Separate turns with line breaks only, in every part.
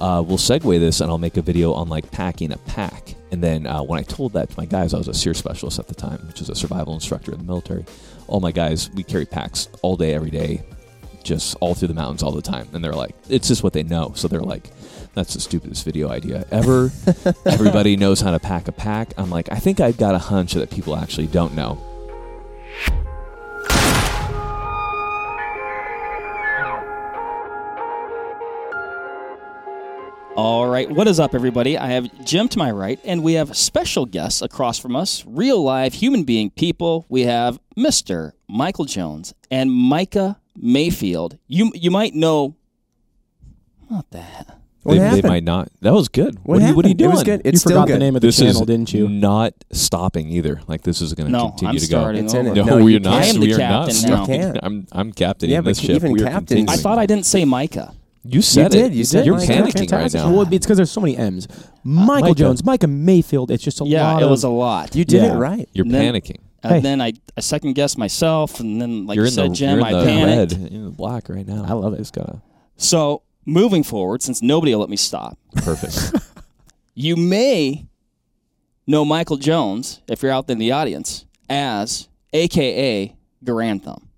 uh, we'll segue this and I'll make a video on like packing a pack. And then uh, when I told that to my guys, I was a SEER specialist at the time, which is a survival instructor in the military. All my guys, we carry packs all day, every day, just all through the mountains all the time. And they're like, it's just what they know. So they're like, that's the stupidest video idea ever. Everybody knows how to pack a pack. I'm like, I think I've got a hunch that people actually don't know.
All right, what is up, everybody? I have Jim to my right, and we have special guests across from us, real live human being people. We have Mr. Michael Jones and Micah Mayfield. You you might know. What the heck?
They, they
happened?
might not. That was good. What, are, you, what are you
happened?
doing?
It was good.
you
It's still
forgot
good.
the name of the
this
channel,
is
didn't you?
Not stopping either. Like this is going to
No,
continue
I'm
to go.
starting
It's in
over.
it.
No,
No,
we're
you
not.
can't. I am the
we are
captain
not.
now. You can't.
I'm I'm captain
Yeah,
in
but
this
you-
ship.
even
we are
captains-
I
continuing.
thought I didn't say Micah.
you said
You
it.
did. You said
You're
Mike.
panicking right
Fantastic.
now.
Well, because there's so many M's. Michael
Micah.
Jones, Micah Mayfield. It's just a
Yeah,
lot.
it
of-
was a lot.
You did
Yeah.
it right.
You're
And then-
panicking.
and
Hey.
then I, I second guessed myself, and then like
you're
you
in
said,
the,
Jim,
you're
I
in the
panicked.
red. You're in the black right now.
I love it.
It's gotta
So moving forward, since nobody will let me stop,
perfect.
you may know Michael Jones if you're out there in the audience as AKA Grantham,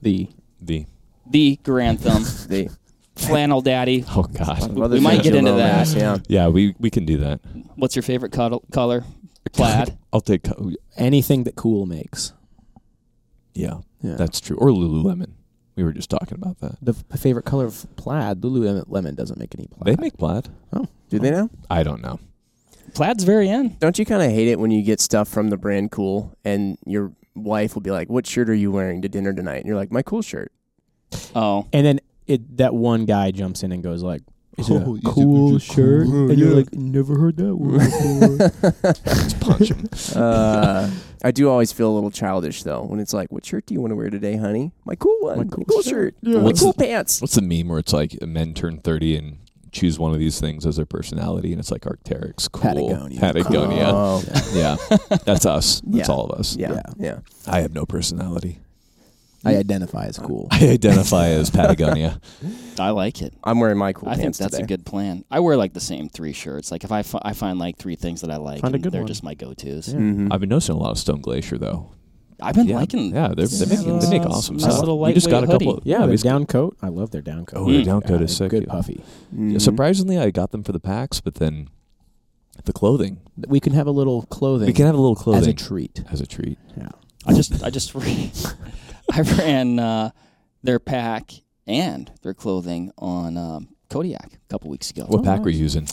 the
the
the Grantham
The
flannel daddy.
oh god.
Brothers
might
Angel
get into
romance,
that.
Yeah.
Yeah, we we can do that.
What's your favorite cuddle, color? Plaid.
I'll take. oh, co-
anything that cool makes.
Yeah,
Yeah.
that's true. Or Lululemon. We were just talking about that.
the f- favorite color of plaid, Lululemon doesn't make any plaid.
They make plaid.
Do they know?
I don't know.
Plaid's very in.
Don't you kind of hate it when you get stuff from the brand cool and your wife will be like, "What shirt are you wearing to dinner tonight?" And you're like, "My cool shirt."
Oh,
and then it, that one guy jumps in and goes like, "Is it
Oh, is it-
a cool
is it
shirt?"
cool?
And you're
Yeah.
like, "Mm, "Never heard that word before."
Let's punch 'em.
Uh, I do always feel a little childish though when it's like, "What shirt do you want to wear today, honey?" My cool one.
My
My
cool
cool,
shirt.
shirt.
Yeah.
My
What's
cool pants.
What's the meme where it's like men turn 30 and choose one of these things as their personality and it's like Arc'teryx, cool.
Patagonia.
Patagonia.
Oh,
Yeah. That's us. That's
Yeah.
all of us.
yeah,
Yeah.
yeah.
I have no personality.
I identify as cool.
I identify as Patagonia.
I like it.
I'm wearing my cool
I think
pants
that's
today.
a good plan. I wear like the same three shirts. Like if I, fi- I find like three things that I like,
Find a
and
good
they're
one.
just my go-tos.
Yeah.
Mhm.
I've been noticing a lot of Stone Glacier though.
I've been
yeah,
liking.
Yeah, they're, they make, they make
uh,
awesome
nice
stuff.
little
we just got a
lightweight
couple.
hoodie.
Yeah,
we
their
just-
down coat. I love their down coat.
Oh, their
Mm.
down coat
Yeah,
is sick.
Good
yeah.
puffy.
Yeah,
Mhm.
Surprisingly, I got them for the packs, but then the clothing.
We can have a little clothing,
We can have a little clothing
as a treat.
as a treat.
I just I just re- I ran uh, their pack and their clothing on um, Kodiak a couple weeks ago.
What
Oh,
pack were
nice.
you using?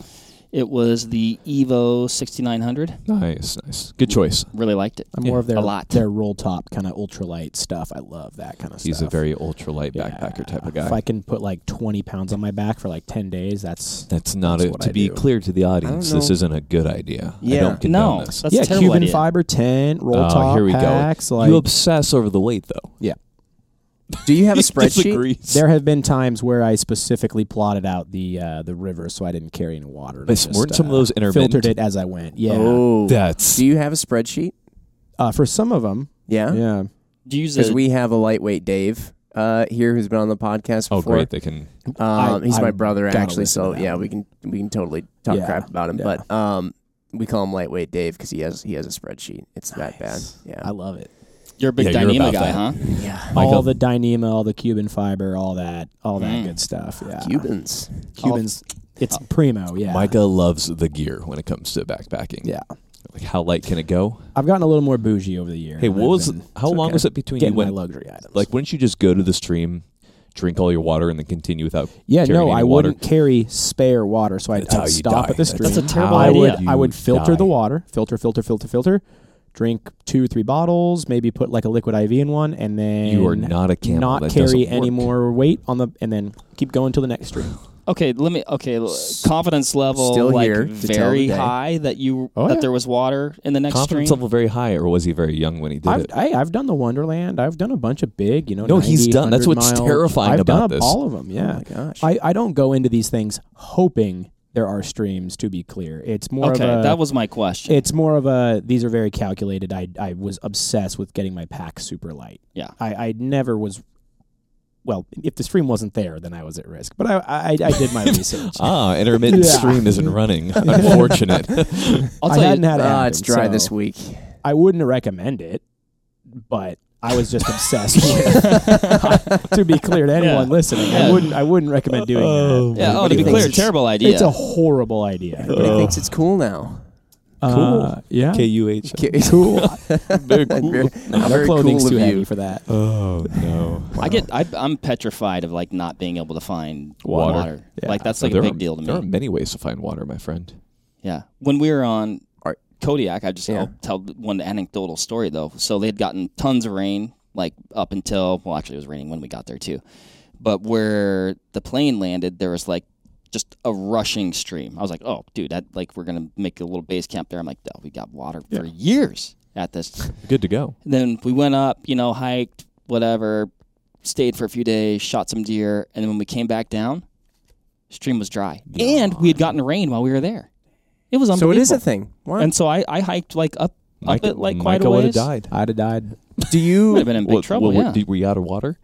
It was the Evo 6900.
Nice, nice. Good choice.
Really liked it.
I'm
Yeah,
more of their
a lot.
their roll top kind of ultralight stuff. I love that kind of
He's
stuff.
a very ultralight
Yeah.
backpacker type of
If
guy.
I can put like 20 pounds on my back for like 10 days, that's
That's not
That's
a,
what
to
I
be
do.
clear to the audience. This
know.
isn't a good idea. I
Yeah.
don't condone
No,
this.
that's a
yeah,
terrible
Cuban
idea.
fiber tent, roll
Oh,
top
here we go.
packs. Like
you obsess over the weight though.
Do you have a
He
spreadsheet?
disagrees.
there have been times where I specifically plotted out the uh, the river so I didn't carry any water. and I
But weren't some of those intermittent?
uh, filtered it as I went? Yeah,
Oh,
That's
do you have a spreadsheet?
uh, for some of them.
Yeah,
Yeah,
Do you use
because
a,
we have a lightweight Dave uh, here who's been on the podcast.
oh
before.
great. They can.
Um,
I-
he's
I
my brother
gotta
actually,
listen to
so
that
yeah,
one.
we can we can totally talk
Yeah,
crap about him.
yeah.
But um, we call him lightweight Dave because he has he has a spreadsheet. It's that bad.
Nice.
Yeah.
I love it.
you're a big
Yeah, you're
Dyneema
about
guy,
that.
huh?
yeah.
Michael-
all the Dyneema, all the Cuban fiber, all that, all that
Mm.
good stuff. Yeah,
Cubans.
Cubans, it's primo. Yeah,
Micah loves the gear when it comes to backpacking.
Yeah,
Like how light can it go?
I've gotten a little more bougie over the years.
Hey, what was how long
okay.
was it between you
Getting my
went?
luxury items.
Like, wouldn't you just go to the stream, drink all your water, and then continue without?
yeah,
carrying
no,
any
I
water?
wouldn't carry spare water, so I'd,
That's how
I'd
you
stop
die.
at the
That's
stream.
That's a terrible
I
idea.
would I would
You
filter
die.
the water, filter, filter, filter, filter, drink two, three bottles, maybe put like a liquid IV in one, and then
You are not a camel.
not
That
carry
doesn't
any
work.
more weight on the, and then keep going till the next stream.
Okay, let me. Okay, l- confidence level
Still
like
here to tell the
very
day.
high that you
Oh,
that
yeah.
there was water in the next
Confidence
stream.
level very high, or was he very young when he did
I've,
it?
I, I've done the Wonderland. I've done a bunch of big, you know.
No, he's
90,
done- that's
100
what's
mile-
terrifying
I've
about
done
this.
All of them,
Oh
yeah.
my gosh.
I, I don't go into these things hoping there are streams. To be clear, it's more
okay,
of a,
that was my question.
It's more of a these are very calculated. I I was obsessed with getting my pack super light.
Yeah.
I, I never was well, if the stream wasn't there, then I was at risk. But I, I, I did my research.
Ah, intermittent
Yeah.
stream isn't running. Unfortunate.
I'll
I
tell
hadn't
you, uh,
had it
Ah,
happen,
it's dry
so
this week.
I wouldn't recommend it, but I was just obsessed. with To be clear to anyone
Yeah.
listening,
Yeah.
I wouldn't. I wouldn't recommend doing
Oh,
that.
yeah, oh,
What
to
do
be
you
clear,
think?
terrible idea.
It's a horrible idea.
Everybody thinks it's cool now.
Uh,
Cool.
yeah.
KUH.
cool.
Very cool.
Their
very, very
clothing's
cool of
too
you.
heavy for that.
Oh no.
I get I, I'm petrified of like not being able to find
Water.
water.
Yeah.
Like that's like
There
a
are-
big deal to
There are
me.
many ways to find water, my friend.
Yeah. When we were on
Art.
Kodiak, I just
Yeah.
I'll tell one anecdotal story though. So they had gotten tons of rain, like up until well, actually it was raining when we got there too. But where the plane landed, there was like just a rushing stream. I was like, oh, dude, that like we're gonna make a little base camp there. I'm like, oh, we got water for years at this.
Good to go.
then we went up, you know, hiked, whatever, stayed for a few days, shot some deer, and then when we came back down, stream was dry, and we had gotten rain while we were there. It was
So
unbelievable.
it is a thing. Wow.
And so I, I hiked like up, up it like quite
Micah
a
would
ways.
have died.
I'd have died.
do
Would
you?
have been in big
Well,
trouble.
well,
yeah.
did- were you out of water?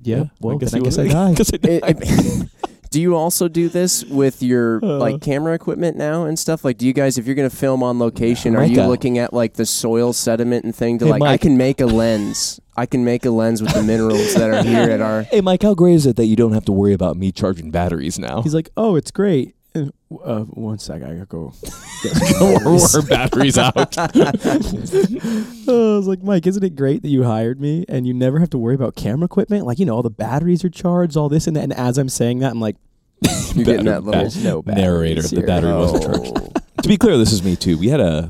Yeah. Well,
I guess,
then I
you
guess I
would-
died.
guess I died.
it- it- do you also do this with your
Uh.
like camera equipment now and stuff? Like, do you guys, if you're gonna film on location, are you
Micah.
looking at like the soil sediment and thing to
Hey,
like? I
Mike.
can make a lens. I can make a lens with the minerals that are here at our.
Hey, Mike, how great is it that you don't have to worry about me charging batteries now?
He's like, oh, it's great. Uh, uh, one sec, I gotta go. get some batteries."
Or batteries out.
I was like, Mike, isn't it great that you hired me and you never have to worry about camera equipment? Like, you know, all the batteries are charged, all this and that. And as I'm saying that, I'm like,
You're getting that little. Oh.
no batteries Oh.
Narrator, the
here.
battery wasn't charged. to be clear, this is me too. We had a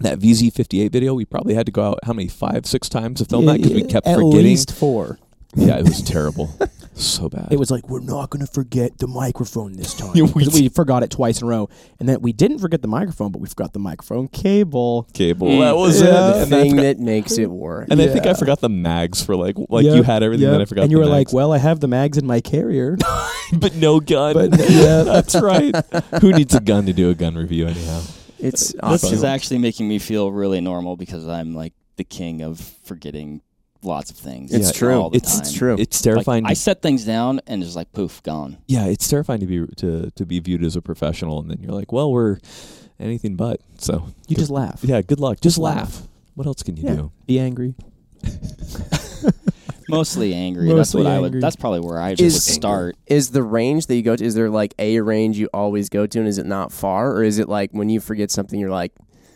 that VZ58 video. We probably had to go out how many five, six times to film that because we kept
At
forgetting.
least four.
Yeah, it was terrible, so bad.
It was like, we're not going to forget the microphone this time.
Yeah, we
'Cause we, forgot it twice in a row. And then we didn't forget the microphone, but we forgot the microphone cable.
cable.
Mm.
That was
Yeah.
it.
The
And, I,
thing
forgot-
that makes it work.
and I think I
Yeah.
forgot the mags for like like
Yep,
you had everything
yep.
that I forgot.
And you
the
were like,
mags.
well, I have the mags in my carrier.
but no gun.
But yeah,
That's right. Who needs a gun to do a gun review anyhow?
It's
this
awesome.
is actually making me feel really normal because I'm like the king of forgetting lots of things.
It's
Yeah,
true.
all the
it's
time.
true.
It's
Like,
terrifying. to
I set things down and just like poof, gone.
yeah, it's terrifying to be to to be viewed as a professional, and then you're like, well, we're anything but. So
you just laugh.
yeah, good luck. Just laugh.
laugh.
What else can you
Yeah.
do?
Be angry.
Mostly angry. that's
Mostly
what I
angry.
would. That's probably where I would
Is-
start.
is the range that you go to is there like a range you always go to and is it not far or is it like when you forget something you're like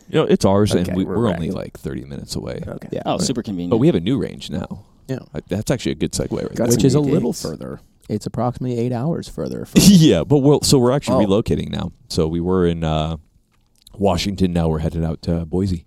You know, it's ours, and
Okay,
we,
we're
we're
wrecked.
only like 30 minutes away.
okay
Yeah.
Oh, super convenient.
But we have a new range now.
Yeah.
I- that's actually a good segue right
Got
there.
That's
which is a
eight
little
days.
further. It's approximately eight hours further. From
yeah, but we're so we're actually
Oh.
relocating now. So we were in uh, Washington. Now we're headed out to Boise.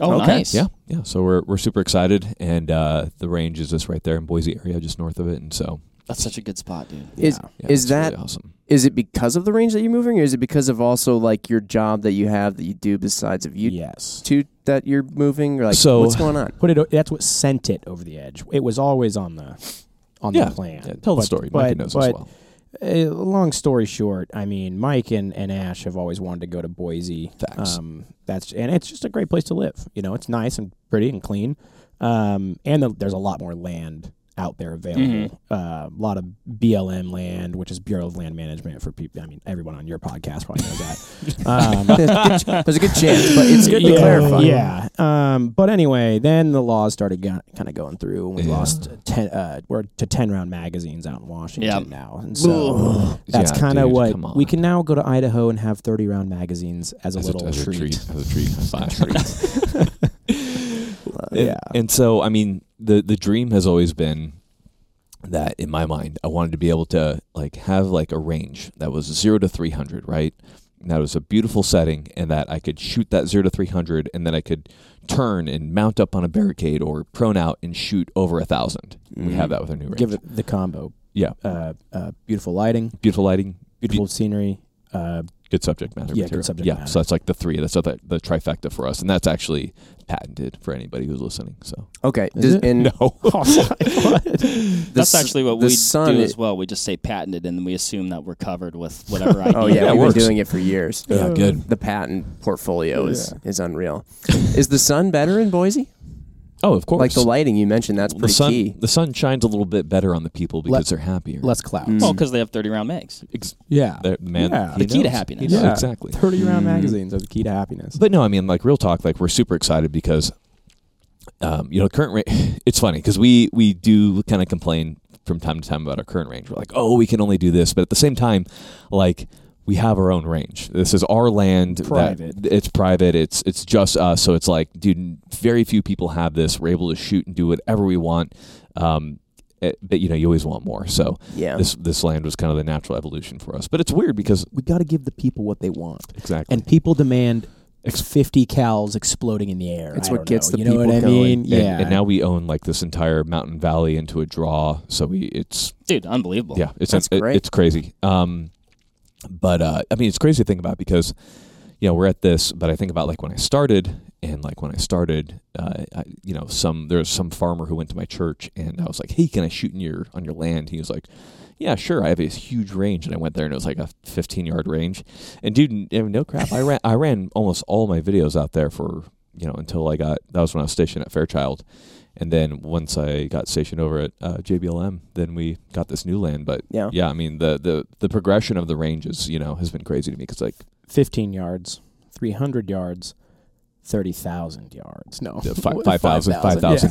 oh,
Okay.
nice.
Yeah, yeah. So we're we're super excited, and uh, the range is just right there in Boise area, just north of it, and so
That's such a good spot, dude.
is
yeah,
is
it's
that
really awesome?
is it because of the range that you're moving or is it because of also like your job that you have that you do besides of you
yes.
two that you're moving or like
So-
what's going on
Put it. o- That's what sent it over the edge. It was always on the on
Yeah.
the plan.
Yeah, tell
But-
the story.
But,
Micah knows
but
as well.
uh, long story short, I mean, Mike and, and Ash have always wanted to go to Boise.
Facts.
Um, that's and it's just a great place to live. You know, it's nice and pretty and clean. Um, and the, there's a lot more land out there available.
Mm-hmm.
Uh, a lot of BLM land, which is Bureau of Land Management for people. I mean, everyone on your podcast probably knows that. Um,
there's a good chance but it's good
yeah,
to clarify
Yeah. Um, but anyway, then the laws started go- kind of going through, and we
Yeah.
lost ten. Uh, we're to ten round magazines out in Washington
Yep.
now, and so that's
Yeah,
kind of
dude,
what
come on.
we can now go to Idaho and have thirty round magazines as a
as
little
a, as a
treat.
as a treat, as a treat. And-
Yeah.
And so, I mean, the the dream has always been that in my mind, I wanted to be able to like have like a range that was zero to three hundred, right? And that was a beautiful setting, and that I could shoot that zero to three hundred, and then I could turn and mount up on a barricade or prone out and shoot over a thousand. We have that with our new range.
Give it the combo.
yeah,
Uh, uh, beautiful lighting,
beautiful lighting,
beautiful scenery. Uh,
good subject matter.
Yeah, good
material.
subject
yeah,
matter.
so that's like the three. That's the, the trifecta for us, and that's actually patented for anybody who's listening. So
okay
Is
does,
it?
and
no,
the
That's
s-
actually what
the
we
sun
do
is-
as well. We just say patented, and then we assume that we're covered with whatever idea.
oh yeah,
Yeah, it
we've
works.
been doing it for years
yeah,
uh,
good.
the patent portfolio is is unreal is the sun better in boise
Oh, of course.
Like the lighting you mentioned, that's
the
pretty
sun,
key.
the sun shines a little bit better on the people because they're happier.
Less clouds.
Mm.
Mm.
Well, because they have 30 round mags.
Ex-
Yeah.
the man,
Yeah.
he
The
key to
knows.
happiness.
He knows,
Yeah.
Exactly.
30
Mm.
round magazines are the key to happiness.
But no, I mean, like real talk. Like we're super excited because, um, you know, current range. It's funny because we we do kind of complain from time to time about our current range. We're like, oh, we can only do this, but at the same time, like we have our own range. This is our land. that-
Private.
it's private. It's it's just us. So it's like, dude, very few people have this. We're able to shoot and do whatever we want. Um, eh, but you know, you always want more. So
Yeah.
this this land was kind of the natural evolution for us. But it's weird because
we got to give the people what they want.
exactly.
And people demand 50 cals exploding in the air.
It's
I
what
don't
gets
know.
the
you know
people
what I mean?
going.
And-
Yeah.
And, now we own like this entire mountain valley into a draw. So we it's
Dude, unbelievable.
yeah, it's
That's
it-
great.
it's crazy. Um but uh I mean it's crazy to think about because you know, we're at this, but I think about like when I started and like when I started uh I, you know, some there was some farmer who went to my church and I was like, "Hey, can I shoot in your on your land?" He was like, yeah, sure. I have this huge range, and I went there, and it was like a 15 yard range. And dude, n- no crap, I ran, I ran almost all my videos out there for you know until I got that was when I was stationed at Fairchild, and then once I got stationed over at uh, JBLM, then we got this new land. But
Yeah.
yeah, I mean the the the progression of the ranges, you know, has been crazy to me because like
15 yards, 300 yards, 30,000 yards. No.
the fi- 5,000
5,000,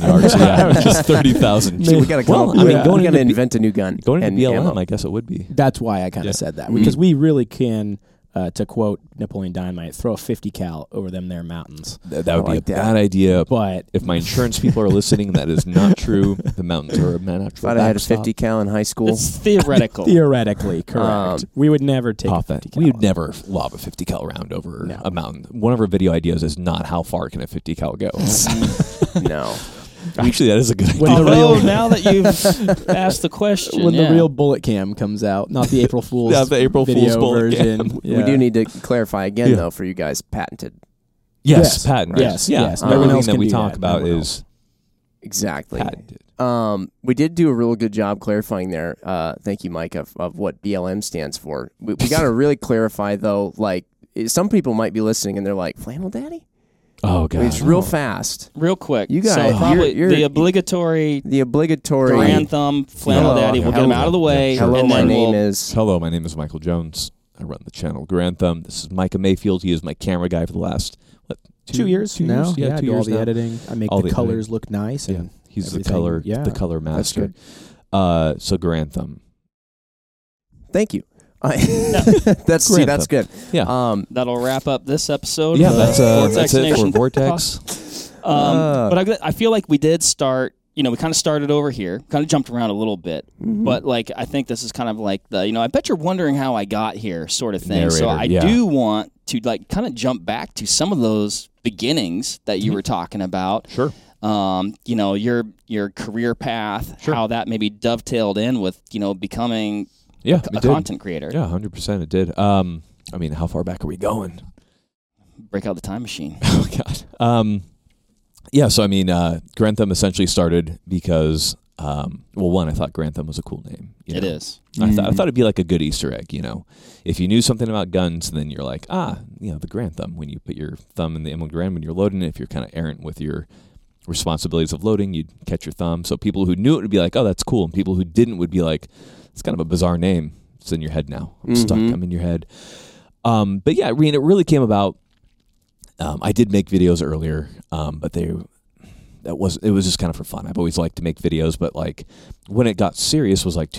5,000
yeah.
yards, yeah, just 30,000.
Gee, we gotta come
Well,
up-
I mean,
we gotta-
going
we gotta
into B-
invent a new gun.
Going into
and
BLM,
ammo.
I guess it would be.
That's why I kind of
Yeah. Mm.
said that
Mhm.
because we really can, uh, to quote Napoleon Dynamite, throw a 50 cal over them there mountains.
Th- that would
I
be
like
a
that.
bad idea.
But
If my insurance people are listening, that is not true. The mountains are a natural
Thought I had a
backstop.
50 cal in high school.
It's theoretical.
theoretically, correct.
Um,
we would never take
Pop
a
that.
50 cal.
We would never lob a 50 cal round over
No.
a mountain. One of our video ideas is not how far can a 50 cal go.
no.
Actually, that is a good idea.
When the
Although,
real-
now that you've asked the question,
when
yeah.
the real bullet cam comes out, not the April Fool's
Yeah, the April
video
Fool's bullet cam.
version. Yeah.
We do need to clarify again,
Yeah.
though, for you guys, patented.
yes, patent.
Yes,
yeah.
yes. No
Everything
one else
that
can
we
do
talk
that. No
about
one
is
Exactly.
patented.
Um, we did do a real good job clarifying there. Uh, thank you, Mike, of, of what BLM stands for. We, we got to really clarify, though, like, eh, some people might be listening and they're like, flannel daddy?
Oh
I
god,
mean, it's real fast.
real quick.
You guys-
so
you're-
probably
you're-
the obligatory
The obligatory.
grand thumb flannel
Hello,
daddy. We'll get him
hello.
out of the way.
Sure.
Hello,
and
my
then
name
we'll,
is.
Hello, my name is Michael Jones. I run the channel Grand Thumb. This is Micah Mayfield. He is my camera guy for the last what
two years
Two
now.
years?
Yeah,
Yeah,
I
two
do all
years
the
now.
editing. I make
All
the,
the
colors look nice.
Yeah,
And
he's the
everything.
color
Yeah.
the color
That's
master.
good.
Uh, so Grand Thumb.
Thank you. I- that's see,
Grand
that's good.
Yeah.
Um,
That'll wrap up this episode.
yeah,
of
that's uh,
Vortex
that's it for
Nation.
Vortex.
Um,
Uh.
but I, I feel like we did start. You know, we kind of started over here, kind of jumped around a little bit,
Mm-hmm.
but like I think this is kind of like the you know I bet you're wondering how I got here sort of thing. so
Narrator,
I
yeah.
do want to like kind of jump back to some of those beginnings that
Mm-hmm.
you were talking about.
Sure.
Um, you know your your career path, how that maybe dovetailed in with you know becoming
Yeah,
a
it did.
content creator.
Yeah, hundred percent. It did. Um, I mean, how far back are we going?
Break out the time machine.
Oh God. Um, yeah. So I mean, uh, Grand Thumb essentially started because, um, well, one, I thought Grand Thumb was a cool name. you
It
know?
is.
I, thought I
Mhm.
thought it'd be like a good Easter egg. You know, if you knew something about guns, then you're like, ah, you know, the Grand Thumb. When you put your thumb in the emerald grand when you're loading it, if you're kind of errant with your responsibilities of loading, you'd catch your thumb. So people who knew it would be like, oh, that's cool, and people who didn't would be like, it's kind of a bizarre name. It's in your head now. I'm stuck.
Mhm.
I'm in your head. Um, but yeah, I mean, it really came about. Um, I did make videos earlier, um, but they that was it was just kind of for fun. I've always liked to make videos, but like when it got serious was like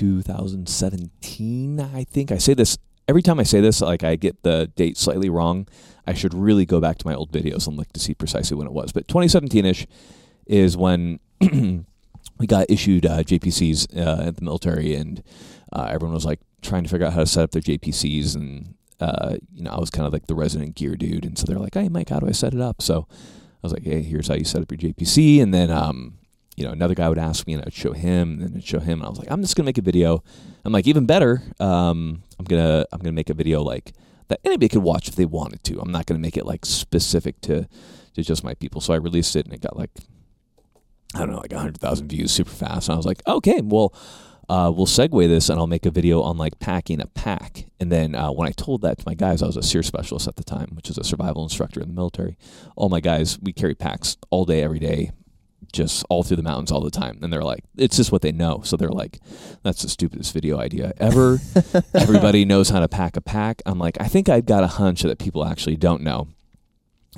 2017, I think. I say this every time I say this, like I get the date slightly wrong. I should really go back to my old videos and look to see precisely when it was. But 2017 ish is when we got issued uh, JPCs uh, at the military, and uh, everyone was like trying to figure out how to set up their JPCs. And uh, you know, I was kind of like the resident gear dude, and so they're like, "Hey, Mike, how do I set it up?" So I was like, "Hey, here's how you set up your JPC," and then. Um, you know, another guy would ask me, and I'd show him, and then I'd show him, and I was like, "I'm just gonna make a video." I'm like, even better, um, I'm gonna I'm gonna make a video like that anybody could watch if they wanted to. I'm not gonna make it like specific to to just my people. So I released it, and it got like I don't know, like 100,000 views super fast. And I was like, okay, well, uh, we'll segue this and I'll make a video on like packing a pack. And then uh, when I told that to my guys, I was a SEER specialist at the time, which is a survival instructor in the military. All my guys, we carry packs all day, every day. just all through the mountains all the time. And they're like, it's just what they know. So they're like, that's the stupidest video idea ever. Everybody knows how to pack a pack. I'm like, I think I've got a hunch that people actually don't know.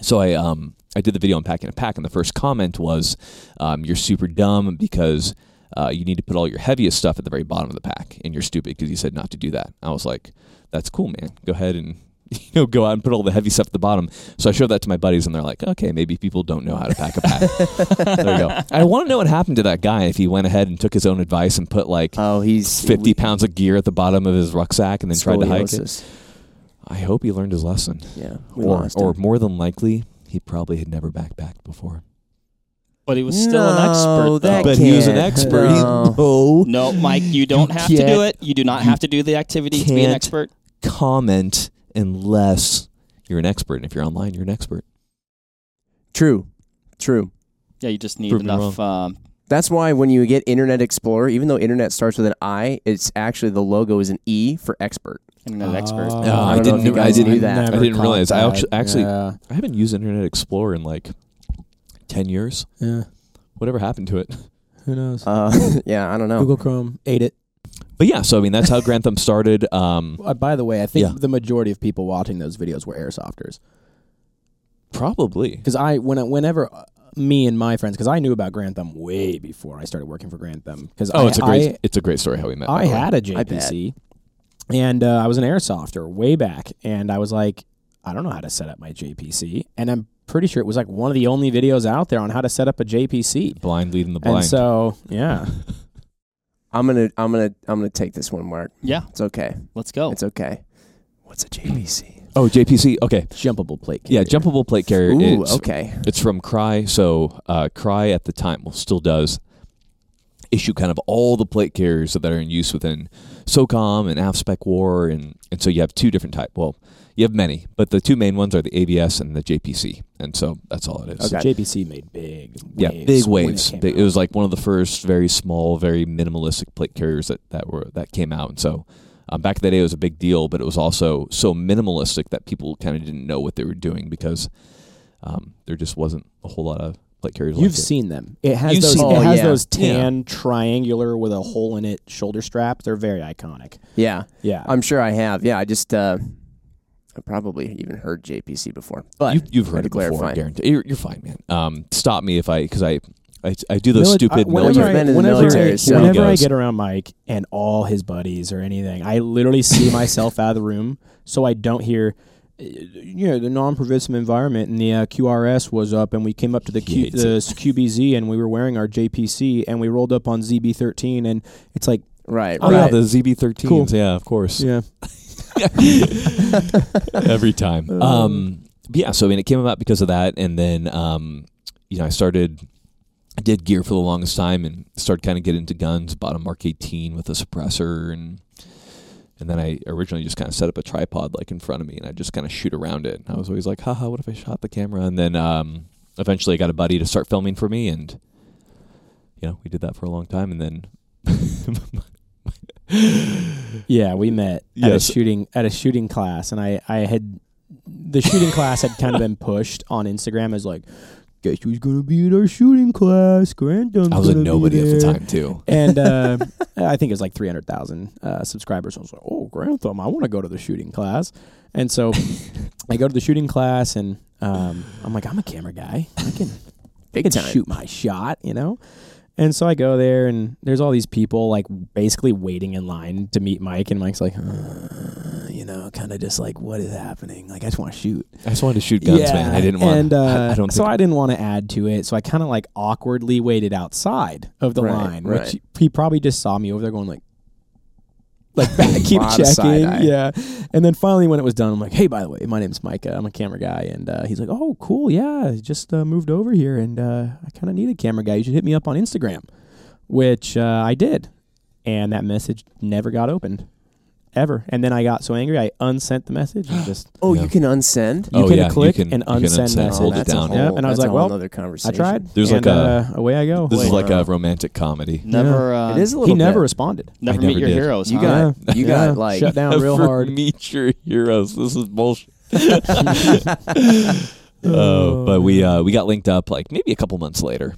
So I um I did the video on packing a pack, and the first comment was, um, "You're super dumb because uh, you need to put all your heaviest stuff at the very bottom of the pack, and you're stupid because you said not to do that." I was like, "That's cool, man. Go ahead and." You know, go out and put all the heavy stuff at the bottom. So I showed that to my buddies, and they're like, "Okay, maybe people don't know how to pack a pack." there you go. I want to know what happened to that guy if he went ahead and took his own advice and put like
Oh, he's
fifty pounds of gear at the bottom of his rucksack and then tried to hike it.
Scoliosis.
I hope he learned his lesson
Yeah, we
or,
lost
or
him.
more than likely, he probably had never backpacked before.
But he was still an expert.
No, that
though.
But he was an
can't.
expert.
No.
No
no, Mike, you don't have to do
can't-
it. You do not
you
have to do the activity to be an
can't.
expert.
comment unless you're an expert. And if you're online, you're an expert.
True, true.
Yeah, you just need
Prove me
enough. Um,
That's why when you get Internet Explorer, even though Internet starts with an I, it's actually the logo is an E for expert.
internet expert.
No,
Oh,
I
don't know
didn't
if
know-
you
I
guys
didn't-
knew
I
never
didn't
caught
realize. I
that.
actu- actually-
yeah.
I haven't used Internet Explorer in like 10 years.
yeah.
Whatever happened to it?
Who knows?
Uh, yeah, I don't know.
Google Chrome ate it.
But yeah, so I mean, that's how Grantham started. Um,
Hmm.
Uh, by the way, I think
Yeah.
the majority of people watching those videos were airsofters
probably.
because I when I, whenever uh, me and my friends because I knew about Grand Thumb way before I started working for Grand Thumb because
Oh,
I,
it's a great, it's a great story how we met.
I,
by
I
the way.
had a
I bet.
JPC and uh, I was an airsofter way back and I was like I don't know how to set up my JPC and I'm pretty sure it was like one of the only videos out there on how to set up a JPC
blind leading the blind.
and so yeah
I'm gonna, I'm gonna, I'm gonna take this one, Mark.
Yeah,
It's okay.
let's go.
Oh.
It's okay. What's a JVC?
oh, JPC. Okay.
jumpable plate
Yeah,
carrier.
jumpable plate carrier.
Ooh,
is-
okay.
It's from Cry. So uh, Cry at the time, well, still does issue kind of all the plate carriers that are in use within SOCOM and AFSPEC War, and and so you have two different type. Well, you have many, but the two main ones are the ABS and the JPC, and so that's all it is.
So
Okay.
JPC made big waves
Yeah, big
when it
waves.
came
Big-
out.
it was like one of the first very small, very minimalistic plate carriers that, that were that came out. And so um, back in the day, it was a big deal, but it was also so minimalistic that people kind of didn't know what they were doing because um, there just wasn't a whole lot of plate carriers.
You've
like it.
seen them. It has
You've
those.
seen
it
them.
has
Oh, yeah.
those
Yeah.
tan triangular with a hole in it shoulder strap. They're very iconic.
Yeah,
Yeah.
I'm sure I have. Yeah, I just, uh, I probably even heard JPC before, but
you, you've
had
heard
to
it before.
clarify.
I guarantee. You're, you're fine, man. Um, stop me if I because I, I I do those
Mili-
stupid
I-
military.
I've been in the
uh, whenever,
military,
I,
so-
whenever I
Egos.
get around Mike and all his buddies or anything, I literally see myself out of the room, so I don't hear. uh, You know the non-pervasive environment, and the uh, QRS was up, and we came up to the,
He
Q,
hates
the QBZ, and we were wearing our JPC, and we rolled up on ZB13, and it's like,
right,
Oh yeah,
right.
the ZB13s.
Cool.
Yeah, of course.
yeah,
every time. Um, but yeah, so I mean, it came about because of that, and then um, you know, I started, I did gear for the longest time, and started kind of getting into guns. Bought a Mark 18 with a suppressor, and and then I originally just kind of set up a tripod like in front of me, and I just kind of shoot around it. And I was always like, haha, what if I shot the camera? And then um, eventually, I got a buddy to start filming for me, and you know, we did that for a long time, and then.
Yeah, we met at a
Yes.
shooting at a shooting class, and I I had the shooting class had kind of been pushed on Instagram as like, guess who's gonna be in our shooting class? Grandon's
I was a
gonna be
nobody at the
there."
time too.
and uh, I think it was like 300,000 uh, subscribers. I was like, oh, Grantham, I want to go to the shooting class. And so I go to the shooting class, and um, I'm like, I'm a camera guy. I can, I
Big
can
time.
shoot my shot, you know? And so I go there, and there's all these people like basically waiting in line to meet Mike, and Mike's like, "Uh," you know, kind of just like, what is happening? Like, I just want to shoot.
I just wanted to shoot guns, man. I didn't want.
And,
I-
uh,
I, don't.
so
think
I didn't want to add to it. So I kind of like awkwardly waited outside of the
Right,
line, which
right.
he probably just saw me over there going like, like keep
Lot of side
checking,
eye.
yeah. And then finally, when it was done, I'm like, hey, by the way, my name's Micah. I'm a camera guy, and uh, he's like, oh, cool, yeah, I just uh, moved over here, and uh, I kind of need a camera guy. You should hit me up on Instagram, which uh, I did, and that message never got opened. Ever and then I got so angry I unsent the message and just
Oh,
Yeah.
you can unsend. Oh,
you
Oh,
can
yeah, you
click
can-
and
you can
unsend,
unsend,
messages.
hold it
that's a
down.
Whole,
Yep, and I was
that's
like,
a whole
well,
nother
I
conversation.
tried.
There's
and,
like a-
uh, away I go.
This is
Wait.
like a romantic comedy.
never, uh,
It is a little.
he never
bit.
responded.
never
I
meet
never
your
did.
heroes.
You
huh?
got.
Yeah.
You
Yeah.
got like.
shut down real
Ever
hard.
Meet your heroes. This is bullshit. uh, oh, but we uh, we got linked up like maybe a couple months later,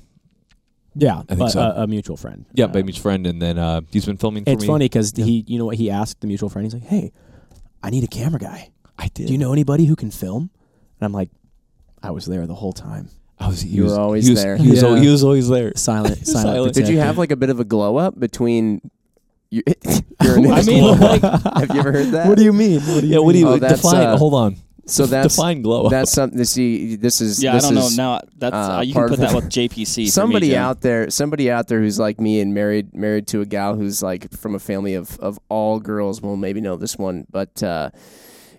Yeah,
think
but
so.
a, a mutual friend.
Yeah,
Uh,
by mutual friend, and then uh, he's been filming for
It's
me.
funny because he, you know what he asked the mutual friend? He's like, "Hey, I need a camera guy.
I did.
Do you know anybody who can film?" And I'm like, "I was there the whole time,
I was, he
You
was,
were always
he was,
there.
He was, al-
Yeah.
he was always there.
silent, silent."
Silent.
Did you
protector.
have like a bit of a glow up between your, your initial?
I mean, like,
have you ever heard that?
What do you mean? What do you
Yeah, what do you
Oh, that's,
define?
uh,
hold on.
so that's
define glow up.
that's something to see. This is
yeah, I
this
don't know.
is-
Now that's
uh,
uh, you
part
can
of
put that
the-
with JPC. for me,
somebody
Jim.
out there somebody out there who's like me and married married to a gal who's like from a family of of all girls will maybe know this one but uh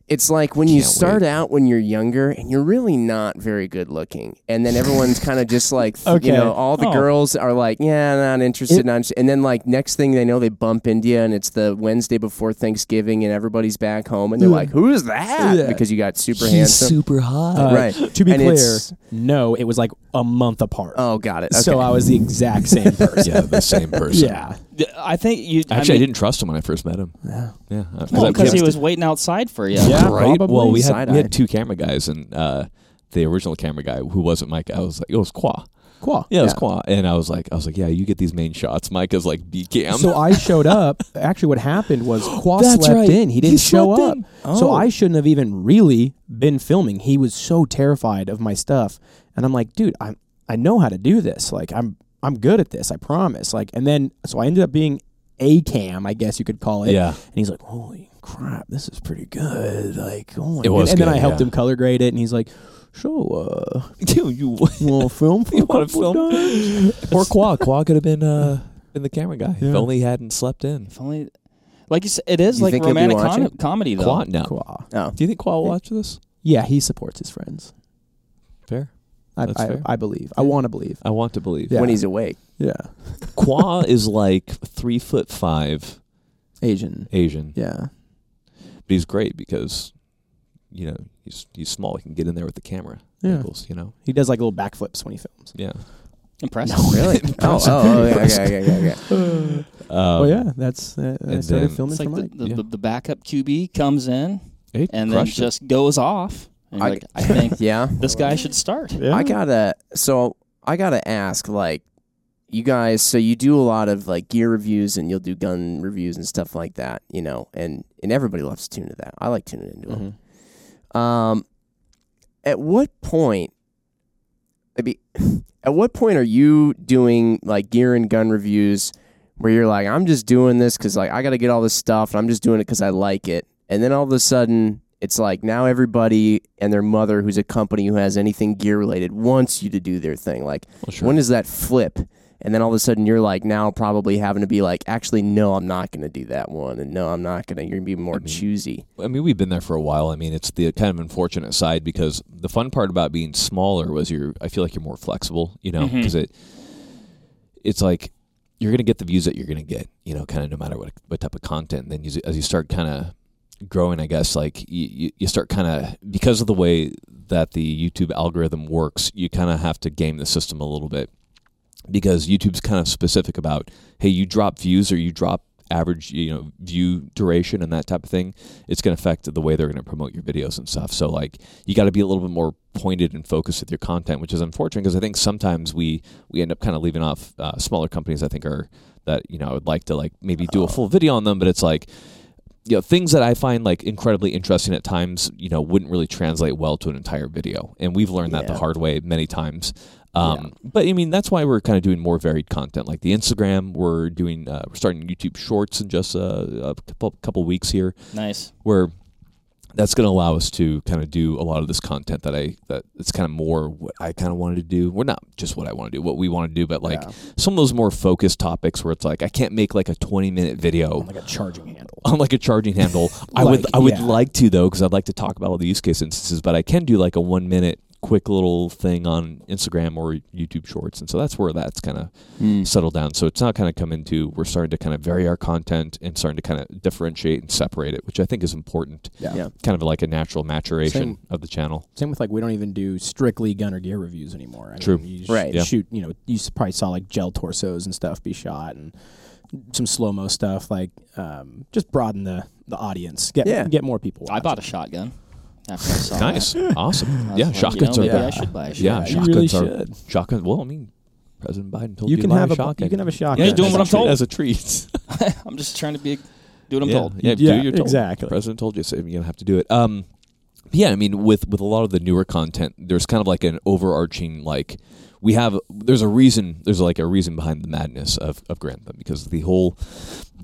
it's like when you
Can't
start
wait.
out when you're younger and you're really not very good looking, and then everyone's kind of just like
Okay.
you know, all the
Oh.
girls are like, yeah, not interested,
It-
not interested. And then like next thing they know, they bump India, and it's the Wednesday before Thanksgiving, and everybody's back home, and they're like, who is that?
Yeah.
Because you got super
He's
handsome,
super hot.
Uh,
right?
To be
And
clear,
it's-
no, it was like a month apart.
oh, got it. Okay.
So I was the exact same person.
yeah, the same person.
yeah.
Th- I think you.
Actually, I,
mean,
didn't trust him when I first met him. Yeah. Yeah. uh, 'cause I-
because he was waiting outside for you.
Yeah.
right?
probably.
Well, we had,
Side-eye.
we had two camera guys, and uh, the original camera guy who wasn't Mike, I was like, it was Qua.
Cool.
Yeah, it was Qua, and I was like, I was like, yeah, you get these main shots. Mike is like B cam.
So I showed up. Actually, what happened was Qua
That's
slept
right.
in. He
He
didn't show
slept
up.
in.
So I shouldn't have even really been filming. He was so terrified of my stuff, and I'm like, dude, I'm I know how to do this. Like I'm I'm good at this. I promise. Like, and then so I ended up being a cam, I guess you could call it.
Yeah.
And he's like, holy crap, this is pretty good. Like, oh my
It was
And, and then
good,
I helped
yeah.
him color grade it, and he's like. So, uh,
Dude, you
well, film for
You
a
wanna
couple
film?
times?
poor Qua. Qua could have been uh, been the camera guy
Yeah.
if only he hadn't slept in.
If only, like you said, it is
You
like
think he'll be
romantic
watching?
com- comedy though.
Qua, no.
Qua.
oh.
Do you think Qua will watch this?
Yeah, he supports his friends.
Fair.
I,
That's
I,
fair.
I believe. I want to believe.
I want to believe.
Yeah.
when he's awake.
Yeah.
Qua is like three foot five
Asian.
Asian,
Yeah.
but he's great because, you know, he's he's small. He can get in there with the camera
Yeah.
angles. You know.
He does like little backflips when he films.
Yeah.
Impressive.
Really? oh, oh, okay, okay, okay, okay, okay.
Um,
Oh yeah, that's uh, I
and
started
then-
filming
It's
for
like the,
Mike.
the,
yeah.
the, the backup QB comes in
Hey,
and then
crushed it.
just goes off. And
I-
I, like, I think
Yeah.
this guy should start.
yeah.
I gotta. So I gotta ask, like, you guys. So you do a lot of like gear reviews, and you'll do gun reviews and stuff like that, you know. And and everybody loves to tune to that. I like tuning into
Mhm.
it. Um, at what point? I mean, at what point are you doing like gear and gun reviews where you're like, I'm just doing this because like I got to get all this stuff, and I'm just doing it because I like it. And then all of a sudden, it's like now everybody and their mother, who's a company who has anything gear related, wants you to do their thing. Like,
Well, sure.
when does that flip? And then all of a sudden, you're like now probably having to be like, actually, no, I'm not going to do that one, and no, I'm not going to. You're going to be more choosy.
I mean, we've been there for a while. I mean, it's the kind of unfortunate side because the fun part about being smaller was you're. I feel like you're more flexible, you know, because it. It's like you're going to get the views that you're going to get, you know, kind of no matter what what type of content. then you, as you start kind of growing, I guess, like you- you, you start kind of because of the way that the YouTube algorithm works, you kind of have to game the system a little bit because YouTube's kind of specific about hey, you drop views or you drop average you know view duration and that type of thing it's going to affect the way they're going to promote your videos and stuff so like you got to be a little bit more pointed and focused with your content which is unfortunate because i think sometimes we we end up kind of leaving off uh, smaller companies i think are that you know i would like to like maybe do a full video on them but it's like you know things that i find like incredibly interesting at times you know wouldn't really translate well to an entire video and we've learned that the
Yeah.
hard way many times um, But I mean, that's why we're kind of doing more varied content, like the Instagram. We're doing, uh, we're starting YouTube Shorts in just a, a couple, couple weeks here,
Nice.
where that's going to allow us to kind of do a lot of this content that I that it's kind of more what I kind of wanted to do. We're not just what I want to do, what we want to do, but like
Yeah.
some of those more focused topics where it's like I can't make like a twenty minute video
like a charging handle.
on like a charging handle. I would
Like,
I would
yeah.
like to though because I'd like to talk about all the use case instances, but I can do like a one minute quick little thing on Instagram or YouTube Shorts, and so that's where that's kind of settled down. Hmm. So it's not kind of come into we're starting to kind of vary our content and starting to kind of differentiate and separate it, which I think is important.
Yeah.
Yeah.
Kind of like a natural maturation
Same.
of the channel.
Same with like we don't even do strictly gun or gear reviews anymore. I
True.
Mean, you sh-
Right.
Yeah.
Shoot, you know, you s- probably saw like gel torsos and stuff be shot and some slow mo stuff. Like, um, just broaden the the audience. Get
Yeah.
get more people.
I
watching.
bought a shotgun after I saw
Nice, awesome,
that. I was
yeah.
like, you know,
Shotguns
maybe
are
I
the-
should buy a
yeah,
shotgun.
You really
shotguns are
should.
shotguns. Well, I mean, President Biden told
You
you,
can
to buy
have
a
a
shotgun.
you can have a shotgun.
Yeah, you're doing
as
what
a
I'm
tre-
told.
as a treat.
I'm just trying to be do what I'm
yeah,
told.
Yeah,
Yeah,
do your told.
exactly.
The president told you, so you're gonna have to do it. Um, but yeah, I mean, with with a lot of the newer content, there's kind of like an overarching like we have. There's a reason. There's like a reason behind the madness of of Grantham because the whole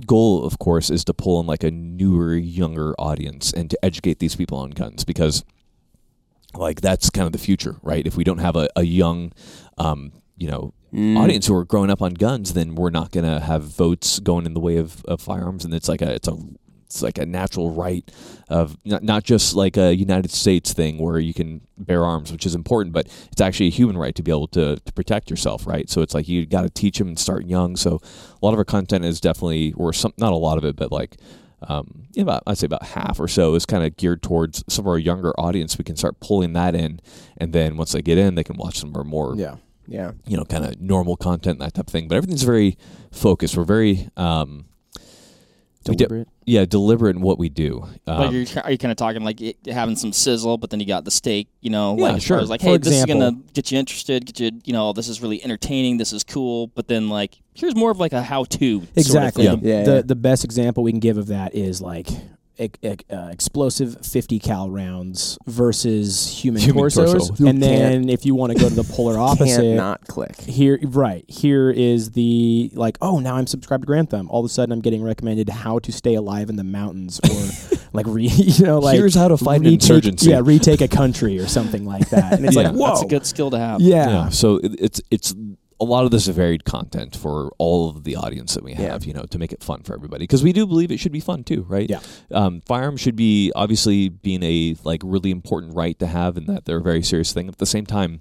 goal, of course, is to pull in like a newer, younger audience and to educate these people on guns because like that's kind of the future, right? If we don't have a, a young, um, you know,
Mm.
audience who are growing up on guns, then we're not gonna have votes going in the way of, of firearms, and it's like a it's a it's like a natural right of not, not just like a United States thing where you can bear arms, which is important, but it's actually a human right to be able to, to protect yourself, right? So it's like you got to teach them and start young. So a lot of our content is definitely, or some, not a lot of it, but like um, yeah, about I'd say about half or so is kind of geared towards some of our younger audience. We can start pulling that in, and then once they get in, they can watch some of our more
Yeah.
Yeah.
you know, kind of normal content, that type of thing. But everything's very focused. We're very, um, we de-
Deliberate.
yeah, deliberate in what we do. Um,
Like you're, are you kind of talking like it, having some sizzle, but then you got the steak, you know?
Yeah,
like, as far
sure.
as like,
For
hey, this is
example-
gonna get you interested, get you, you know, this is really entertaining, this is cool. But then like, here's more of like a how-to.
Exactly.
Sort of thing.
The,
Yeah. Yeah.
the the best example we can give of that is like ec- ec- uh, explosive 50 cal rounds versus human,
Human
torsos
torso.
and then if you want to go to the polar
Can't
opposite
not click.
here right here is the like oh now i'm subscribed to grand thumb all of a sudden i'm getting recommended how to stay alive in the mountains or like re, you know like
Here's how to fight an
retake-
insurgency.
yeah retake a country or something like that and it's
Yeah. Oh.
like whoa
That's a good skill to have.
yeah.
yeah. So it, it's it's a lot of this varied content for all of the audience that we
Yeah.
have, you know, to make it fun for everybody because we do believe it should be fun too, right?
Yeah.
Um, firearms should be obviously being a like really important right to have, and that they're a very serious thing. At the same time.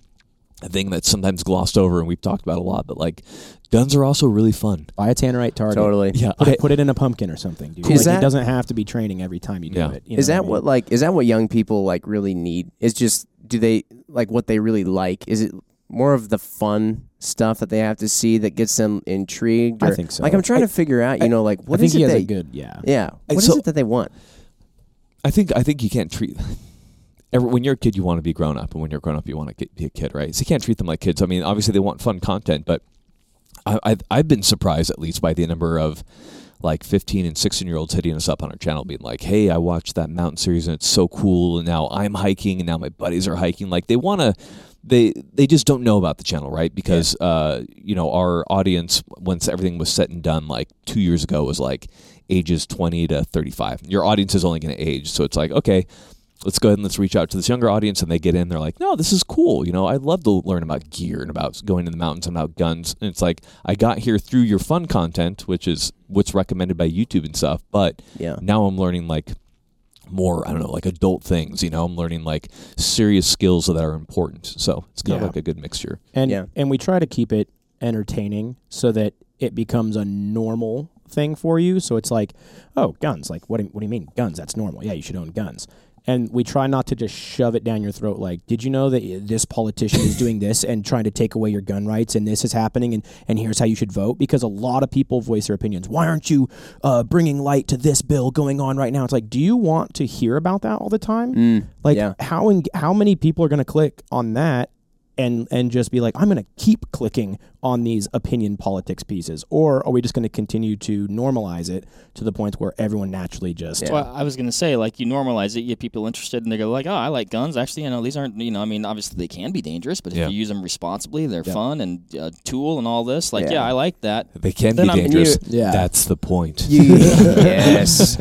A thing that's sometimes glossed over, and we've talked about a lot, but like guns are also really fun.
buy a tannerite target
Totally.
Yeah,
Put,
I-
it, put it in a pumpkin or something, dude.
Cool. Is
Like,
that-
it doesn't have to be training every time you do
Yeah.
it. you
Is
know
that
I
what
mean?
like is that what young people like really need? Is just do they like what they really like? Is it more of the fun stuff that they have to see that gets them intrigued?
I
or-
think so.
Like I'm trying to figure out, you know, like
I
what
think
is
he
it
has
they
a good yeah.
yeah.
I-
What is
so-
it that they want?
I think I think you can't treat. Every, when you're a kid, you want to be grown up, and when you're grown up, you want to get, be a kid, right? So you can't treat them like kids. I mean, obviously they want fun content, but I, I've I've been surprised at least by the number of like 15 and 16 year olds hitting us up on our channel, being like, "Hey, I watched that mountain series, and it's so cool, and now I'm hiking, and now my buddies are hiking." Like they want to. They, they just don't know about the channel, right? Because uh, you know our audience, once everything was said and done, like two years ago, was like ages 20 to 35. Your audience is only going to age. So it's like, okay, let's go ahead and let's reach out to this younger audience. And they get in, they're like, no, this is cool. You know, I'd love to learn about gear and about going in the mountains and about guns. And it's like, I got here through your fun content, which is what's recommended by YouTube and stuff. But
Yeah.
now I'm learning like more, I don't know, like adult things. You know, I'm learning like serious skills that are important. So it's kind
Yeah.
of like a good mixture.
And
Yeah.
and we try to keep it entertaining so that it becomes a normal thing for you. So it's like, oh, guns. Like what do, what do you mean guns? That's normal. Yeah, you should own guns. And we try not to just shove it down your throat. Like, did you know that uh, this politician is doing this and trying to take away your gun rights, and this is happening, and, and here's how you should vote? Because a lot of people voice their opinions. Why aren't you uh, bringing light to this bill going on right now? It's like, do you want to hear about that all the time? Like
Mm. Yeah.
how in, how many people are going to click on that and and just be like, I'm going to keep clicking on these opinion politics pieces, or are we just going to continue to normalize it to the point where everyone naturally just
Well, I was gonna say, like you normalize it, you get people interested, and they go like, "Oh, I like guns." Actually, you know, these aren't, you know, I mean, obviously they can be dangerous, but if
Yeah.
you use them responsibly, they're fun and a tool and all this. Like, yeah,
Yeah.
I like that.
They can
Then
be
I'm- and
dangerous.
you- Yeah.
That's the point.
yes.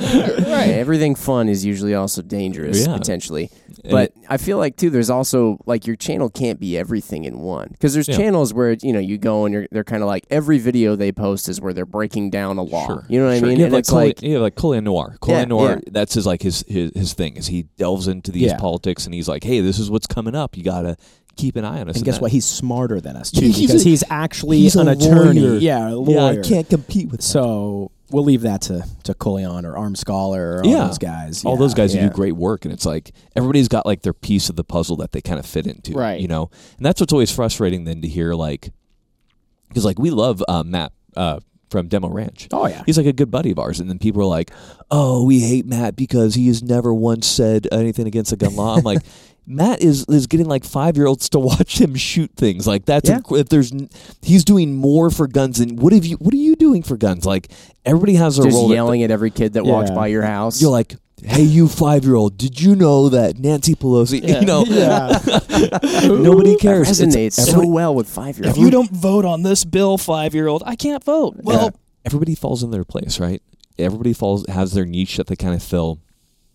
Everything fun is usually also dangerous
Yeah.
potentially.
And
But
it-
I feel like too there's also like your channel can't be everything in one because there's
Yeah.
channels where you know you go and you're they're kind of like every video they post is where they're breaking down a law.
Sure.
You know what
Sure.
I mean?
Yeah,
and
like
it's
Colin,
like
yeah, like Colin Noir. Colin
Yeah,
Noir.
yeah.
That's his like his, his his thing is he delves into these
Yeah.
politics and he's like, hey, this is what's coming up. You gotta keep an eye on us.
And guess
that-
what? He's smarter than us too
He's
because
a-
he's actually
he's a
an attorney.
lawyer.
Yeah, a
yeah,
lawyer.
I can't compete with
So we'll leave that to to Colion or Arm Scholar or all
Yeah.
those guys.
all
Yeah,
those guys who
yeah.
do great work and it's like everybody's got like their piece of the puzzle that they kind of fit into
Right.
you know and that's what's always frustrating then to hear like because like we love uh, matt uh, from Demo Ranch.
Oh, yeah.
He's like a good buddy of ours. And then people are like, oh, we hate Matt because he has never once said anything against the gun law. I'm like, Matt is, is getting like five year olds to watch him shoot things. Like that's
Yeah.
inc- if there's n- he's doing more for guns than what have you what are you doing for guns? Like everybody has a
Just
role. that-
yelling at every kid that walks
Yeah.
by your house.
you're like, hey, you five year old, did you know that Nancy Pelosi?
Yeah.
You know,
Oh, Yeah.
nobody cares. It's-
resonates so
everybody-
well with five year
If
olds.
you don't vote on this bill, five year old, I can't vote. Well,
everybody falls in their place, right? Everybody falls has their niche that they kind of fill.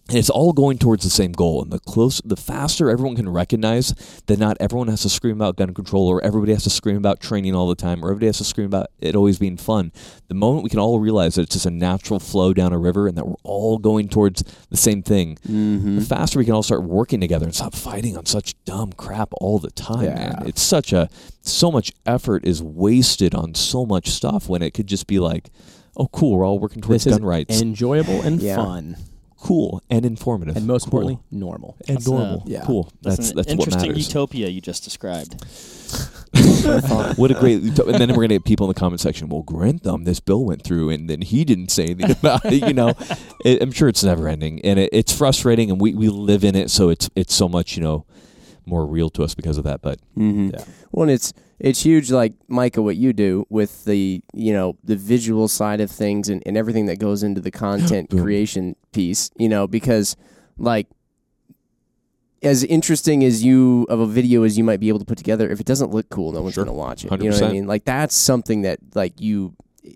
And it's all going towards the same goal. And the close the faster everyone can recognize that not everyone has to scream about gun control or everybody has to scream about training all the time or everybody has to scream about it always being fun. The moment we can all realize that it's just a natural flow down a river and that we're all going towards the same thing,
Mm-hmm.
the faster we can all start working together and stop fighting on such dumb crap all the time,
Yeah.
man. It's such a so much effort is wasted on so much stuff when it could just be like, oh, cool, we're all working towards
this is
gun rights,
enjoyable and
Yeah.
fun,
cool and informative,
and most
Cool.
importantly, normal.
and
That's, uh,
normal.
yeah.
Cool.
that's,
That's
an
that's what
interesting
matters.
utopia you just described.
what a great utopia. And then we're gonna get people in the comment section. Well, Grantham, this bill went through, and then he didn't say anything about it. You know, it, I'm sure it's never ending, and it, it's frustrating, and we we live in it, so it's it's so much you know more real to us because of that. But
Mhm.
Yeah.
Well, and it's it's huge, like Micah, what you do with the you know the visual side of things and, and everything that goes into the content
Boom.
creation piece, you know, because like as interesting as you of a video as you might be able to put together, if it doesn't look cool, no one's
Sure.
gonna watch it. You know what
100%.
I mean? Like that's something that like you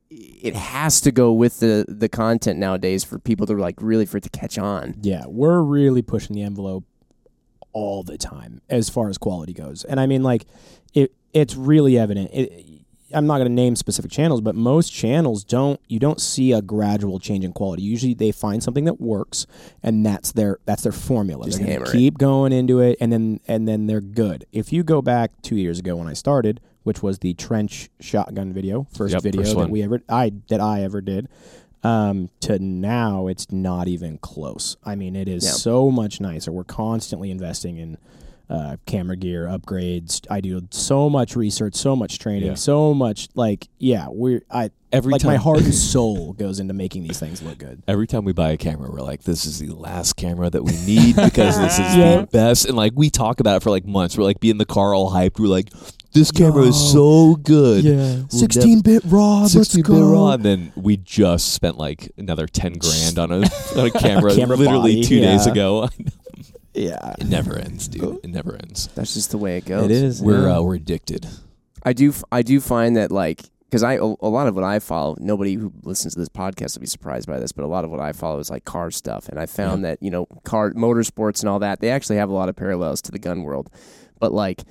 it has to go with the the content nowadays for people to like really for it to catch on.
Yeah, we're really pushing the envelope all the time as far as quality goes. And I mean, like, it it's really evident. It, I'm not going to name specific channels, but most channels don't. You don't see a gradual change in quality. Usually, they find something that works, and that's their that's their formula.
Just
They're gonna
hammer it.
keep going into it, and then and then they're good. If you go back two years ago when I started, which was the trench shotgun video, first
Yep,
video
first
that
one.
we ever I that I ever did, um, to now it's not even close. I mean, it is
Yeah.
so much nicer. We're constantly investing in uh, camera gear upgrades. I do so much research, so much training,
Yeah.
so much like yeah. We're I
every
like
time
my heart and soul goes into making these things look good.
every time we buy a camera, we're like, this is the last camera that we need because this is
Yeah.
the best. And like, we talk about it for like months. We're like, be in the car all hyped. We're like, this camera is so good.
Yeah,
We'll nev-
bit
Oh,
raw.
16 bit raw. And then we just spent like another 10 grand on a, on a camera,
camera
literally
body,
two days
yeah.
ago.
Yeah,
it never ends, dude. It never ends.
That's just the way it goes.
is. Oh,
We're, uh, we're addicted.
I do f- I do find that like because I a a lot of what I follow nobody who listens to this podcast will be surprised by this but a lot of what I follow is like car stuff and I found that you know car motorsports and all that they actually have a lot of parallels to the gun world but like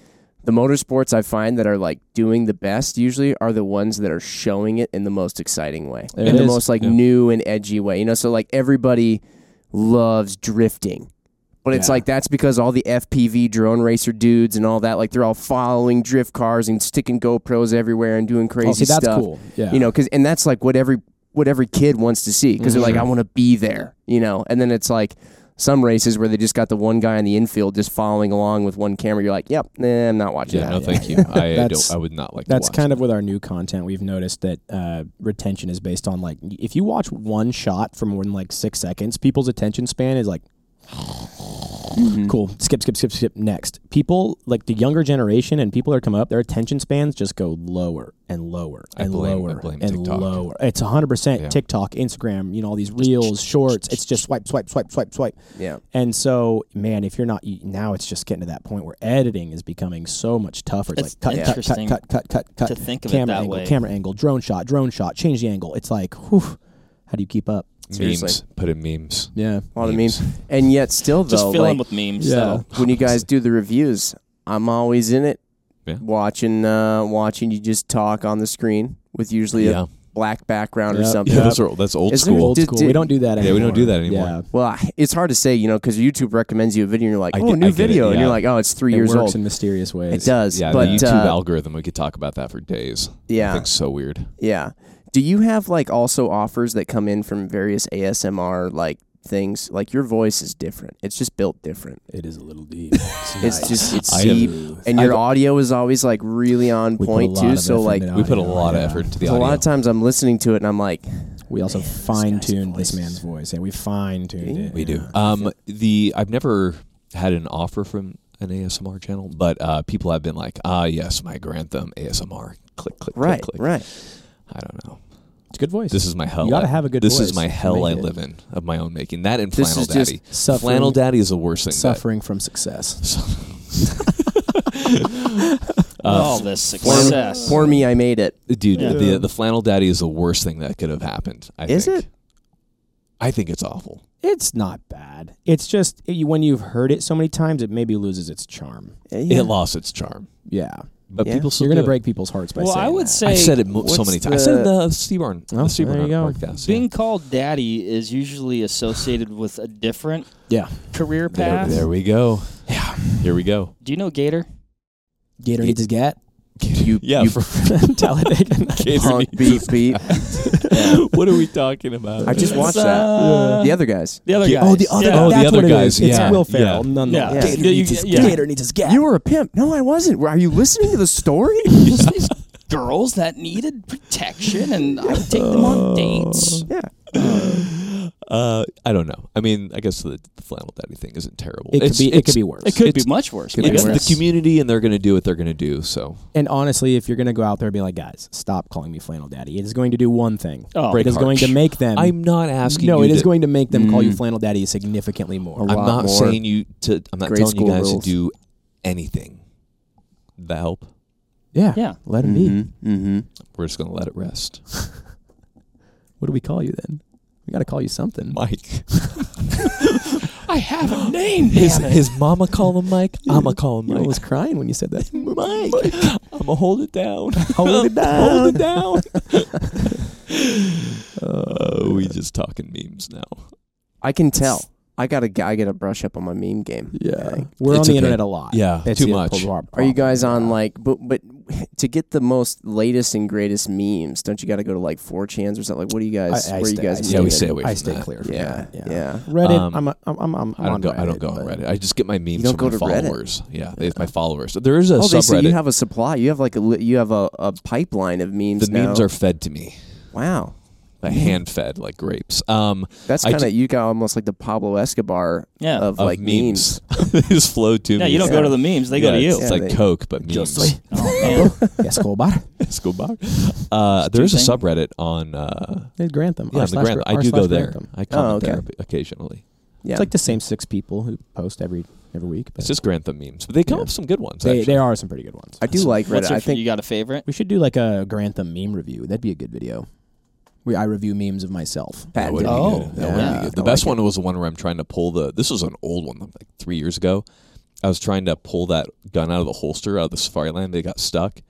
the motorsports I find that are like doing the best usually are the ones that are showing it in the most exciting way
There
in
it
the
is.
most like
Yeah.
new and edgy way you know so like everybody loves drifting but it's
Yeah.
like that's because all the FPV drone racer dudes and all that, like they're all following drift cars and sticking GoPros everywhere and doing crazy
oh, see, that's
stuff.
cool. Yeah,
You know, because and that's like what every what every kid wants to see because they're
Mm-hmm.
like, I want to be there. You know, and then it's like some races where they just got the one guy in the infield just following along with one camera. You're like, yep, nah, I'm not watching
Yeah,
that.
no, thank you. I, I don't,
That's-
I would not like
That's
to watch
kind of
that.
with our new content. We've noticed that uh, retention is based on like if you watch one shot for more than like six seconds, people's attention span is like
Mm-hmm.
cool. Skip, skip, skip, skip. Next, people like the younger generation and people that come up, their attention spans just go lower and lower
I
and
blame- I
lower
blame
and
TikTok.
lower. It's hundred
Yeah.
percent TikTok, Instagram. You know all these reels, shorts. It's just swipe, swipe, swipe, swipe, swipe.
Yeah.
And so, man, if you're not you- now, it's just getting to that point where editing is becoming so much tougher. It's
That's
like cut, cut,
interesting
cut, cut, cut, cut, cut.
to think of it
Uh, camera
that
angle,
way.
camera angle, drone shot, drone shot, change the angle. It's like, whew, how do you keep up?
memes.
Seriously.
Put in memes.
Yeah,
A lot of memes, and yet still
Just
though,
fill in
like,
with memes.
Yeah.
that'll-
when you guys do the reviews, I'm always in it,
Yeah.
watching uh, watching you just talk on the screen with usually
Yeah.
a black background or
Yeah.
something.
Yeah, those are, that's old
Isn't it
school.
old
Did-
school.
did-
we don't do that anymore.
Yeah, we don't do that anymore.
Yeah.
Well, I- it's hard to say, you know, because YouTube recommends you a video, and you're like,
I
oh,
get- I
new
get it,
video, and
yeah.
you're like, oh, it's three
It
years
works
old.
in mysterious
It
ways.
does,
Yeah,
but
the YouTube
uh,
algorithm. We could talk about that for days.
yeah,
Thing's so weird.
yeah. Do you have like also offers that come in from various ASMR like things, like your voice is different. It's just built different.
It is a little deep. It's,
It's just it's
I
deep,
am-
and your
I've-
audio is always like really on
We put a
point
lot
too.
of
So
effort
like
into
We put a
audio,
lot of
yeah.
effort to the
a
audio.
lot of times I'm listening to it and I'm like,
We also fine tuned this man's voice. Yeah, we fine tuned it.
We do.
yeah.
Um, the I've never had an offer from an ASMR channel, but uh, people have been like, "Ah, yes, my Grantham ASMR." Click, click,
right,
click, click.
right.
I don't know.
It's a good voice.
This is my hell.
You gotta
I-
have a good
This is
voice
my
to
hell
make
I
it.
live in of my own making. That and
This
flannel
is just
daddy.
suffering-
Flannel daddy is the worst thing. that-
Suffering from success.
All this
For,
success.
for me, I made it.
Uh, dude,
Oh. Yeah.
the the flannel daddy is the worst thing that could have happened. I
Is
think.
it?
I think it's awful.
It's not bad. It's just it, you- when you've heard it so many times, it maybe loses its charm.
Yeah.
It lost its charm,
Yeah,
but
Yeah.
people still
you're gonna
do it.
break people's hearts by
well,
saying
I would
that.
say
I've said it mo- so
what's
many times. I said it in
the-
the Seaborn,
Oh,
the Seaborn
there you go.
podcast. yeah.
being called daddy is usually associated with a different
Yeah,
career
There,
path.
there we go. Yeah, here we go.
Do you know Gator?
Gator needs his gat.
You,
Yeah,
you
for
Talladega.
punk beep beep.
what are we talking about?
I just watched that.
Uh,
The other guys.
The other
Yeah.
guy.
Oh, the other.
Yeah.
Oh, the
that's
other
what it
guys,
is. It's
yeah,
Will
yeah.
Ferrell. No, no.
Yeah.
Gator,
Yeah, you-
needs his,
yeah.
Gator needs his gat.
You were a pimp. No, I wasn't. Are you listening to the story?
These girls that needed protection, and I would take them on dates.
yeah.
Uh, I don't know. I mean, I guess the, the flannel daddy thing isn't terrible.
It could
It's-
be. It
it's-
could be worse.
It could
It's-
be much worse.
could
my
be
It's
worse.
goodness.
the community, and they're going to do what they're going to do. So
And honestly, if you're gonna go out there and be like, guys, stop calling me flannel daddy, it is going to do one thing.
Oh.
Break
it is
heart.
going to make them.
I'm not asking.
no,
you
it is
to-
going to make them call you
Mm.
flannel daddy significantly more.
I'm
lot
not
more
saying you to. I'm not
grade
telling you
school
guys
rules.
to do anything. That help.
Yeah,
Yeah.
Let him be.
Mm-hmm.
We're just going to let it rest.
What do we call you then? We got to call you something.
Mike.
I have a name.
His,
damn it.
his mama call him Mike. I'ma call him
You
Mike.
almost crying when you said that.
Mike. I'ma hold it down.
Hold it down.
Uh-huh.
hold it down. Oh, we just talking memes now.
I can tell. I gotta. g- I gotta brush up on my meme game. I
Yeah,
think.
we're
It's
on the
okay.
internet a lot.
Yeah,
It's
too
the
much.
pro-
Are you guys
problem.
on like? But but to get the most latest and greatest memes, don't you got to go to like 4chan's or something? Like, what do you guys?
I- I
where
stay-
you guys?
I
Yeah, we
meeting?
stay away from
I stay
that.
clear. From
Yeah,
that,
yeah.
Reddit.
Um,
I'm, a, I'm, I'm, I'm
I don't
on
go.
Reddit,
I don't go on
but-
Reddit. I just get my memes
don't
from my
go to Reddit?
followers. Yeah, they, my followers. There is a
Oh, they say
subreddit.
you have a supply. You have like a li- you have a, a pipeline of memes.
the memes
now. Mm-hmm.
are fed to me,
wow.
like hand fed, like grapes. Um,
That's
I
kind of you got almost like the Pablo Escobar
Yeah.
of,
of
like memes.
memes, they just flow to
yeah,
me.
you don't
It's
go
like-
to the memes; they
yeah,
go to
It's,
you.
it's
Yeah,
like
they-
Coke, but memes.
Just like
Oh, man.
yes, Colbar.
Let's go back. Uh, there is a
Interesting.
subreddit on. Uh,
It's Grantham.
yeah,
R
the
slash
Grand-
Gra-
I
R
do
slash
go there.
Grantham.
I comment
Oh, okay.
there occasionally.
Yeah.
It's like the same six people who post every every week. But
It's just Grantham memes, but they come
Yeah.
up with some good ones.
they,
actually.
there are some pretty good ones.
I do like
What's
Reddit.
your,
I think
you got a favorite?
we should do like a Grantham meme review. That'd be a good video. Where I review memes of myself.
That would be
Oh,
good. That would
yeah.
be good. The
I
best
like
one was the one where I'm trying to pull the. This was an old one, like three years ago. I was trying to pull that gun out of the holster out of the safari land. They got stuck.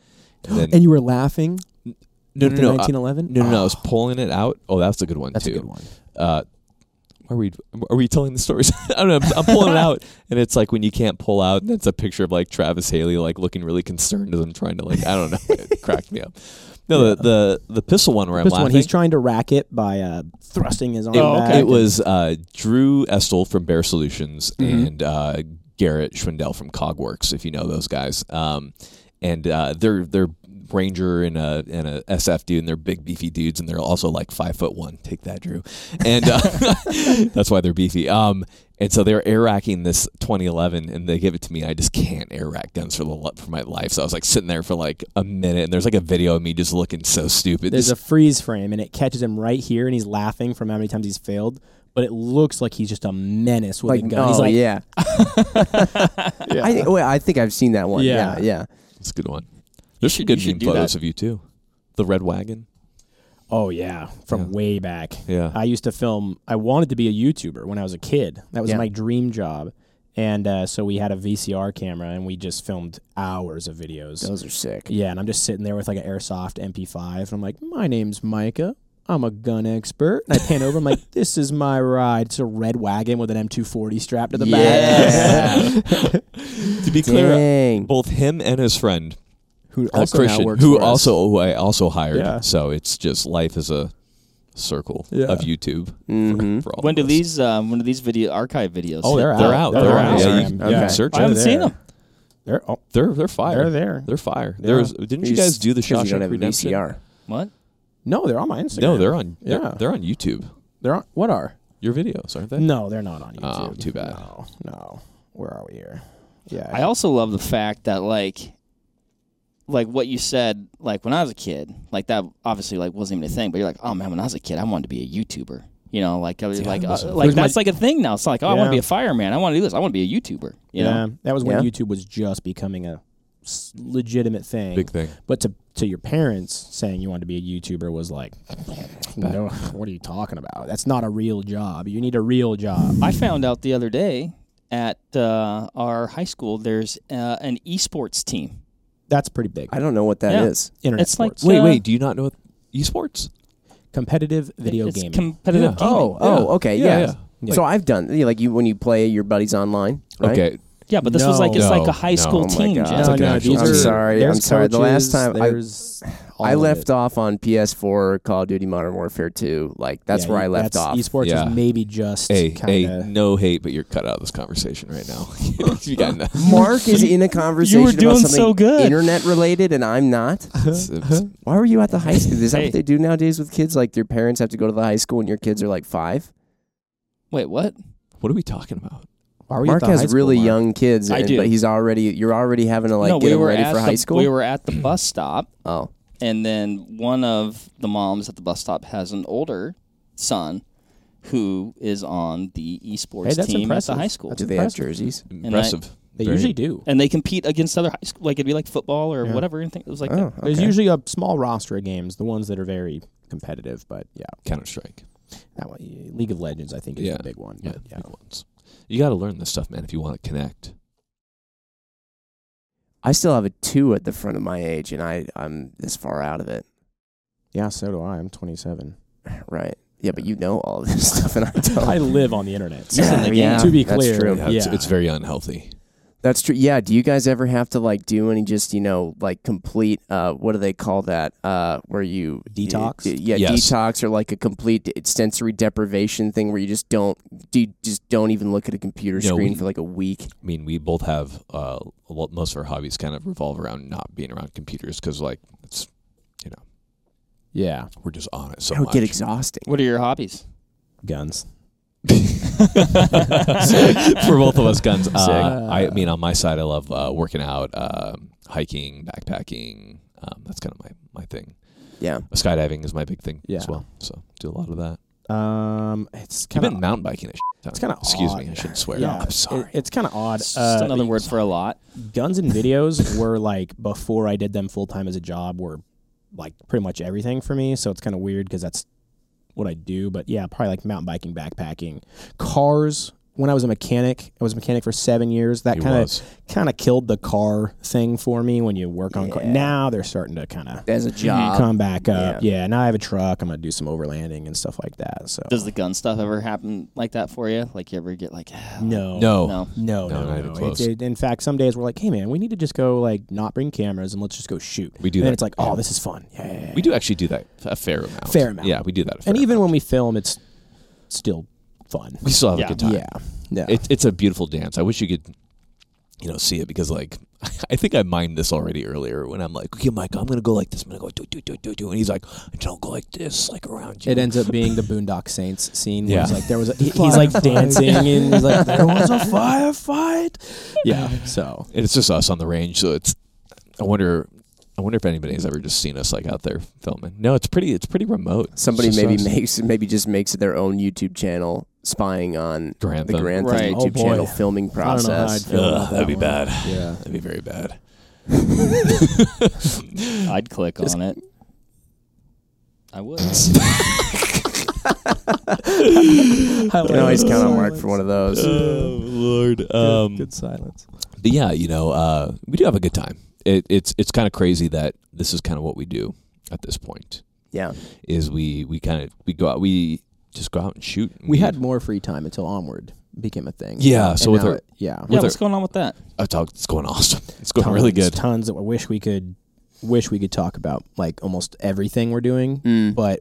And then
And you were laughing.
no,
at
no,
the
no, I-
1911.
no, no, no. I was pulling it out. Oh, that's a good one
That's
too.
a good one.
Uh, are we are we telling the stories? I don't know. I'm, I'm pulling it out, and it's like when you can't pull out, and it's a picture of like Travis Haley like looking really concerned as I'm trying to like I don't know. It cracked me up. No, the, the the pistol one where
This
I'm
one,
laughing.
he's trying to rack it by uh, thrusting his arm
Oh,
back.
okay.
It was uh, Drew Estel from Bear Solutions and uh, Garrett Schwindel from Cogworks, if you know those guys. Um, and uh, they're they're ranger and a and a SF dude, and they're big beefy dudes, and they're also like five foot one. Take that, Drew. And uh, that's why they're beefy. Um, and so they're air racking this 2011, and they give it to me. I just can't air rack guns for the lo- for my life. So I was like sitting there for like a minute, and there's like a video of me just looking so stupid.
There's
Just-
a freeze frame, and it catches him right here, and he's laughing from how many times he's failed. But it looks like he's just a menace with
like
a gun.
oh
he's like,
yeah. I think wait, I think I've seen that one. Yeah,
Yeah.
yeah.
It's a good one. There's some
should-
good
you
meme
should do
photos
that.
of you too. The red wagon.
Oh yeah, from
Yeah.
way back.
Yeah.
I used to film. I wanted to be a YouTuber when I was a kid. That was
Yeah.
my dream job. And uh, so we had a VCR camera, and we just filmed hours of videos.
Those are sick.
Yeah, and I'm just sitting there with like an airsoft MP5, and I'm like, "My name's Micah. I'm a gun expert." And I pan over, I'm like, "This is my ride. It's a red wagon with an M240 strapped to the back."
to be clear,
Dang.
both him and his friend
Who
are
also now
Christian,
works
who
for us.
also who I also hired.
Yeah.
So it's just life is a circle
Yeah.
of YouTube
Mhm.
for, for all
When do
of us.
these um, when do these video archive videos?
Oh,
hit
they're
the-
They're out.
They're
They're
on
out. Yeah,
Instagram.
you, you
Okay.
can search
I
them.
haven't
They're
seen
there.
them.
They're oh,
They're they're fire.
they're there.
They're fire.
They
There
are.
was, didn't you
Just
guys do the
'cause you don't
Shawshank
have a
Redemption?
VCR.
What?
No, they're on my Instagram.
No, they're on. They're,
Yeah.
they're on YouTube.
They're on. What are?
Your videos aren't they?
No, they're not on YouTube.
Oh, too bad.
No, no. Where are we here? Yeah.
I also love the fact that like like what you said, like when I was a kid, like that obviously like wasn't even a thing, but you're like, oh man, when I was a kid, I wanted to be a YouTuber. You know, like I was like, uh, like
Where's my-
that's like a thing now. It's like, oh, I want
Yeah.
to be a fireman. I want to do this. I want to be a YouTuber. You
yeah,
know,
that was when
Yeah.
YouTube was just becoming a s- legitimate thing.
Big thing.
But to to your parents saying you wanted to be a YouTuber was like, no, what are you talking about? That's not a real job. You need a real job.
I found out the other day at uh, our high school there's uh, an esports team.
That's pretty big.
I don't know what that is.
Yeah.
Internet
it's like-
sports,
Wait,
Uh,
wait. Do you not know what, esports?
competitive video
it's
gaming.
competitive
Yeah.
gaming.
Oh, oh, okay,
Yeah,
yeah.
yeah. Yeah.
So I've done yeah, like you when you play your buddies online. Right?
Okay.
yeah, but this was like it's
No,
like a high
no.
school
Oh
my
team.
God.
Jim.
It's
no,
like an
no,
actual
these
team.
are,
I'm
sorry,
there's
I'm sorry. The last
coaches,
time I-
there's all
I
of
left
it.
off on PS4 Call of Duty Modern Warfare 2. Like that's
Yeah,
where I
you-
left
that's-
off.
Esports
Yeah.
is maybe just
Hey, hey,
kinda,
no hate, but you're cut out of this conversation right now. you got no,
Mark is in a conversation
doing
about something
so good.
internet related and I'm not.
it's- it's-
Why were you at the high school? Is that
Hey.
what they do nowadays with kids? Like their parents have to go to the high school and your kids are like 5?
Wait, what?
what are we talking about?
Why were you at
Mark
the high
has
school,
really
Mark?
young kids
I
and-
do.
but he's already you're already having to like
no,
get
we
them
were
ready
at
for
the,
high school.
We were at the bus stop
oh.
and then one of the moms at the bus stop has an older son who is on the esports
Hey, that's
team at
impressive.
the high school,
Do
That's
they have
impressive.
jerseys?
Impressive.
They
Very-
usually do.
and they compete against other high school. Like it'd be like football or
Yeah.
whatever. And thing. it was like,
Oh,
that.
There's
okay.
usually a small roster of games, the ones that are very competitive, but yeah,
Counter Strike.
that one, League of Legends, I think, is
Yeah.
the big one.
Yeah,
but, yeah.
big ones. You got to learn this stuff, man, if you want to connect.
I still have a 2 at the front of my age and I I'm this far out of it.
Yeah, so do I. I'm 27.
Right. Yeah, but you know all this stuff and I don't.
I live on the internet. so-
Yeah, yeah,
to be
that's
clear,
true.
Yeah, it's,
Yeah.
it's very unhealthy.
That's true. Yeah. Do you guys ever have to like do any just you know like complete uh what do they call that uh where you
Detox?
Y- yeah,
Yes.
detox or like a complete d- sensory deprivation thing where you just don't do you just don't even look at a computer
No, we-
screen for like a week.
I mean, we both have uh, a lot- most of our hobbies kind of revolve around not being around computers because, like, it's
yeah.
we're just on it so
That would
much.
get exhausting.
what are your hobbies?
Guns.
for both of us, guns. Uh,
Sick.
I mean, on my side, I love uh, working out, um, hiking, backpacking. Um, that's kind of my, my thing.
Yeah.
Skydiving is my big thing
Yeah.
as well. So do a lot of that.
Um, it's
I've
kind
been
of
mountain biking. At
it's kind of
excuse
odd.
me. I shouldn't swear.
Yeah,
I'm sorry.
It, it's kind of odd.
It's
Uh,
just another word for a lot.
guns and videos were like before I did them full time as a job were like pretty much everything for me. So it's kind of weird because that's what I do. But yeah, probably like mountain biking, backpacking, cars. When I was a mechanic, I was a mechanic for seven years. That
He
kind of
was.
kind of killed the car thing for me. When you work on car,
Yeah.
now they're starting to kind of
As a job.
come back up.
yeah.
Yeah. now I have a truck. I'm gonna do some overlanding and stuff like that. So
Does the gun stuff ever happen like that for you? Like you ever get like,
no,
No.
no.
No,
no, no,
not
no.
even
It-
close.
it- in fact, some days we're like, hey man, we need to just go like not bring cameras and let's just go shoot.
We do
And
that.
then it's like, oh, this is fun. Yeah, yeah, yeah.
We do actually do that a fair amount.
Fair amount.
Yeah, we do that. A fair
And even
amount.
when we film, it's still fun.
we still have a
Yeah.
good time.
Yeah, yeah.
It, it's a beautiful dance. I wish you could, you know, see it because like I think I mined this already earlier when I'm like, okay, Mike, I'm gonna go like this. I'm gonna go do do do do do, and he's like, don't go like this, like around you.
It ends up being the Boondock Saints scene.
Yeah.
Where it's like there was a, he- he's like dancing and he's like there was a firefight. Yeah. So
And it's just us on the range, so it's. I wonder. I wonder if anybody's ever just seen us like out there filming. No, it's pretty. It's pretty remote.
Somebody
It's just
maybe
us.
makes maybe just makes their own YouTube channel spying on
Grand
the
Theft.
Grand Theft
Right.
YouTube
Oh, boy.
channel filming
I don't know how I'd
process.
feel about
Ugh, that'd be
one.
bad.
Yeah.
That'd be very bad.
I'd click
Just-
on it. I would.
I
You can always count on Mark for one of those.
Oh Lord. Um,
silence.
But yeah, you know, uh, we do have a good time. It, it's it's kind of crazy that this is kind of what we do at this point.
Yeah.
Is we we kind of we go out we just go out and shoot.
We had more free time until Onward became a thing.
Yeah, so
And
with
now
our-
it- yeah,
yeah,
With
what's
her-
going on with that?
I talk. It's going awesome. It's going really
tons-
good.
Tons that I wish we could wish we could talk about like almost everything we're doing,
Mm.
but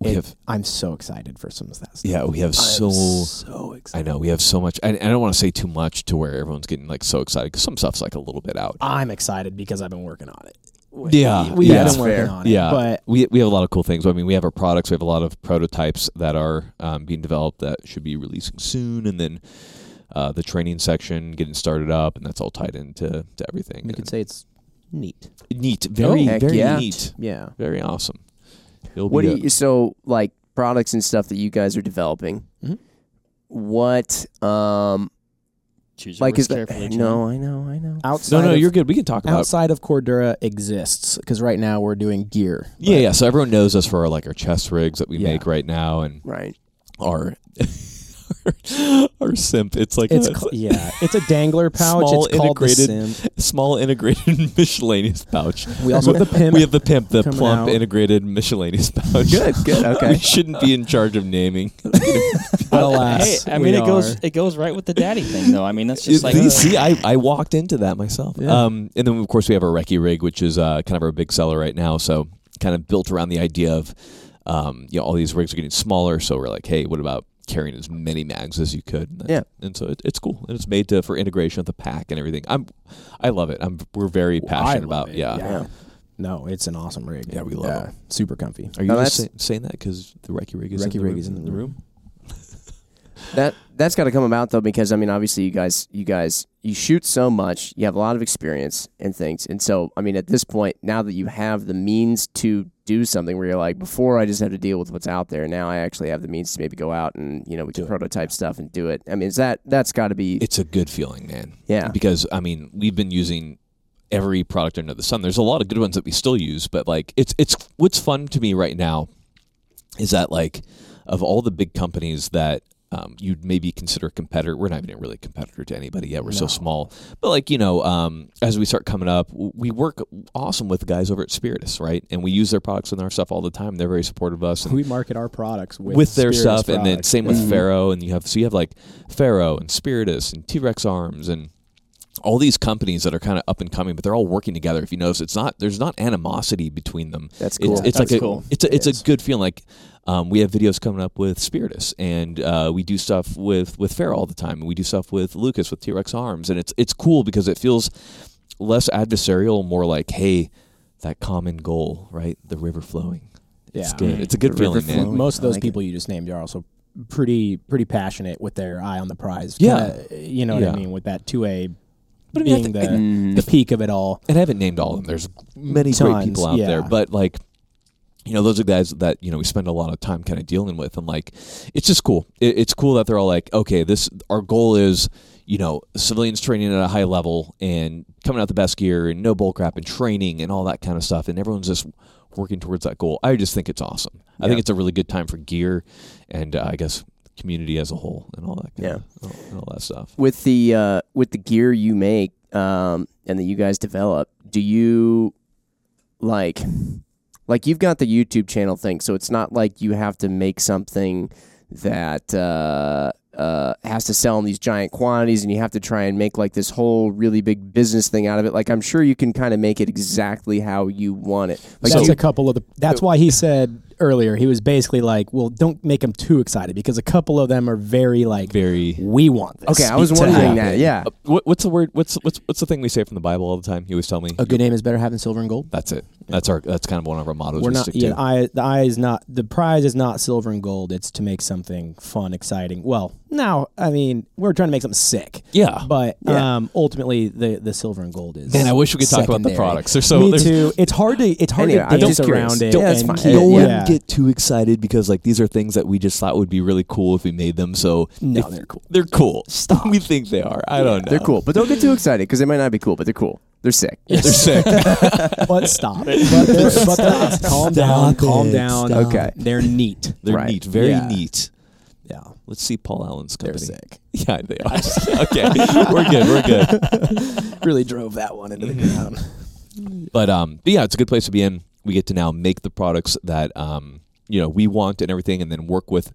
We
It-
have-
I'm so excited for some of that. Stuff.
Yeah, we have so.
so excited.
I know we have so much. I, I don't want to say too much to where everyone's getting like so excited because some stuff's like a little bit out.
I'm excited because I've been working on it. We-
Yeah,
we
yeah.
have
That's
been working
fair.
on it.
Yeah,
but
we we have a lot of cool things. I mean, we have our products. We have a lot of prototypes that are um, being developed that should be releasing soon, and then uh, the training section getting started up, and that's all tied into to everything.
we could say it's neat.
And neat, very
heck
very
yeah.
neat,
Yeah.
very awesome. It'll
What
be
do
a-
you so like products and stuff that you guys are developing?
Mm-hmm.
Mhm.
What um
Choose your
like
words
is
carefully.
that?
Jim.
No, I know, I know.
Outside
no, no,
of,
you're good. We can talk about.
outside of Cordura exists because right now we're doing gear.
Yeah, yeah. So everyone knows us for our, like our chest rigs that we
Yeah.
make right now, and
Right.
our our simp. It's like
It's
a
cl- yeah, it's a dangler pouch.
Small
it's called
integrated-
the Sim.
small integrated miscellaneous pouch.
We also have the pimp.
We have the pimp, the
Coming
plump
out.
integrated miscellaneous pouch.
Good, good.
we
Okay.
shouldn't be in charge of naming.
Hey,
Alas,
I mean
we
it goes
are.
it goes right with the daddy thing though. I mean that's just like
See, see, I, I walked into that myself.
Yeah.
Um, and then of course we have our recce rig, which is uh, kind of our big seller right now. So kind of built around the idea of um, you know all these rigs are getting smaller. So we're like, hey, what about carrying as many mags as you could? And that's- And so it, it's cool, and it's made to, for integration with the pack and everything. I'm I love it. I'm we're very
Oh, I
passionate
love
about
it,
yeah.
Yeah.
No, it's an awesome rig.
Yeah, we love it.
Super comfy.
Are you
No,
just say,
that's-
saying that because the recce rig is
Recce
in the
rig
room? Mm-hmm.
is in the room.
That that's got to come about though because I mean obviously you guys you guys you shoot so much, you have a lot of experience and things. And so I mean at this point now that you have the means to do something where you're like before I just have to deal with what's out there, now I actually have the means to maybe go out and you know we can prototype stuff and do it. I mean is that that's got to be
It's a good feeling, man.
yeah.
because I mean we've been using every product under the sun. There's a lot of good ones that we still use, but like it's it's what's fun to me right now is that like of all the big companies that um, you'd maybe consider a competitor. We're not even really a competitor to anybody yet. We're so
No.
small. But like you know, um, as we start coming up, w- we work awesome with the guys over at Spiritus, right? And we use their products and our stuff all the time. They're very supportive of us. And
We market our products with,
with, their
Spiritus Mm-hmm.
stuff, and then
products.
same with
Mhm.
Pharaoh, and you have so you have like Pharaoh and Spiritus and T Rex Arms and all these companies that are kind of up and coming, but they're all working together. If you notice, it's not there's not animosity between them.
That's
It's,
cool.
it's
That's
like a,
cool.
it's a, it's
Yes.
a good feeling. Like um, we have videos coming up with Spiritus, and uh, we do stuff with with Pharaoh all the time, and we do stuff with Lucas with T Rex Arms, and it's it's cool because it feels less adversarial, more like hey. That common goal, right? The river flowing. It's
Yeah.
good. It's a good
The river
feeling, man.
flowing. Well,
most of
I
those
like
people you just named are also pretty pretty passionate with their eye on the prize.
Yeah.
Kinda, you know
Yeah.
what I mean with that two A
But I mean, I
being
think-
the,
Mm-hmm.
the peak of it all.
and I haven't named all of them. There's many great
Tons,
people out
yeah.
there, but like, you know, those are guys that you know we spend a lot of time kind of dealing with, and like, it's just cool. It, it's cool that they're all like, okay, this our goal is, you know, civilians training at a high level and coming out the best gear and no bull crap and training and all that kind of stuff, and everyone's just working towards that goal. I just think it's awesome. I think
Yeah.
it's a really good time for gear, and uh, I guess community as a whole and all that. Kind of, and all that stuff.
with the uh, with the gear you make um, and that you guys develop, do you like like you've got the YouTube channel thing, so it's not like you have to make something that uh, uh, has to sell in these giant quantities, and you have to try and make like this whole really big business thing out of it. Like I'm sure you can kind of make it exactly how you want it. Like
that's
you-
a couple of the. That's why he said earlier he was basically like, well, don't make them too excited because a couple of them are very like
Very
we want this.
okay, I was
to
wondering
happen."
that. Yeah,
Uh, what, what's the word? What's what's what's the thing we say from the Bible all the time? You always tell me.
A good name is better having silver and gold.
That's it. That's our. That's kind of one of our mottos.
We're
we
not.
stick
Yeah,
to.
I, the eye is not. The prize is not silver and gold. It's to make something fun, exciting. Well, now I mean, we're trying to make something sick.
yeah.
But
Yeah.
um, ultimately, the, the silver and gold is.
Man, I wish we could talk about the
secondary.
products. There's so
Me
there's,
too. It's hard to it's hard
Anyway,
to
I'm
dance
just curious.
around it.
Don't-
and,
that's fine.
keep-
Don't
Yeah.
let 'em get too excited because like these are things that we just thought would be really cool if we made them. So
No,
if-
they're cool.
They're cool. Stop. We think they are. I don't know.
they're cool, but don't get too excited because they might not be cool, but they're cool. They're sick.
They're sick.
But stop. but they're, but they're, calm down.
Stop
Calm
it.
down. Um,
Stop
Okay. it.
They're neat.
They're
Right.
neat. Very
Yeah.
neat.
Yeah.
Let's see Paul Allen's
They're
company.
sick.
Yeah, they are. okay, we're good. We're good.
Really drove that one into the
Mm-hmm.
ground.
But um, but yeah, it's a good place to be in. We get to now make the products that um, you know, we want and everything, and then work with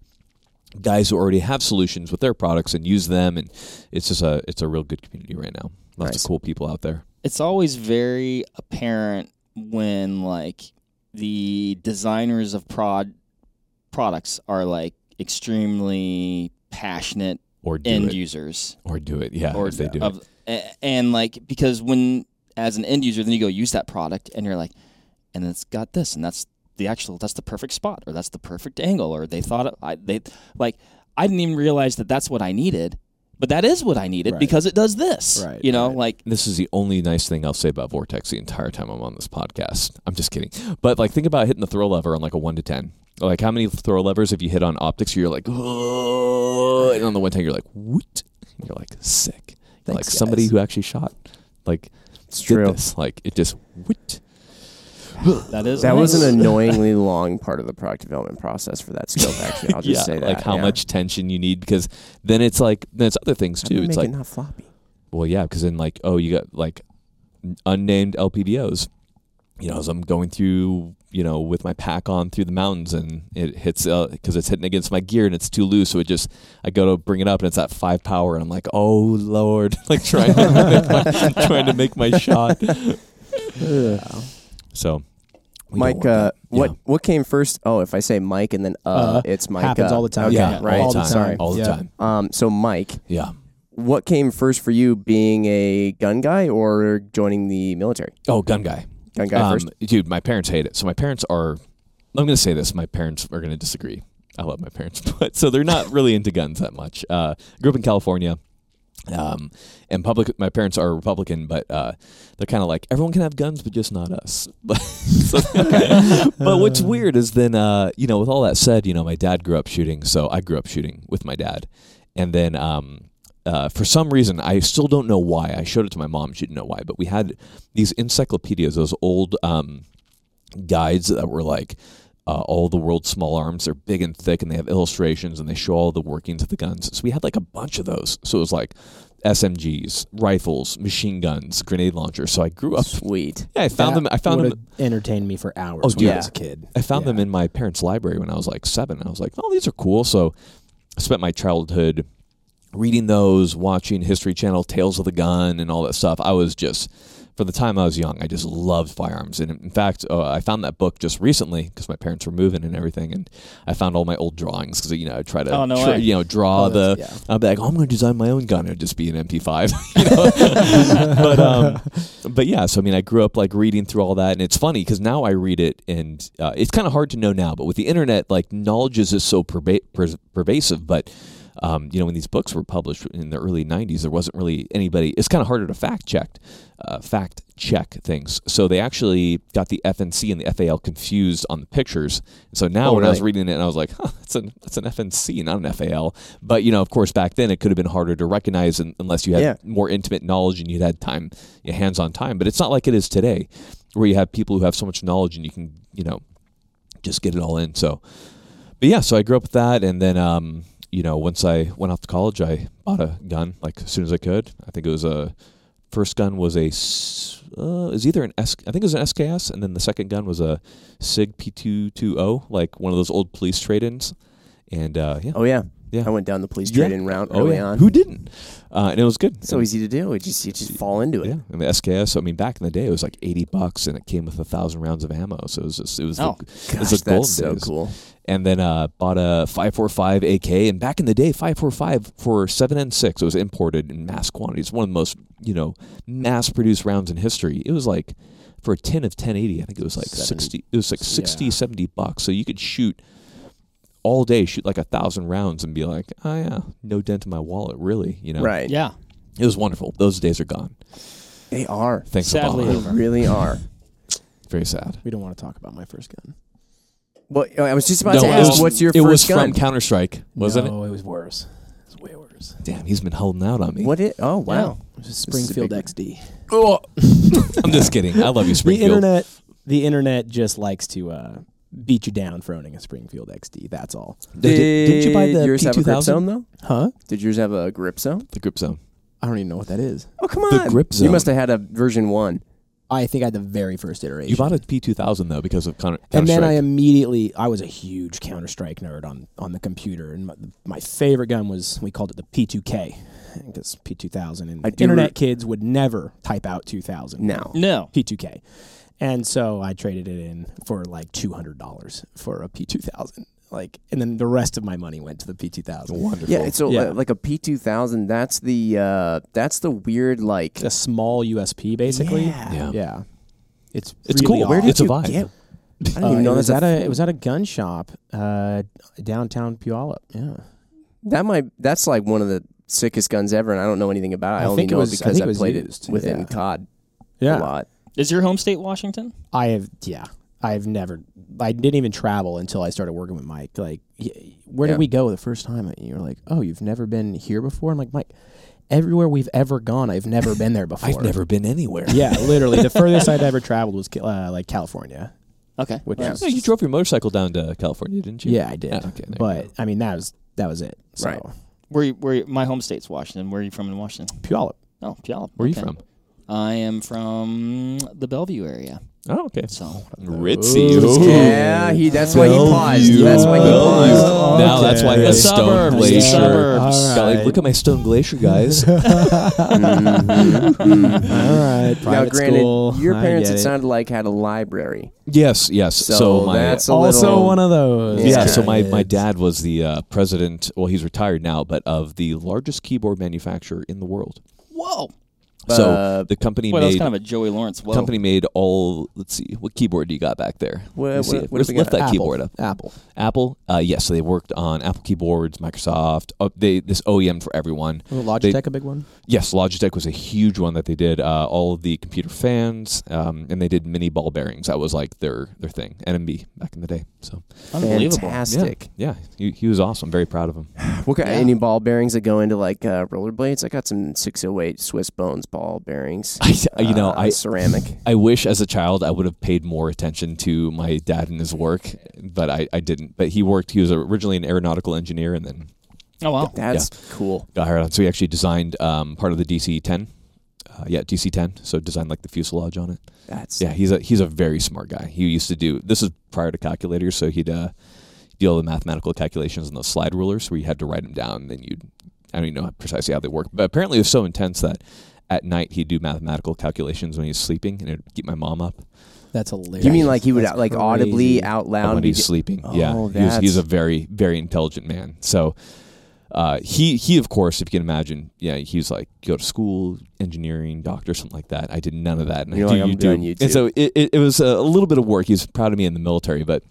guys who already have solutions with their products and use them. And it's just a it's a real good community right now. Lots
Nice.
of cool people out there.
it's always very apparent when like the designers of prod products are like extremely passionate
or do
end
it,
users,
or do it. Yeah,
or
if they do it.
of, a- and like because when as an end user, then you go use that product, and you're like, and it's got this, and that's the actual that's the perfect spot, or that's the perfect angle, or they thought it, I, they like I didn't even realize that that's what I needed, but that is what I needed
Right.
because it does this,
Right,
you know,
right.
like
This is the only nice thing I'll say about Vortex the entire time I'm on this podcast. I'm just kidding. But like think about hitting the throw lever on like a 1 to 10. Like how many throw levers have you hit on optics where you're like, oh, and on the one 10 you're like, woot. And you're like, sick. You're like
Thanks,
somebody
guys.
who actually shot. Like
It's
did
true.
this. Like it just woot.
that is
That
nice.
was an annoyingly long part of the product development process for that scope. Actually, I'll just
yeah,
say that.
like how
yeah.
much tension you need because then it's like then it's other things
How
too.
do we
It's
make
like
it not floppy.
Well, yeah, because then like, oh, you got like n- unnamed LPDOs. You know, as I'm going through, you know, with my pack on through the mountains, and it hits because it's hitting against my gear, and it's too loose. So it just, I go to bring it up, and it's at five power, and I'm like, oh lord, like trying to trying to make my shot. So, we don't
Mike,
want that.
uh, what
Yeah.
what came first? Oh, if I say Mike and then uh,
Uh,
it's Mike.
happens
uh.
all the time.
Okay,
yeah,
right.
all the time,
Sorry.
all the
Yeah.
time,
Um, so Mike,
yeah.
what came first for you, being a gun guy or joining the military?
Oh, gun guy.
Gun guy
Um,
first.
Dude, my parents hate it. So my parents are. I'm going to say this. My parents are going to disagree. I love my parents, but so they're not really into guns that much. Uh, grew up in California. Um, and public, my parents are Republican, but uh, they're kind of like everyone can have guns, but just not us. So- but what's weird is then, uh, you know, with all that said, you know, my dad grew up shooting, so I grew up shooting with my dad, and then um, uh, for some reason, I still don't know why. I showed it to my mom; she didn't know why, but we had these encyclopedias, those old um, guides that were like uh, all the world's small arms. They're big and thick, and they have illustrations, and they show all the workings of the guns. So we had like a bunch of those. So it was like SMGs, rifles, machine guns, grenade launchers. So I grew up.
Sweet.
Yeah, I found
That
them. I found them.
would've entertained me for hours
Oh,
when
dude.
I was a kid.
I found them
Yeah.
in my parents' library when I was like seven. I was like, oh, these are cool. So I spent my childhood reading those, watching History Channel, Tales of the Gun, and all that stuff. I was just, for the time I was young, I just loved firearms. And in fact, uh, I found that book just recently because my parents were moving and everything. And I found all my old drawings because, you know, I try to,
Oh, no
tr-
way.
you know, draw
Oh,
the,
that's- yeah.
I'd be like, oh, I'm going to design my own gun. It'd just be an MP5. you know? but um, but yeah, so I mean, I grew up like reading through all that, and it's funny because now I read it, and uh, it's kind of hard to know now. But with the internet, like knowledge is just so perva- per- pervasive. But um, you know, when these books were published in the early '90s, there wasn't really anybody. It's kind of harder to fact check, uh, fact check things. So they actually got the FNC and the FAL confused on the pictures. So now
Oh,
when I was
right.
reading it, and I was like, huh, that's an that's an FNC, not an FAL. But you know, of course, back then it could have been harder to recognize un- unless you had
Yeah.
more intimate knowledge and you'd had time, you know, hands-on time. But it's not like it is today, where you have people who have so much knowledge and you can, you know, just get it all in. So, but yeah, so I grew up with that, and then um, you know, once I went off to college, I bought a gun like as soon as I could. I think it was a first gun was a s- uh, is either an S I think it was an SKS, and then the second gun was a Sig P two two O, like one of those old police trade-ins, and uh, yeah.
Oh yeah.
Yeah.
I went down the police
Yeah. Oh,
trade in route early
yeah.
on.
who didn't? Uh, and it was good.
It's so
And-
easy to do. It just you just fall into it.
yeah, and the SKS. I mean, back in the day, it was like eighty bucks, and it came with a thousand rounds of ammo. So it was just, it was
Oh.
the,
Gosh,
It's a golden
that's so
days.
cool.
and then uh, bought a 545 AK. And back in the day, 545 for 7N6, it was imported in mass quantities. One of the most, you know, mass produced rounds in history. It was like for a 10 of 1080, I think it was like
Seven-
60, it was like 60,
yeah.
70 bucks. So you could shoot all day, shoot like a thousand rounds and be like, oh yeah, no dent in my wallet, really, you know?
Right.
yeah,
It was wonderful. Those days are gone.
They are.
Thanks,
Sadly.
Obama.
They really are.
Very sad.
We don't want to talk about my first gun.
Well, uh, I was just about
No,
to
it
ask,
was-
what's your
it
first
was
gun?
from Counter Strike, wasn't
no, it? was worse. It was way worse.
it? Damn, he's been holding out on me.
what it? Oh wow.
It was a
This is a
Springfield
big-
XD.
Oh. I'm just kidding. I love you,
The
Springfield.
internet, the internet just likes to uh, beat you down for owning a Springfield XD. That's all.
Did, did you buy the
yours have a grip zone
P2000?
though?
Huh?
Did yours have a grip zone?
The grip zone.
I don't even know what that is.
Oh come on.
The grip
You
zone.
must have had a version one.
I think I had the very first iteration.
You bought a P2000 though because of Counter.
and then I
Counter-Strike.
immediately I was a huge Counter Strike nerd on on the computer, and my, my favorite gun was we called it the P2K because P2000 and
I do
internet
re-
kids would never type out 2000
No.
no,
P2K, and so I traded it in for like two hundred dollars for a P2000. like, and then the rest of my money went to the P two thousand.
Wonderful.
Yeah, it's a,
Yeah.
like a P two thousand. That's the uh, that's the weird like.
A small USP, basically.
Yeah.
Yeah.
Yeah. It's
It's
really
cool. Where
odd.
did It's a
you
vibe.
Get, I didn't
Uh,
even know
it was
that's
at a,
a-
it was at a gun shop uh, downtown Puyallup. Yeah,
that might that's like one of the sickest guns ever, and I don't know anything about it. I,
I
only
think it
know
was- I
because
think
I,
it was
played
used,
it within
yeah.
COD a lot.
Is your home state Washington?
I have. Yeah, I've never. I didn't even travel until I started working with Mike. Like, he, where
Yeah.
did we go the first time? And you're like, oh, you've never been here before. I'm like, Mike, everywhere we've ever gone, I've never been there before.
I've never been anywhere.
Yeah, literally, the furthest I'd ever traveled was uh, like California.
Okay.
Which
Right.
is-
Yeah, you drove your motorcycle down to California, didn't you?
Yeah, I did.
Ah, okay, there you
but I mean, that was that was it. So,
Right.
where you, where you, my home state's Washington. Where are you from in Washington?
Puyallup.
Oh, Puyallup.
Where are you
Okay.
from?
I am from the Bellevue area.
Oh, okay.
So
Ritzy.
Ooh.
Yeah, he. That's why he paused.
Bellevue.
That's why he
Bellevue.
paused.
Oh,
Now that's why he
okay.
has
The
Stone
suburbs, the
Glacier.
suburbs.
Got, like, look at my Stone Glacier, guys.
All right.
Mm-hmm. Now,
private
granted,
school,
your
I
parents,
get
it,
it.
sounded like had a library.
yes, yes. So,
So
my
that's a
also
little-
one of those.
yeah.
Yeah.
So my, my dad was the uh, president. Well, he's retired now, but of the largest keyboard manufacturer in the world.
whoa,
so
Uh,
the company
well, that's
made
kind of a Joey Lawrence. Whoa.
company made all. Let's see, what keyboard do you got back there?
Wha-
Let's
wha-
see,
Uh, what have we
lift
got?
that
Apple.
keyboard up.
Apple.
Apple. Uh, yes, so they worked on Apple keyboards, Microsoft. Uh, they this OEM for everyone.
Was Logitech a big one?
Yes, Logitech was a huge one that they did. Uh, all of the computer fans, um, and they did mini ball bearings. That was like their their thing. NMB back in the day. So
Unbelievable.
Fantastic.
yeah, he, he was awesome. Very proud of him.
What kind
Yeah.
any ball bearings that go into like uh, rollerblades? I got some 608 Swiss Bones ball bearings.
I, you know,
uh,
I
ceramic.
I wish as a child I would have paid more attention to my dad and his work, but I, I didn't. But he worked. He was originally an aeronautical engineer, and then
Oh wow.
That's cool.
got hired on. So he actually designed um, part of the DC-10. Uh, yeah, DC-10. So designed like the fuselage on it.
That's
Yeah, he's a he's a very smart guy. He used to do this is prior to calculators, so he'd uh, do all the mathematical calculations on those slide rulers where you had to write them down. Then you'd I don't even know precisely how they work, but apparently it was so intense that at night he'd do mathematical calculations when he was sleeping, and it'd keep my mom up
That's hilarious.
You mean like he would
That's
out, like
crazy.
audibly out loud?
when
Be,
he's sleeping.
Oh,
yeah, he was,
that's-
he's a very very intelligent man. So. Uh, he he of course if you can imagine yeah he was like go to school engineering doctor something like that I did none of that and
You're
I do
like, I'm
YouTube.
done YouTube.
and so it, it, it was a little bit of work he was proud of me in the military but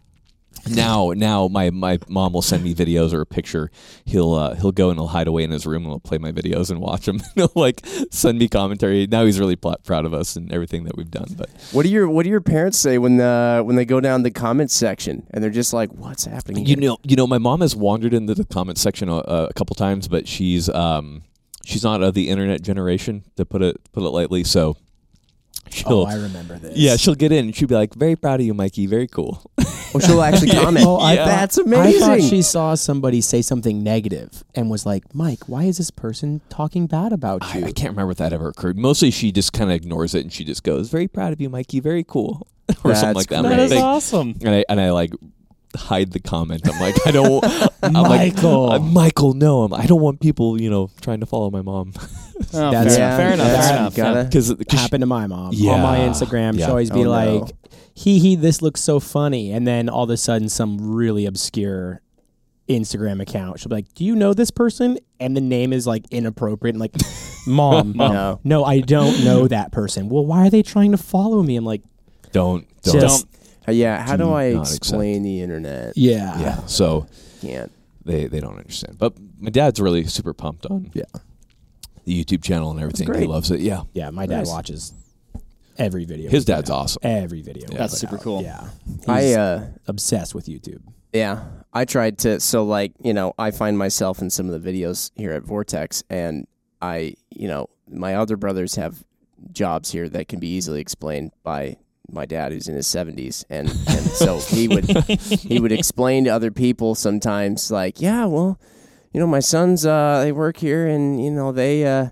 now now my, my mom will send me videos or a picture he'll uh, he'll go and he'll hide away in his room and he'll play my videos and watch them and he'll like send me commentary now he's really pl- proud of us and everything that we've done but
what do your What do your parents say when uh, when they go down the comment section and they're just like, "What's happening?"
You
here?"
know, you know, my mom has wandered into the comment section a, a couple times, but she's um, she's not of the internet generation to put it put it lightly. So
Oh,
she'll
I remember this.
yeah, she'll get in and she'll be like, "Very proud of you, Mikey. Very cool."
Or she'll actually comment.
Oh, I Yeah. thought-
That's
I
amazing.
thought she saw somebody say something negative and was like, "Mike, why is this person talking bad about
I,
you?"
I can't remember if that ever occurred. Mostly, she just kind of ignores it and she just goes, "Very proud of you, Mikey. Very cool," or something
That's
like that. And
great.
I
That is
think-
awesome.
and I and I like hide the comment. I'm like, I don't. I'm
Michael.
like, Michael, no, I'm, I don't want people, you know, trying to follow my mom
Oh,
That's-
fair, fair enough.
that's-
Fair
you
enough.
gotta-
because
happened to my mom
Yeah.
on my Instagram.
Yeah.
She'll always be
Oh, no.
like, "Hee hee, this looks so funny," and then all of a sudden, some really obscure Instagram account. She'll be like, "Do you know this person?" And the name is like inappropriate. And like, mom,
Mom.
no, no, I don't know that person. Well, why are they trying to follow me? I'm like,
don't don't.
Just-
Uh, yeah. How do,
Do
I
not
explain the internet?
yeah,
yeah. So
Can't.
they they don't understand. But my dad's really super pumped on
Yeah.
the YouTube channel and everything. He
great.
loves it. Yeah,
Yeah, My dad
Nice.
watches every video.
his
we put
dad's
out.
awesome.
Every video. we
That's
put
super
out.
cool.
Yeah,
I
He's
uh,
obsessed with YouTube.
Yeah. I tried to so like, you know, I find myself in some of the videos here at Vortex and I, you know, my other brothers have jobs here that can be easily explained by my dad who's in his 70s and and so he would he would explain to other people sometimes like, yeah, well, you know, my sons uh they work here and you know, they uh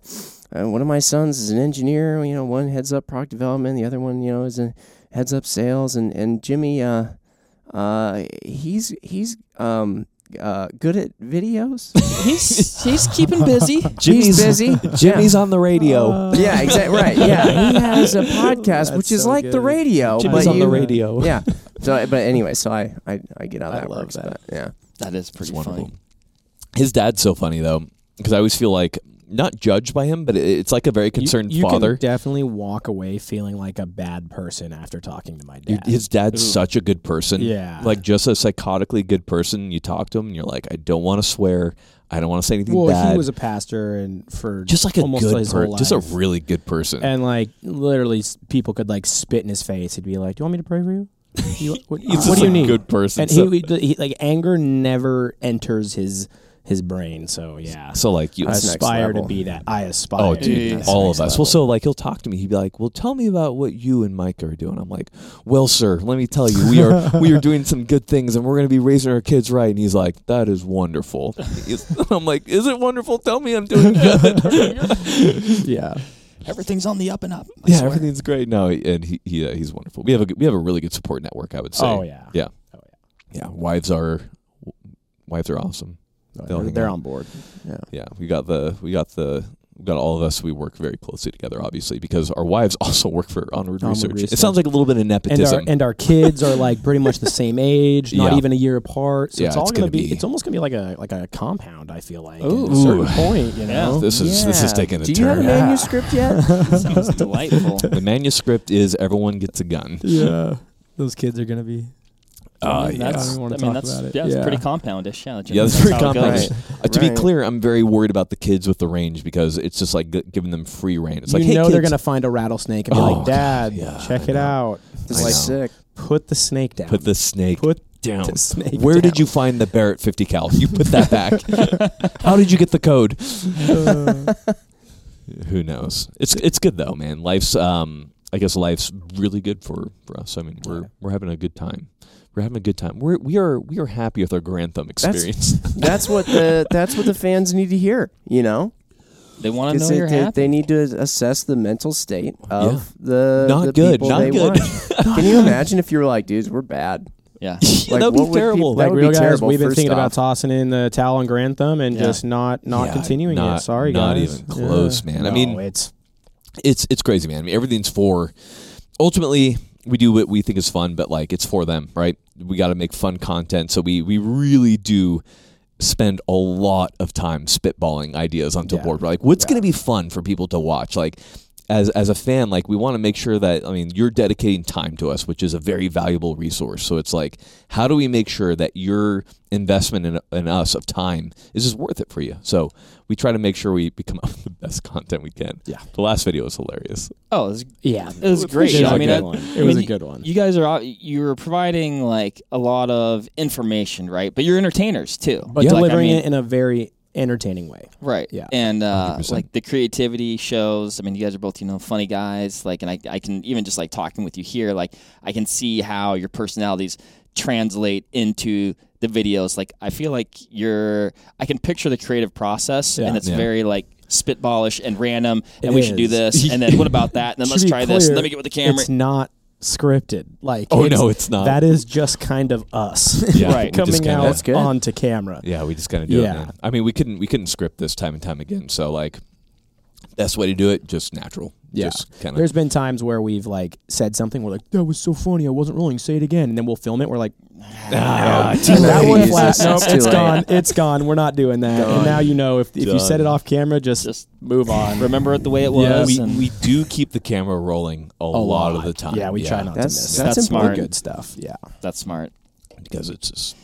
uh, one of my sons is an engineer, you know, one heads up product development, the other one, you know, is a heads up sales and and Jimmy uh uh, he's he's um uh good at videos.
He's he's keeping busy.
he's busy.
Jimmy's on the radio.
yeah, exactly right. Yeah, he has a podcast, which
That's
is
so
like the
good.
radio.
Jimmy's
but
on the
you-
radio.
Yeah, So, but anyway, so I I, I get how
I
that
love
works.
that.
But yeah,
That is pretty
It's wonderful.
funny.
His dad's so funny though, because I always feel like not judged by him, but it- it's like a very concerned
you, you
father.
Can definitely walk away feeling like a bad person after talking to my
You-
dad.
His dad's such a good person.
Yeah.
like just a psychotically good person. You talk to him, and you're like, I don't want to swear. I don't want to say anything
well,
bad.
he was a pastor and for
just like a
almost
good
his
person,
whole
just a
life.
really good person.
and like literally s- people could like spit in his face. He'd be like, "Do you want me to pray for you? You- what
He's
what
just
do you
a
need?"
good person.
and
so,
he, would- he like anger never enters his his brain. So yeah,
so, like you,
I
That's next
aspire to
level.
be that. I aspire.
Oh,
to be
dude,
that.
all
Next
of us.
level.
Well, so like he'll talk to me. He'd be like, "Well, tell me about what you and Micah are doing." I'm like, "Well, sir, let me tell you, we are we are doing some good things, and we're going to be raising our kids right." And he's like, "That is wonderful." He's- I'm like, "Is it wonderful? Tell me I'm doing good."
yeah,
Everything's on the up and up. I
yeah,
swear.
everything's great. No, and he, he uh, he's wonderful. We have a good, we have a really good support network. I would say.
Oh, yeah.
Yeah.
Oh,
yeah. Wives are wives are awesome. They'll
they're,
hang
they're
out.
on board.
yeah.
Yeah, we got the we got the we got all of us. We work very closely together, obviously, because our wives also work for Onward,
Onward
Research. It
Research.
sounds like a little bit of
And
nepotism.
our, and our kids are like pretty much the same age, not
Yeah.
even a year apart. So
Yeah,
it's all
it's
gonna,
gonna
be,
be-
It's almost gonna be like a like a compound. I feel like.
Ooh.
At a certain
Ooh.
point, you know.
this is this is
Yeah.
taking a
Do you
turn.
have a
Yeah.
manuscript yet?
Sounds delightful.
The manuscript is everyone gets a gun.
yeah. Those kids are gonna be.
Uh,
mean,
yeah.
I
that's,
don't even wanna
I mean,
talk
that's,
about it.
yeah, it's
Yeah.
pretty compoundish. Yeah,
Yeah, that's
that's
pretty
how it goes.
complicated. Uh, to be
Right.
clear, I'm very worried about the kids with the range because it's just like g- giving them free reign. It's like,
you
hey,
know
kids,
they're gonna find a rattlesnake and be
Oh,
like, "Dad,
yeah,
check
I
it
know.
out.
This
I
is
know.
sick.
Put the snake down.
put the snake
Put
down.
the snake
Where did
down.
you find the Barrett 50 cal? You put that back. How did you get the code?
uh,
Who knows? It's it's good though, man. Life's um, I guess life's really good for, for us. I mean, we're we're having a good time. We're having a good time. We're we are we are happy with our Grantham experience.
That's what the that's what the fans need to hear. You know,
They want to
because
know you're
they,
happy.
they need to assess the mental state of
Yeah.
the
Not
the
good,
people
not
they
good.
want. Can you imagine if you were like, dudes, we're bad.
yeah.
Yeah,
Like,
that
what
would
would
be terrible.
people- That
like
would
real
be
guys,
terrible,
we've been
first
thinking about
off.
tossing in the towel on Grantham and
Yeah.
just not not
Yeah,
continuing
not-
it. Sorry,
not
guys.
even close, man. I
No,
mean-
it's
it's it's crazy, man. I mean, everything's for. Ultimately, we do what we think is fun, but like it's for them, right? We got to make fun content, so we we really do spend a lot of time spitballing ideas onto a
Yeah.
board. We're like, what's going to be fun for people to watch? Like. As, as a fan, like we want to make sure that I mean you're dedicating time to us, which is a very valuable resource. So it's like, how do we make sure that your investment in, in us of time is just worth it for you? So we try to make sure we come up with the best content we can.
Yeah.
The last video was hilarious.
Oh, it was,
yeah.
it was great.
It was
I
a
mean,
good
I-
one.
I
It was
mean,
a good one.
You guys are out- you were providing like a lot of information, right? But you're entertainers too.
But
Like, I
delivering
mean-
it in a very entertaining way.
Right.
Yeah.
And uh,
100%.
like the creativity shows. I mean, you guys are both you know funny guys. Like, and I, I can even just like talking with you here. Like, I can see how your personalities translate into the videos. Like, I feel like you're. I can picture the creative process, and
Yeah.
it's
Yeah.
very like spitballish and random. And
It
we should do
is.
this. and then what about that? And then
To
let's
be
try this. And
clear,
let me get with the camera.
It's not scripted. Like
Oh, no, it's not.
That is just kind of us.
Yeah,
Right. we
just
coming
kinda-
out
That's good.
onto camera.
Yeah, we just kind of do
Yeah.
it. Man. I mean, we couldn't we couldn't script this time and time again. So like, best way to do it, just natural.
Yeah.
Just kind of.
There's been times where we've like said something, we're like, "That was so funny, I wasn't rolling. Say it again," and then we'll film it. We're like,
Ah,
"Ah,
late.
"That one
Jesus,
flat,
it's
nope,
too
it's
late."
gone, it's gone. We're not doing that."
Done.
And now you know if, if you set
Done.
it off camera, just,
Just
move on.
remember it the way it
Yeah.
was.
We,
and
we do keep the camera rolling a, lot, of the time.
Yeah, we try not
That's-
to miss.
that's
That's
important.
more good stuff. Yeah,
that's smart.
because it's just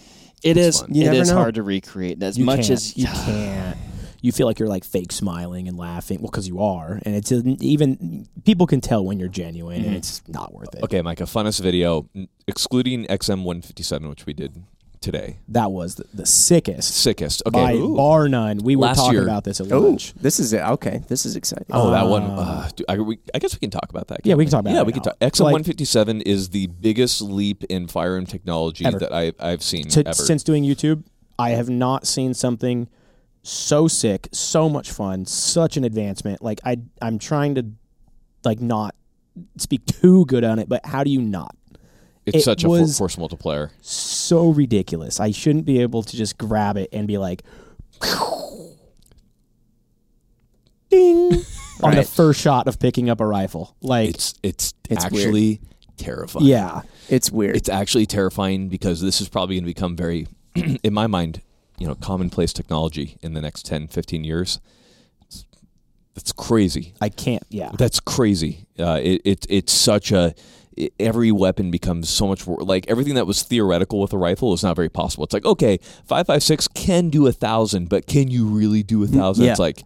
It
It's
is.
fun.
You
It
never
is
know.
hard to recreate. As
You
much
can't-
as
you can't. You feel like you're like fake smiling and laughing, well, because you are, and it's uh, even people can tell when you're genuine, and it's not worth it.
Mm-hmm. okay, Micah. Funnest video, n- excluding XM one fifty seven, which we did today.
That was the, the sickest
Sickest. Okay.
by
Ooh.
bar none. We were
Last
talking
year.
about this at
Oh,
lunch.
this is it. Okay, this is exciting.
Oh, that one.
Um,
Uh, do- I, we, I guess we can talk about that.
Yeah, we can talk about
Yeah,
it
we
right
can
now.
talk. XM
Like-
157 is the biggest leap in firearm technology
Ever.
that I, I've seen
to,
ever.
since doing YouTube, I have not seen something so sick, so much fun, such an advancement. Like I, I'm trying to, like not speak too good on it, but how do you not?
it's
it
such a for,
was-
force multiplier.
So ridiculous. I shouldn't be able to just grab it and be like, ding, on the
Right.
first shot of picking up a rifle. Like
it's it's,
It's weird.
actually terrifying.
Yeah.
It's weird.
It's actually terrifying because this is probably going to become very, in my mind, you know, commonplace technology in the next 10, 15 years. It's, it's crazy.
I can't. Yeah.
That's crazy. Uh, it, it it's such a i every weapon becomes so much more like everything that was theoretical with a rifle is not very possible. It's like okay, five five six can do a thousand, but can you really do a thousand?
Mm, yeah.
It's like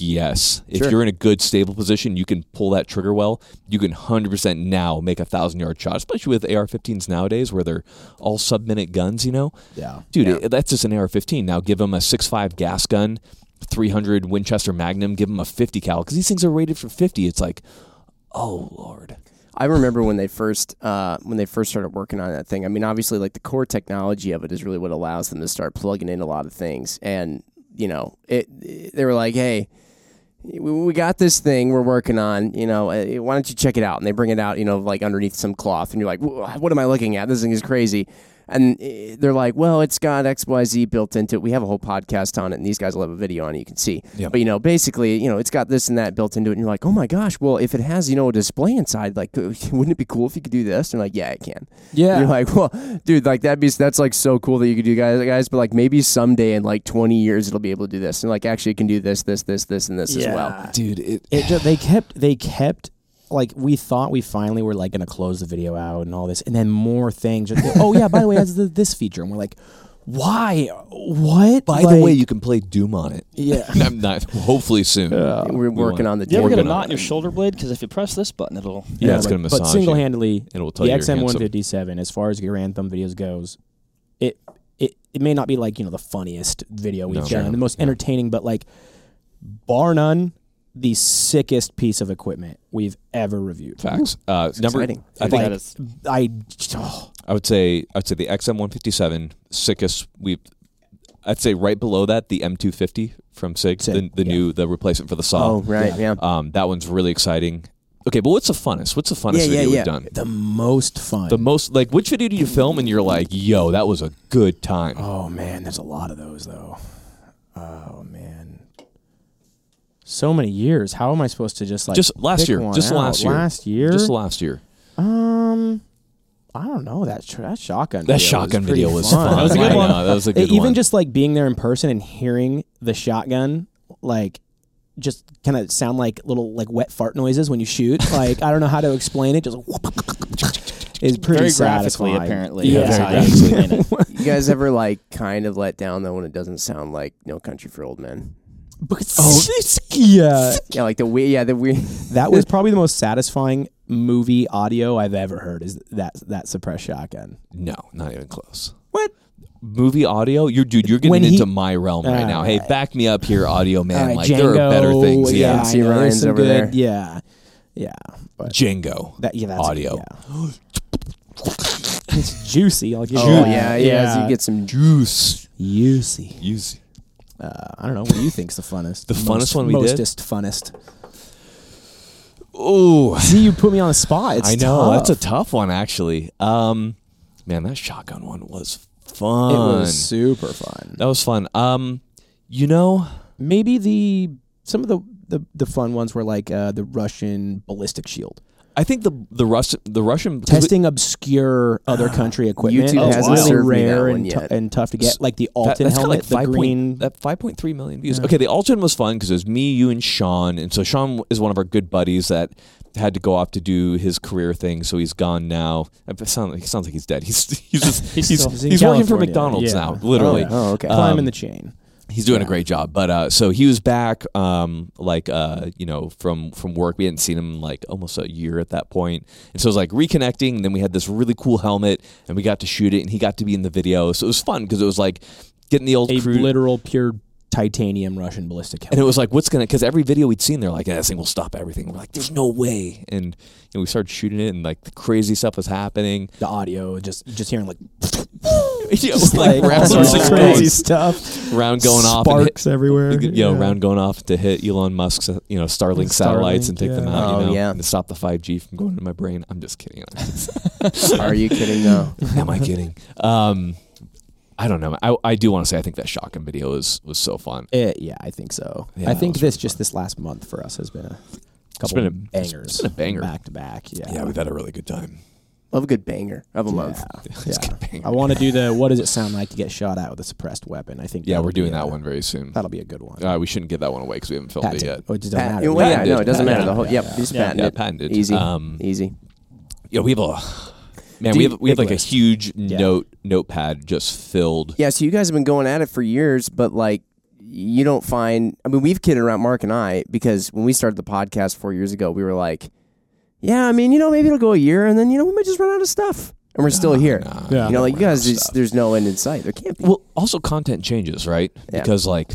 yes, if
Sure.
you're in a good stable position, you can pull that trigger well. You can hundred percent now make a thousand yard shot, especially with AR-15s nowadays where they're all sub minute guns. You know,
Yeah.
dude,
Yeah.
it- that's just an AR-15. Now give him a 6.5 gas gun, 300 Winchester Magnum, give him a 50 cal because these things are rated for 50. It's like, oh lord,
I remember when they first uh, when they first started working on that thing. I mean, obviously, like the core technology of it is really what allows them to start plugging in a lot of things. And you know, it, it- they were like, hey. We we got this thing we're working on, you know. eh, Why don't you check it out? And they bring it out, you know, like underneath some cloth, and you're like, "Wha- "What am I looking at? This thing is crazy." And eh, they're like, "Well, it's got X, Y, Z built into it. We have a whole podcast on it, and these guys will have a video on it. You can see."
Yeah.
But you know, basically, you know, it's got this and that built into it, and you're like, "Oh my gosh!" Well, if it has, you know, a display inside, like, wouldn't it be cool if you could do this? And they're like, "Yeah, it can."
Yeah.
You're like, well, dude, like that'd be that's like so cool that you could do guys, guys, but like maybe someday in like 20 years it'll be able to do this, and like actually it can do this, this, this, this, and this as well.
dude, it,
It just, they kept they kept like we thought we finally were like gonna close the video out and all this, and then more things. Just, oh yeah, by the way, it has the, this feature, and we're like, why? What?
By the
Like-
way, you can play Doom on it.
yeah.
I'm not. Hopefully soon. Yeah,
Uh, We're
We
working
want-
on the
You ever
We're
get a
gonna-
knot in your shoulder blade? Because if you press this button, it'll.
it's
but-
gonna massage.
But
you.
single handedly,
It'll tell
the
you you're handsome.
XM157, as far as your anthem videos goes, it it it may not be like you know the funniest video we've
No.
done,
Sure.
the most entertaining, but like bar none, the sickest piece of equipment we've ever reviewed.
Facts. Uh, number,
exciting.
I
Like,
think
that is,
I oh,
I would say I would say the XM157 sickest we've. I'd say right below that the M250 from Sig, the,
Sig,
the
yeah.
new the replacement for the saw.
Oh, right, yeah.
Um, that one's really exciting. Okay, but what's the funnest? What's the funnest
Yeah, yeah,
video
yeah.
we've done?
the most fun.
The most like which video do you film and you're like, yo, that was a good time.
oh man, there's a lot of those though. Oh man. So many years. How am I supposed to just like
just last
pick
year,
one
just
out?
last year,
Last year.
just last year.
Um, I don't know that tr- that shotgun.
That
video
shotgun
was
video
pretty
was
fun.
fun.
That was a good
I
one.
know, that was a good
Even
one.
just like being there in person and hearing the shotgun, like just kind of sound like little like wet fart noises when you shoot. Like I don't know how to explain it. Just is pretty
very graphically,
satisfying.
apparently. uh,
Yeah.
That's
Very
how you explain it.
You guys ever like kind of let down though when it doesn't sound like No Country for Old Men?
Oh,
Uh,
yeah.
Yeah, like the weird, yeah, the weird.
That was probably the most satisfying movie audio I've ever heard. Is that that suppressed shotgun?
No, not even close.
What?
Movie audio, you're dude, you're getting
When he-
into my realm right
Ah,
now. Hey, back me up here, audio man.
All right,
like there are better
Django,
things. Yeah,
I
See
know, there's
Ryan's
some
over
good-
there.
Yeah, yeah. But
Django.
That yeah, that's
Audio.
yeah. it's juicy. I'll give you.
Oh
that.
yeah, yeah. so you get some.
Juice.
juicy.
Juice.
Uh, I don't know. What do you think's the funnest?
The
Most-
funnest one we did?
Mostest funnest.
Ooh.
See, you put me on the spot. It's
I know.
tough.
That's a tough one actually. Um man, that shotgun one was fun.
It was super fun.
that was fun. Um you know,
Maybe the some of the the, the fun ones were like uh, the Russian ballistic shield
I think the the Rus- the Russian 'cause we- Ah,
testing obscure other country equipment.
YouTube
It's
hasn't
really
served me that
rare
one
and, tou-
yet.
and tough to get. Like the
That-
Alton
that's kinda
helmet,
like five
the
point-
green.
that 5.3 million views.
Yeah.
Okay, the Alton was fun because it was me, you, and Sean. And so Sean is one of our good buddies that had to go off to do his career thing, so he's gone now. It sounds, he sounds like he's dead. He's he's just, he's,
He's
he's,
still-
He's in
working for
California.
McDonald's
Yeah.
now, literally.
Oh, yeah.
Oh, okay.
Uh,
Climbing
um,
the chain.
He's doing
Yeah.
a great job. But uh, so he was back, um, like uh, you know, from from work. We hadn't seen him in, like almost a year at that point, and so it was like reconnecting. And then we had this really cool helmet, and we got to shoot it, and he got to be in the video. So it was fun because it was like getting the old
A
crew.
literal pure titanium Russian ballistic helmet.
And it was like, what's gonna? Because every video we'd seen, they're like, yeah, this thing will stop everything. We're like, there's no way. And you know, we started shooting it, and like the crazy stuff was happening.
the audio, just just hearing like,
Yeah, it was like, round,
all
was
sorts
just
of
going-
crazy stuff,
round going off, and hit,
sparks everywhere.
you know,
yeah.
round going off to hit Elon Musk's, uh, you know, Starlink, satellites and take them
yeah.
out. you
Oh,
know,
yeah.
and to stop the 5G from going into my brain. I'm just kidding.
Are you kidding? No.
Am I kidding? Um, I don't know. I, I do want to say I think that shotgun video was was so fun.
Eh, yeah, I think so.
Yeah,
I
that
think
was
this
really
just
fun.
this last month for us has been a couple
been a-
bangers,
it's been a banger.
back to back. Yeah,
Yeah, we've had a really good time.
Love a good banger of a month.
It's
Yeah.
good banger.
I want to do the what does it sound like to get shot at with a suppressed weapon? I think
yeah,
that'll
we're doing
be
that
a-
one very soon.
That'll be a good one.
Uh, we shouldn't give that one away because we haven't filmed it
Patent.
yet.
Oh, it just doesn't
Pat-
matter.
well, yeah,
Patented.
no, it doesn't matter. The whole,
Yeah,
yep,
yeah.
just
Yeah.
patent
Yeah,
it.
patented.
Easy. E-
Um,
Easy.
yeah, we have a man.
Do
we
you-
have we have
big
like
list.
a huge note notepad just filled.
Yeah, so you guys have been going at it for years, but like you don't find I mean we've kidded around Mark and I because when we started the podcast 4 years ago, we were like, yeah, I mean, you know, maybe it'll go a year and then you know, we might just run out of stuff. And we're still here.
Nah,
Yeah.
You know, like you
we're not
guys just,
uh, stuff.
there's no end in sight. There can't be.
Well, also content changes, right?
Yeah.
Because like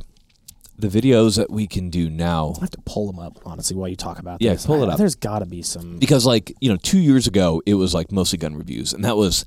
the videos that we can do now,
I have to pull them up honestly while you talk about
Yeah,
this.
pull it
I-
up.
There's got to be some.
because like you know, two years ago it was like mostly gun reviews, and that was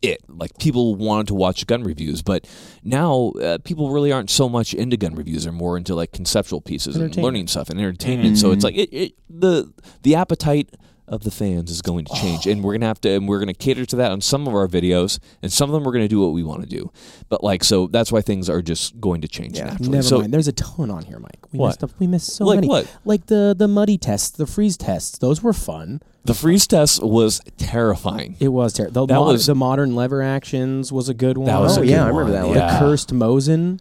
it. Like people wanted to watch gun reviews, but now uh, people really aren't so much into gun reviews; they're more into like conceptual pieces and
Entertainment.
learning stuff and entertainment. So it's like it, it the the appetite of the fans is going to change, and we're gonna have to and we're gonna cater to that on some of our videos, and some of them we're gonna do what we want to do. But like so, that's why things are just going to change
Yeah.
naturally.
Never
so
mind. There's a ton on here, Mike. We
What?
missed. A, we missed so
Like
many.
what?
Like the the muddy tests, the freeze tests. Those were fun.
the freeze test was terrifying.
It was terrible. The,
That
mod-
was-
the modern lever actions was a good one.
That was
Oh,
a
yeah,
good
I remember
one.
that
the
one.
Yeah.
cursed Mosin.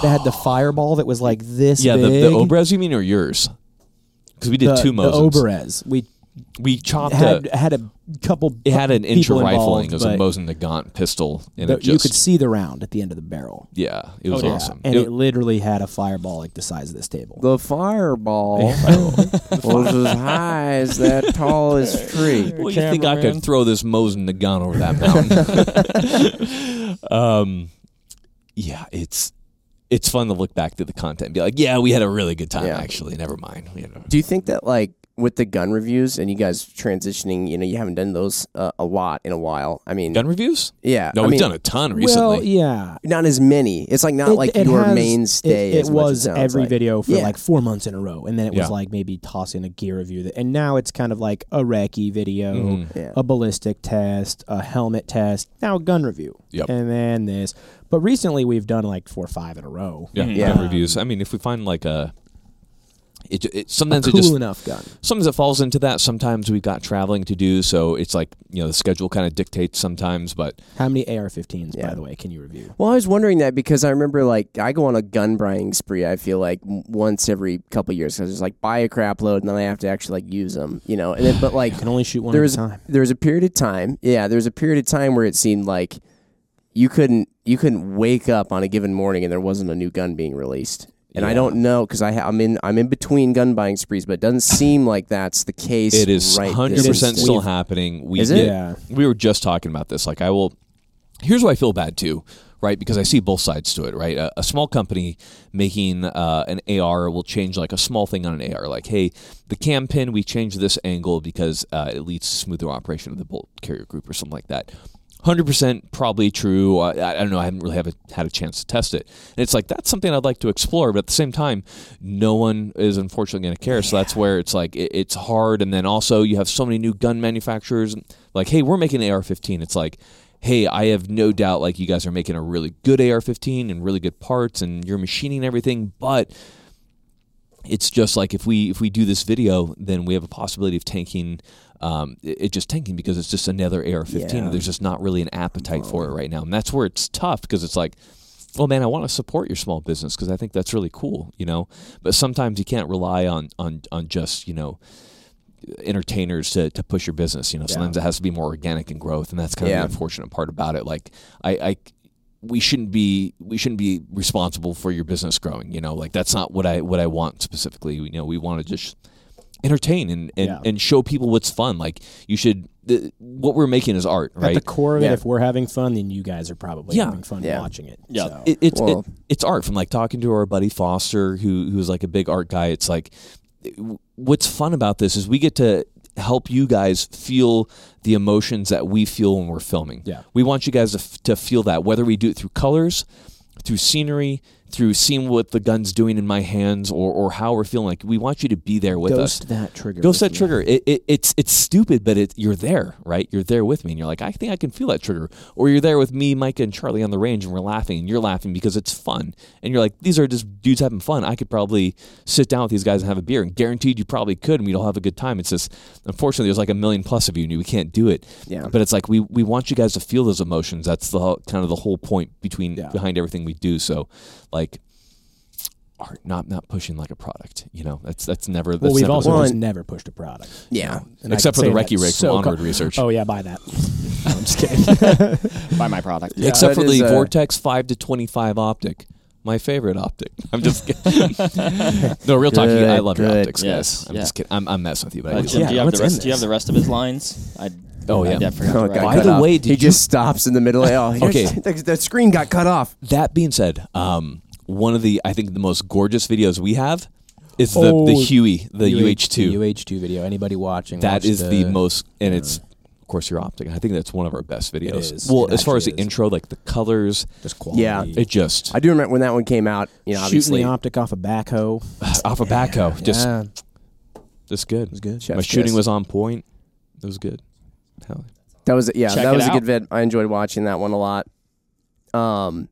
They had the fireball that was like this.
Oh. Yeah, the,
big.
the Obrez you mean or yours? Because we did
The-
two
the
Mosins.
Oberez. We
We chopped
had
a,
had a couple.
it had an inch of
people
rifling.
involved,
It was a
but
Mosin Nagant pistol, and
the-
it
you
just
could see the round at the end of the barrel.
yeah, it was
yeah.
awesome.
And
It-
it, literally had a fireball like the size of this table.
The fireball was as high as that tallest tree.
Well, you think I could throw this Mosin Nagant over that mountain? um, yeah, it's it's fun to look back to the content and be like, yeah, we had a really good time.
Yeah.
Actually, never mind. You know.
Do you think that like with the gun reviews and you guys transitioning, you know, you haven't done those uh, a lot in a while. I mean,
Gun reviews?
yeah,
No,
I
we've
mean,
done a ton recently.
Well, yeah.
not as many. It's like not
It-
like
it
your
has-
mainstay.
It, it
as much,
was
sounds
every
like.
video for
Yeah.
like four months in a row, and then it was
Yeah.
like maybe toss in a gear review, that, and now it's kind of like a recce video,
Mhm.
Yeah.
a ballistic test, a helmet test, now a gun review,
Yep.
and then this. But recently, we've done like four or five in a row.
yeah,
Yeah.
gun reviews. I mean, if we find like a, it, it sometimes
cool
it just
enough gun.
sometimes it falls into that. Sometimes we've got traveling to do, so it's like you know the schedule kind of dictates sometimes. But
How many AR-15s,
Yeah.
by the way, can you review?
Well, I was wondering that because I remember like I go on a gun buying spree. I feel like m- once every couple years because it's like buy a crap load and then I have to actually like use them, you know. And then but like
You can only shoot one
there
at a
was
time.
there was a period of time. Yeah, there was a period of time where it seemed like you couldn't you couldn't wake up on a given morning and there wasn't a new gun being released. And I
Yeah.
don't know because I ha- I'm in I'm in between gun buying sprees, but it doesn't seem like that's the case.
it is
right this
hundred percent
instant.
still happening. We
Is it?
get-
Yeah.
we were just talking about this. Like I will. Here's why I feel bad too, right? Because I see both sides to it, right? A, a small company making uh, an AR will change like a small thing on an AR, like hey, the cam pin we changed this angle because uh, it leads to smoother operation of the bolt carrier group or something like that. Hundred percent, probably true. I, I don't know. I haven't really have a, had a chance to test it, and it's like that's something I'd like to explore. But at the same time, no one is unfortunately going to care. So that's where it's like it, it's hard. And then also you have so many new gun manufacturers. Like, hey, we're making an AR-15. It's like, hey, I have no doubt like you guys are making a really good AR-15 and really good parts, and you're machining everything, but it's just like if we if we do this video, then we have a possibility of tanking. Um, it, it just tanking because it's just another AR-15.
Yeah.
There's just not really an appetite for it right now, and that's where it's tough because it's like, well, man, I want to support your small business because I think that's really cool, you know. But sometimes you can't rely on on on just you know entertainers to, to push your business. You know, sometimes it has to be more organic and growth, and that's kind
Yeah.
of the unfortunate part about it. Like I. I we shouldn't be we shouldn't be responsible for your business growing you know like that's not what i what i want specifically you know we want to just entertain and and,
Yeah.
and show people what's fun like you should the, what we're making is art
At
right
the core of
Yeah.
it, if we're having fun, then you guys are probably
Yeah.
having fun
Yeah.
watching it.
Yeah.
so.
it, it's
Well-
it, it's art from like talking to our buddy Foster who who's like a big art guy it's like what's fun about this is we get to help you guys feel the emotions that we feel when we're filming
Yeah.
we want you guys to, f- to feel that whether we do it through colors through scenery through seeing what the gun's doing in my hands or, or how we're feeling. Like we want you to be there with us.
Ghost that trigger.
Ghost
with
that
me.
trigger. It, it, it's it's stupid, but it, you're there, right? You're there with me, and you're like, I think I can feel that trigger. Or you're there with me, Micah, and Charlie on the range, and we're laughing, and you're laughing because it's fun, and you're like, these are just dudes having fun. I could probably sit down with these guys and have a beer, and guaranteed you probably could, and we'd all have a good time. It's just unfortunately there's like a million plus of you, and we can't do it.
Yeah.
But it's like we we want you guys to feel those emotions. That's the whole- kind of the whole point between
Yeah.
behind everything we do. So, like. Art, not not pushing like a product, you know. That's that's never. That's
Well, we've
never
also
the-
just
Well,
never pushed a product.
Yeah.
And I
Except
can
for the
say
Recce
that
Rig
so
from Onward
co-
Research.
Oh yeah, buy that. No, I'm just kidding.
Buy my product.
Except
That
for the
is, uh,
Vortex 5 to 25 optic. My favorite optic. I'm just kidding. no, real talk.
Good,
I love your
good.
optics,
Yes,
guys. I'm
yeah.
just kidding. I'm, I'm messing with you, but I
Uh,
do love
Jim,
yeah,
do, you have
what's
the
in
rest, do you
this?
have the rest of his lines? I,
Oh,
I,
yeah.
I forgot to
Oh,
write
it got
By
it.
cut
the
off.
way,
he
did you-
just stops in the middle. Of, oh,
Okay.
okay. The, the screen got cut off.
That being said, um, one of the, I think, the most gorgeous videos we have is the, the
Oh,
Huey, the UH2.
UH2 video. Anybody watching?
That
watch
is the, most, and it's of course your optic. I think that's one of our best videos.
is.
Well,
It
as far as the
actually is.
intro, like the colors,
just quality.
Yeah.
it just
I do remember when that one came out. You know,
shooting
obviously,
the optic off a backhoe.
off a backhoe, just
yeah,
just good.
it was good.
Chef's
My shooting
kiss.
was on point. It was good. Hell,
that was yeah,
Check
that
it
was a
out.
good vid. I enjoyed watching that one a lot. Um,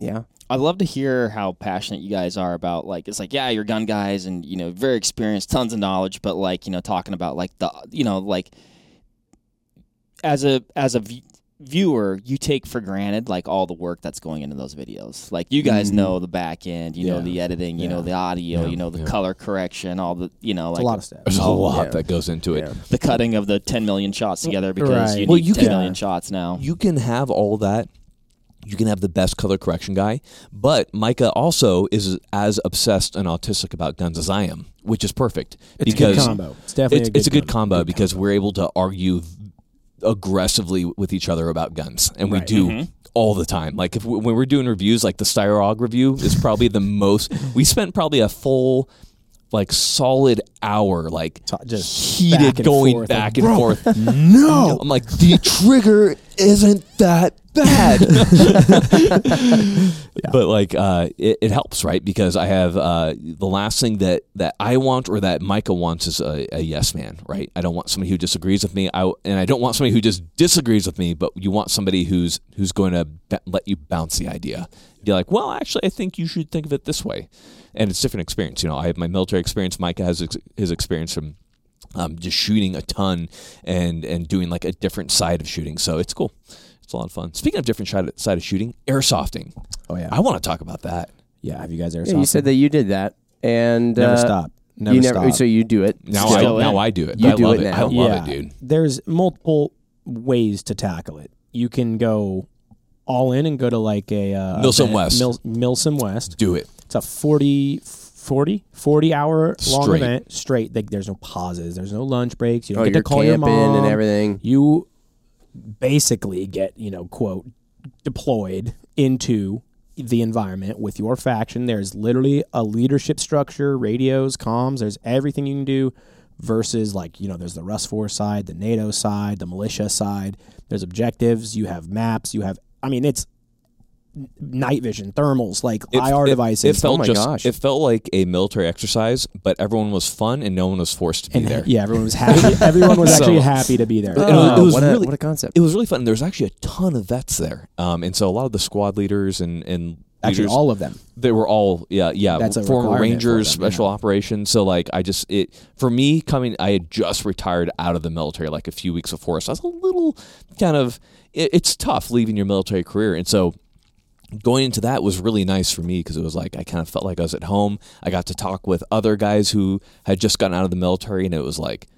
yeah,
I'd love to hear how passionate you guys are about like it's like yeah, you're gun guys and you know very experienced, tons of knowledge, but like you know talking about like the you know like as a as a v- viewer, you take for granted like all the work that's going into those videos. Like you guys know the back end, you know
Yeah.
the editing, you know
Yeah.
the audio,
Yeah.
you know the
Yeah.
color correction, all the you know
It's
like
a lot of steps.
There's a lot
Yeah.
that goes into it.
Yeah.
the cutting of the 10 million shots together because
Right.
you
Well,
need
you
10
can-
million shots now.
You can have all that. You can have the best color correction guy, but Micah also is as obsessed and autistic about guns as I am, which is perfect
It's a good combo. It's definitely
it's,
a good
it's a good combo,
combo. Good
because we're able to argue aggressively with each other about guns, and we do all the time. Like if we, when we're doing reviews, like the Styrog review is probably the most. We spent probably a full, like solid hour, like
Ta- just
heated
back and
going
forth,
back
like,
and forth. No, I'm like the trigger isn't that bad. But like, uh, it, it helps, right? Because I have uh, the last thing that, that I want or that Micah wants is a, a yes man, right? I don't want somebody who disagrees with me, I, and I don't want somebody who just disagrees with me. But you want somebody who's who's going to b- let you bounce the idea. Be like, well, actually, I think you should think of it this way, and it's different experience. You know, I have my military experience. Micah has ex- his experience from um, just shooting a ton and and doing like a different side of shooting. So it's cool. It's a lot of fun. Speaking of different side side of shooting, airsofting.
Oh yeah.
I want to talk about that.
yeah. Have you guys ever?
yeah you said that you did that, and
never
uh,
stop. Never
you never
stop.
so you do it
Now I
Still in.
now I do it.
You
I
do
love
it
it.
now.
I love it, dude.
There's multiple ways to tackle it. You can go all in and go to like a uh,
Milsom
event-
West.
Mil- Milsom West.
Do it.
It's a 40, 40, 40 hour long
Straight.
event straight. Like, there's no pauses. There's no lunch breaks. You don't
Oh,
get
you're
to call your
camping
mom
and everything.
You basically get you know quote deployed into the environment with your faction. There's literally a leadership structure, radios, comms. There's everything you can do. Versus like you know, there's the Rust Force side, the NATO side, the militia side. There's objectives. You have maps. You have. I mean, it's night vision, thermals, like IR devices. Oh
It felt
my
just
gosh.
it felt like a military exercise, but everyone was fun and no one was forced to be there.
Yeah, everyone was happy. everyone was actually
So-
happy to be there.
But, you know,
Oh,
it was
what, a,
really-
what a concept
It was really fun. And there was actually a ton of vets there, um, and so a lot of the squad leaders and and
actually,
leaders-
all of them.
they were all yeah yeah
That's a
former
requirement for
rangers
them, yeah.
special operations so like i just it for me coming i had just retired out of the military like a few weeks before so i was a little kind of it, it's tough leaving your military career and so going into that was really nice for me because it was like i kind of felt like i was at home i got to talk with other guys who had just gotten out of the military and it was like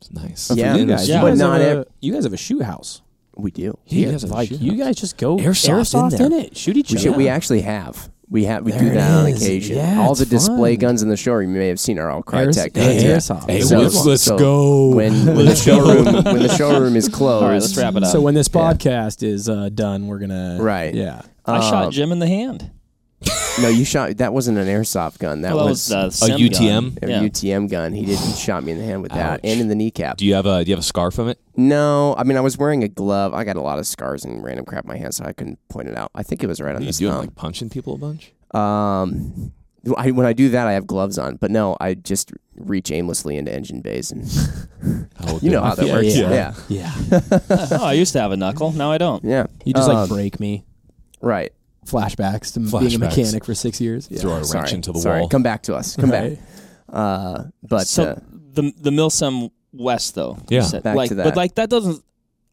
it's nice
Yeah.
And it was-
guys- Yeah. but
have
not
a-
ev-
you guys have a shoe house.
we do
he has a
like
shoot
you
house.
guys just go
Airsoft in
airsoft, in,
there.
it, shoot each
we,
other.
should, we actually have we have we
There
do
it
that on
is.
occasion
Yeah,
all
it's
the display
fun.
guns in the showroom you may have seen are all crytek guns
hey,
yeah.
airsoft.
hey
So-
let's, let's
so
go
when, when the showroom when the showroom is closed
All right, let's wrap it up.
so when this podcast is uh, done, uh, we're gonna
Right. um,
Yeah,
I shot Jim in the hand.
no, you shot. That wasn't an airsoft gun. That
Well, that
was
was uh, Sim
UTM?
gun.
a
Yeah.
UTM gun. He did. He shot me in the hand with that
Ouch.
and in the kneecap.
Do you have a Do you have a scar from it?
no, I mean I was wearing a glove. I got a lot of scars and random crap in my hand, so I couldn't point it out. I think it was right on
Are you
this
doing
thumb.
like punching people a bunch?
Um, I, when I do that, I have gloves on. But no, I just reach aimlessly into engine bays, and
Oh,
you know how that
Yeah,
works.
yeah.
Yeah, yeah.
Yeah.
oh, I used to have a knuckle. Now I don't.
You just
Um,
like break me.
right.
Flashbacks to being
Flashbacks.
a mechanic for six years. Yeah.
throw a
Sorry.
wrench into the
Sorry.
wall.
Come back to us. Come
Right.
back. Uh, but
so
uh,
the the Milsom West though. you
Yeah.
said.
Back
like,
to
But
that.
like that doesn't.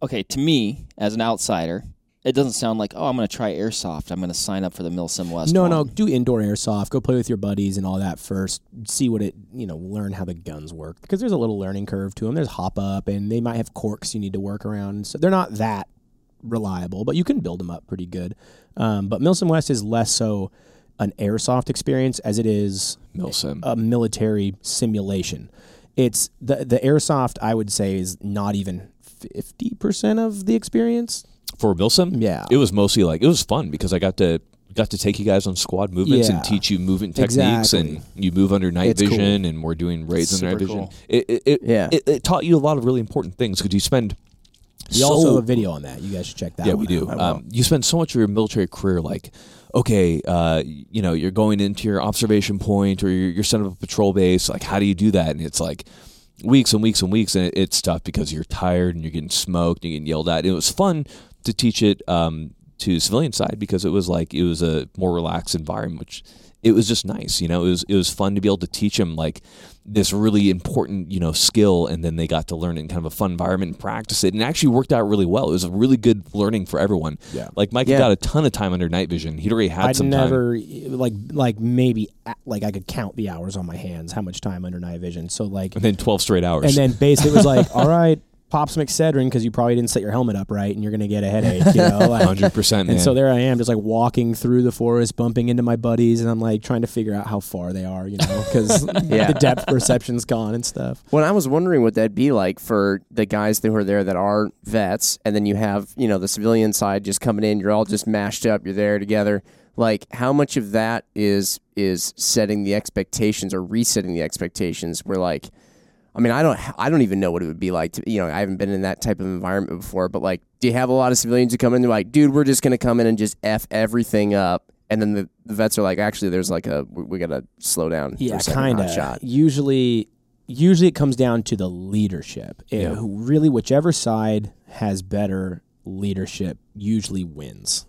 Okay, to me as an outsider, it doesn't sound like oh I'm going to try airsoft. I'm going to sign up for the Milsom West.
No,
one.
no, do indoor airsoft. Go play with your buddies and all that first. See what it, you know, learn how the guns work because there's a little learning curve to them. There's hop up, and they might have corks you need to work around. So they're not that reliable, but you can build them up pretty good. Um, but Milson West is less so an airsoft experience as it is
Milsim.
a military simulation. It's the the airsoft. I would say is not even fifty percent of the experience.
For Milsim,
Yeah.
it was mostly like it was fun because I got to got to take you guys on squad movements
Yeah.
and teach you movement techniques
Exactly.
and you move under night
It's
vision and we're doing raids under night
super
vision.
cool.
It, it, it,
Yeah.
it, it taught you a lot of really important things because you spend
We
so
also have a video on that. You guys should check that.
yeah,
one
we do.
out.
Um, you spend so much of your military career like, okay, uh, you know, you're going into your observation point or you're, you're setting up a patrol base. Like, how do you do that? And it's like weeks and weeks and weeks, and it, it's tough because you're tired and you're getting smoked and you're getting yelled at. it was fun to teach it um, to civilian side because it was like it was a more relaxed environment, which it was just nice. You know, it was it was fun to be able to teach them like this really important you know skill, and then they got to learn it in kind of a fun environment and practice it, and it actually worked out really well. It was a really good learning for everyone.
Yeah.
like Mike
Yeah.
got a ton of time under night vision. He'd already had
I'd
some time.
never like like maybe a- like I could count the hours on my hands, how much time under night vision. So like,
And then twelve straight hours.
and then basically it was like, all right, pop some Excedrin because you probably didn't set your helmet up right, and you're gonna get a headache, you know. like-
hundred percent.
and so there I am, just like walking through the forest, bumping into my buddies, and I'm like trying to figure out how far they are, you know, because
Yeah.
the depth perception's gone and stuff.
Well, I was wondering what that'd be like for the guys that were there that are vets, and then you have you know the civilian side just coming in. You're all just mashed up. You're there together. Like, how much of that is is setting the expectations or resetting the expectations? Where like, I mean, I don't I don't even know what it would be like to you know I haven't been in that type of environment before. But like, do you have a lot of civilians who come in? They're like, dude, we're just gonna come in and just f everything up. And then the, the vets are like, actually, there's like a we, we gotta slow down.
Yeah,
kind
kind of. Usually, usually it comes down to the leadership. It-
Yeah.
who really, whichever side has better leadership usually wins.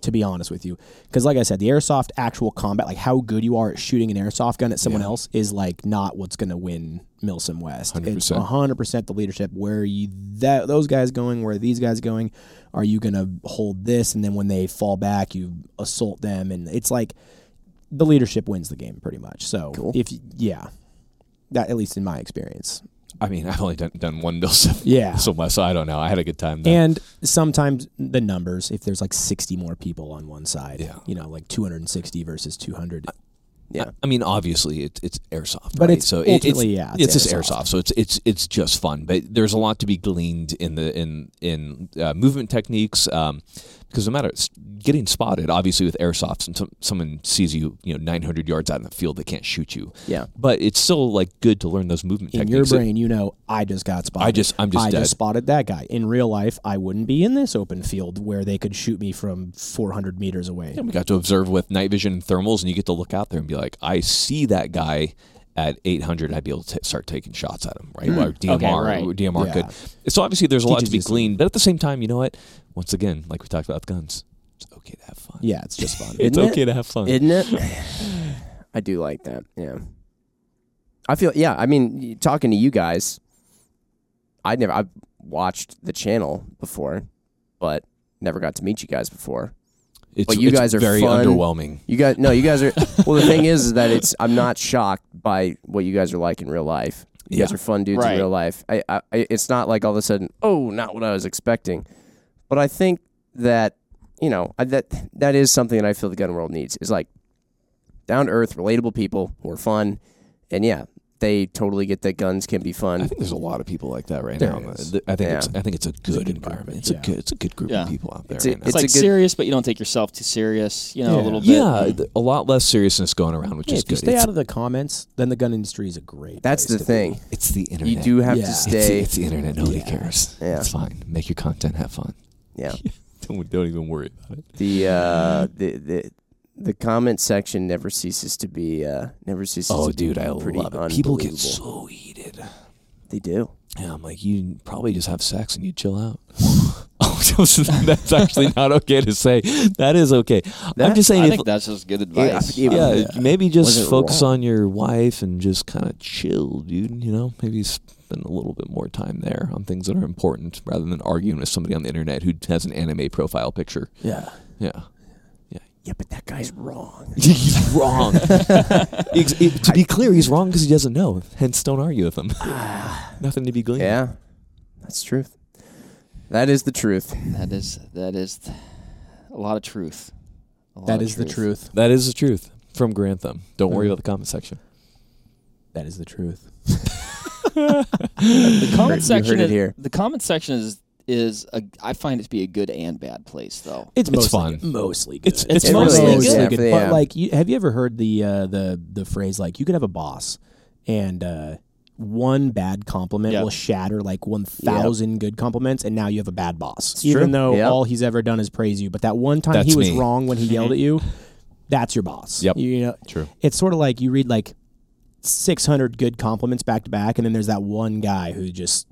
To be honest with you, because like I said, the airsoft actual combat, like how good you are at shooting an airsoft gun at someone else, is like not what's going to win Milsom West. It's
100%.
hundred percent the leadership. Where are you that those guys going? Where are these guys going? Are you going to hold this? And then when they fall back, you assault them, and it's like the leadership wins the game pretty much. So if yeah, that at least in my experience.
I mean, I've only done, done one bill seven.
Yeah.
so much. So I don't know. I had a good time. Though.
And sometimes the numbers, if there's like 60 more people on one side,
Yeah.
you know, like 260 versus 200.
Yeah.
I mean, obviously, it, it's airsoft,
But
right?
it's
so it-
ultimately,
it's,
yeah,
it's,
it's
just airsoft.
airsoft.
So it's it's it's just fun. But there's a lot to be gleaned in the in in uh, movement techniques um, because no matter it's getting spotted, obviously with airsoft, and some, someone sees you, you know, 900 yards out in the field, they can't shoot you.
Yeah.
But it's still like good to learn those movement
In your
techniques. It-
brain, you know, I just got spotted.
I just- I'm just
I
dead.
just spotted that guy. In real life, I wouldn't be in this open field where they could shoot me from 400 meters away.
we got to observe with night vision and thermals, and you get to look out there and be like, I see that guy at 800. I'd be able to t- start taking shots at him, right? Or DMR,
Okay, right.
or DMR
Yeah.
could. So obviously, there's a lot to
Teaches
be
you something.
gleaned, but at the same time, you know what? Once again, like we talked about with guns, it's okay to have fun.
Yeah, it's just fun.
it's
Isn't it?
okay to have fun.
isn't it? I do like that. Yeah, I feel. Yeah, I mean, y- talking to you guys, I never I've watched the channel before, but never got to meet you guys before.
it's,
but you
it's
guys are
very
fun.
underwhelming.
You guys, no, you guys are. well, the thing is, is that it's. I'm not shocked by what you guys are like in real life. You guys
Yeah.
are fun dudes
Right.
in real life. I, I, I- it's not like all of a sudden, oh, not what I was expecting. But I think that you know I, that that is something that I feel the gun world needs is like down to earth, relatable people who are fun, and yeah, they totally get that guns can be
I
fun.
think there's a lot of people like that right
There
now.
is.
Th- I think
Yeah.
it's I think it's a good environment. It's
yeah.
a good it's a good group
Yeah.
of people out there.
It's a-
right now.
It's,
It's
like
good-
serious, but you don't take yourself too serious. You know, a
Yeah.
little bit. Mm.
yeah, th- a lot less seriousness going around, which
Yeah,
is
if you
good.
stay
it's,
out of the comments, then the gun industry is a great.
That's
place to
the
be.
thing.
it's the internet.
You do have
Yeah.
to
It's-
It's, the-
stay.
it's the internet. Nobody
Yeah.
cares.
Yeah.
It's fine. Make your content. Have fun.
Yeah.
Don't, don't even worry about it.
The uh, the the the comment section never ceases to be uh, never ceases.
Oh,
to be
dude, I
pretty
love it. People get
unbelievable.
so heated.
they do.
Yeah, I'm like, you probably just have sex and you chill out. oh, so that's actually not okay to say. That is okay. I'm
That-
just saying,
I
if,
think that's just good advice.
yeah.
yeah, maybe just
Wasn't
focus
wrong.
on your wife and just kind of chill, dude. You know, maybe spend a little bit more time there on things that are important rather than arguing with somebody on the internet who has an anime profile picture.
Yeah,
Yeah.
yeah, but that guy's wrong.
he's wrong. Ex- it- to be clear, he's wrong because he doesn't know. Hence, don't argue with him. Nothing to be gleaned.
Yeah, that's truth. That is the truth.
That is that is th- a lot of truth. A lot
That
of
is the truth.
That is the truth from Grantham. Don't worry about the comment section.
That is the truth.
The
heard-
comment
you
section
heard it
is,
here.
The comment section is is a, I find it to be a good and bad place though.
It's,
mostly
fun.
good. Mostly good.
It's- it's
It really mostly is. good.
Mostly
Yeah,
But
yeah.
like, you, have you ever heard the uh, the the phrase like you could have a boss and uh, one bad compliment
Yeah.
will shatter like one thousand good compliments, and now you have a bad boss. Even
true.
though
Yeah.
all he's ever done is praise you, but that one time he
That's
was
me.
wrong when he yelled at you, that's your boss.
Yep.
You, know,
True.
it's sort of like you read like six hundred good compliments back to back, and then there's that one guy who just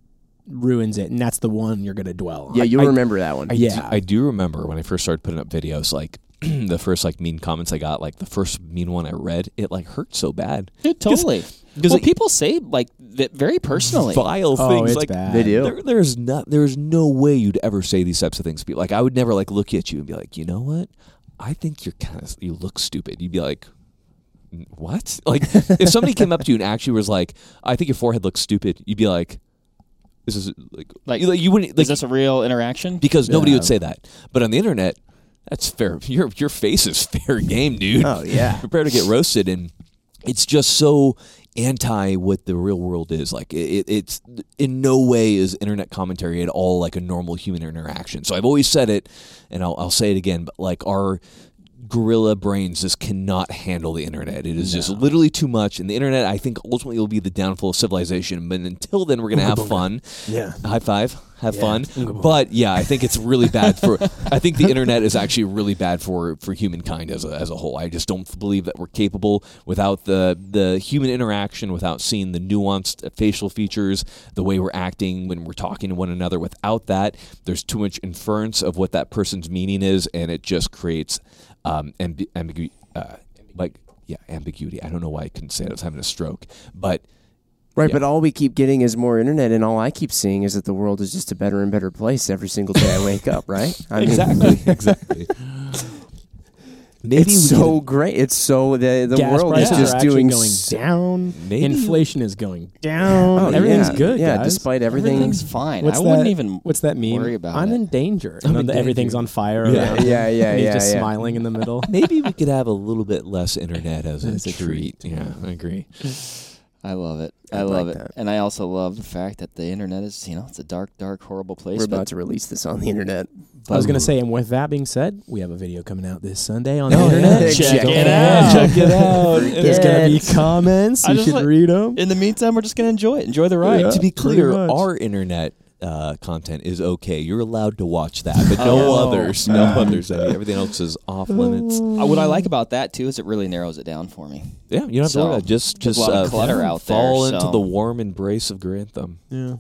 ruins it, and that's the one you're gonna dwell on.
Yeah,
I-
you'll
I-
remember that one.
I- yeah.
I do remember when I first started putting up videos, like the first like mean comments I got, like the first mean one I read, it like hurt so bad.
Dude, totally. Because
well,
people say like that very personally.
Vile
Oh,
things
it's
like
bad.
They do.
there, there's not there's no way you'd ever say these types of things. to people. Like I would never like look at you and be like, you know what? I think you're kind of you look stupid. You'd be like, "N- what? Like if somebody came up to you and actually was like, I think your forehead looks stupid. You'd be like, this is like
Like,
you, like, you wouldn't like
is this a real interaction?
because nobody
Yeah.
would say that. But on the internet, that's fair. Your your face is fair game, dude.
Oh, yeah.
prepare to get roasted, and it's just so anti what the real world is. Like it, it, it's in no way is internet commentary at all like a normal human interaction. So I've always said it, and I'll, I'll say it again. But like our gorilla brains just cannot handle the internet. It is just literally too much. And the internet, I think, ultimately will be the downfall of civilization. But until then, we're gonna have fun.
Yeah.
High five. Have fun. But yeah, I think it's really bad for. I think the internet is actually really bad for for humankind as a, as a whole. I just don't believe that we're capable without the the human interaction, without seeing the nuanced uh, facial features, the way we're acting when we're talking to one another. Without that, there's too much inference of what that person's meaning is, and it just creates um, ambi- ambigu- uh, like yeah ambiguity. I don't know why I couldn't say it. I was having a stroke, but.
Right,
Yeah.
but all we keep getting is more internet, and all I keep seeing is that the world is just a better and better place every single day I wake up. Right? I mean,
exactly, exactly. Maybe
It's
we
so great. It's so the the
gas
world is
prices are
just
actually
doing
going
so-
down.
Maybe-
Inflation is going down.
Oh,
Everything's
yeah.
good.
Yeah,
guys.
despite everything.
Everything's fine.
What's
I wouldn't
that-
even.
what's that meme?
worry about
I'm
it.
in danger. And then
in
the-
danger.
everything's on fire.
Yeah,
around
yeah,
him,
yeah,
and he's
yeah,
just
yeah.
smiling in the middle.
maybe we could have a little bit less internet as a,
As a
treat. Yeah, I agree.
I love it. I,
I
love
like
it,
that.
and I also love the fact that the internet is you know it's a dark, dark, horrible place.
We're
but-
about to release this on the internet.
I was gonna say, and with that being said, we have a video coming out this Sunday on the
Oh, yeah.
internet.
Check
Don't
it
forget.
out.
Check it out.
Forget
There's gonna be
it.
comments.
I
You
just
should
like-
read them.
In the meantime, we're just gonna enjoy it. Enjoy the ride.
Yeah.
to be
pretty
clear,
much.
our internet uh, content is okay. You're allowed to watch that, but no
Oh.
others. No others. I mean, everything else is off
Oh.
limits.
Uh, what I like about that too is it really narrows it down for me.
Yeah, you don't have to
So,
worry about it. just
there's
just
a lot of
uh,
clutter out there,
fall into
so-
the warm embrace of Grantham.
Yeah.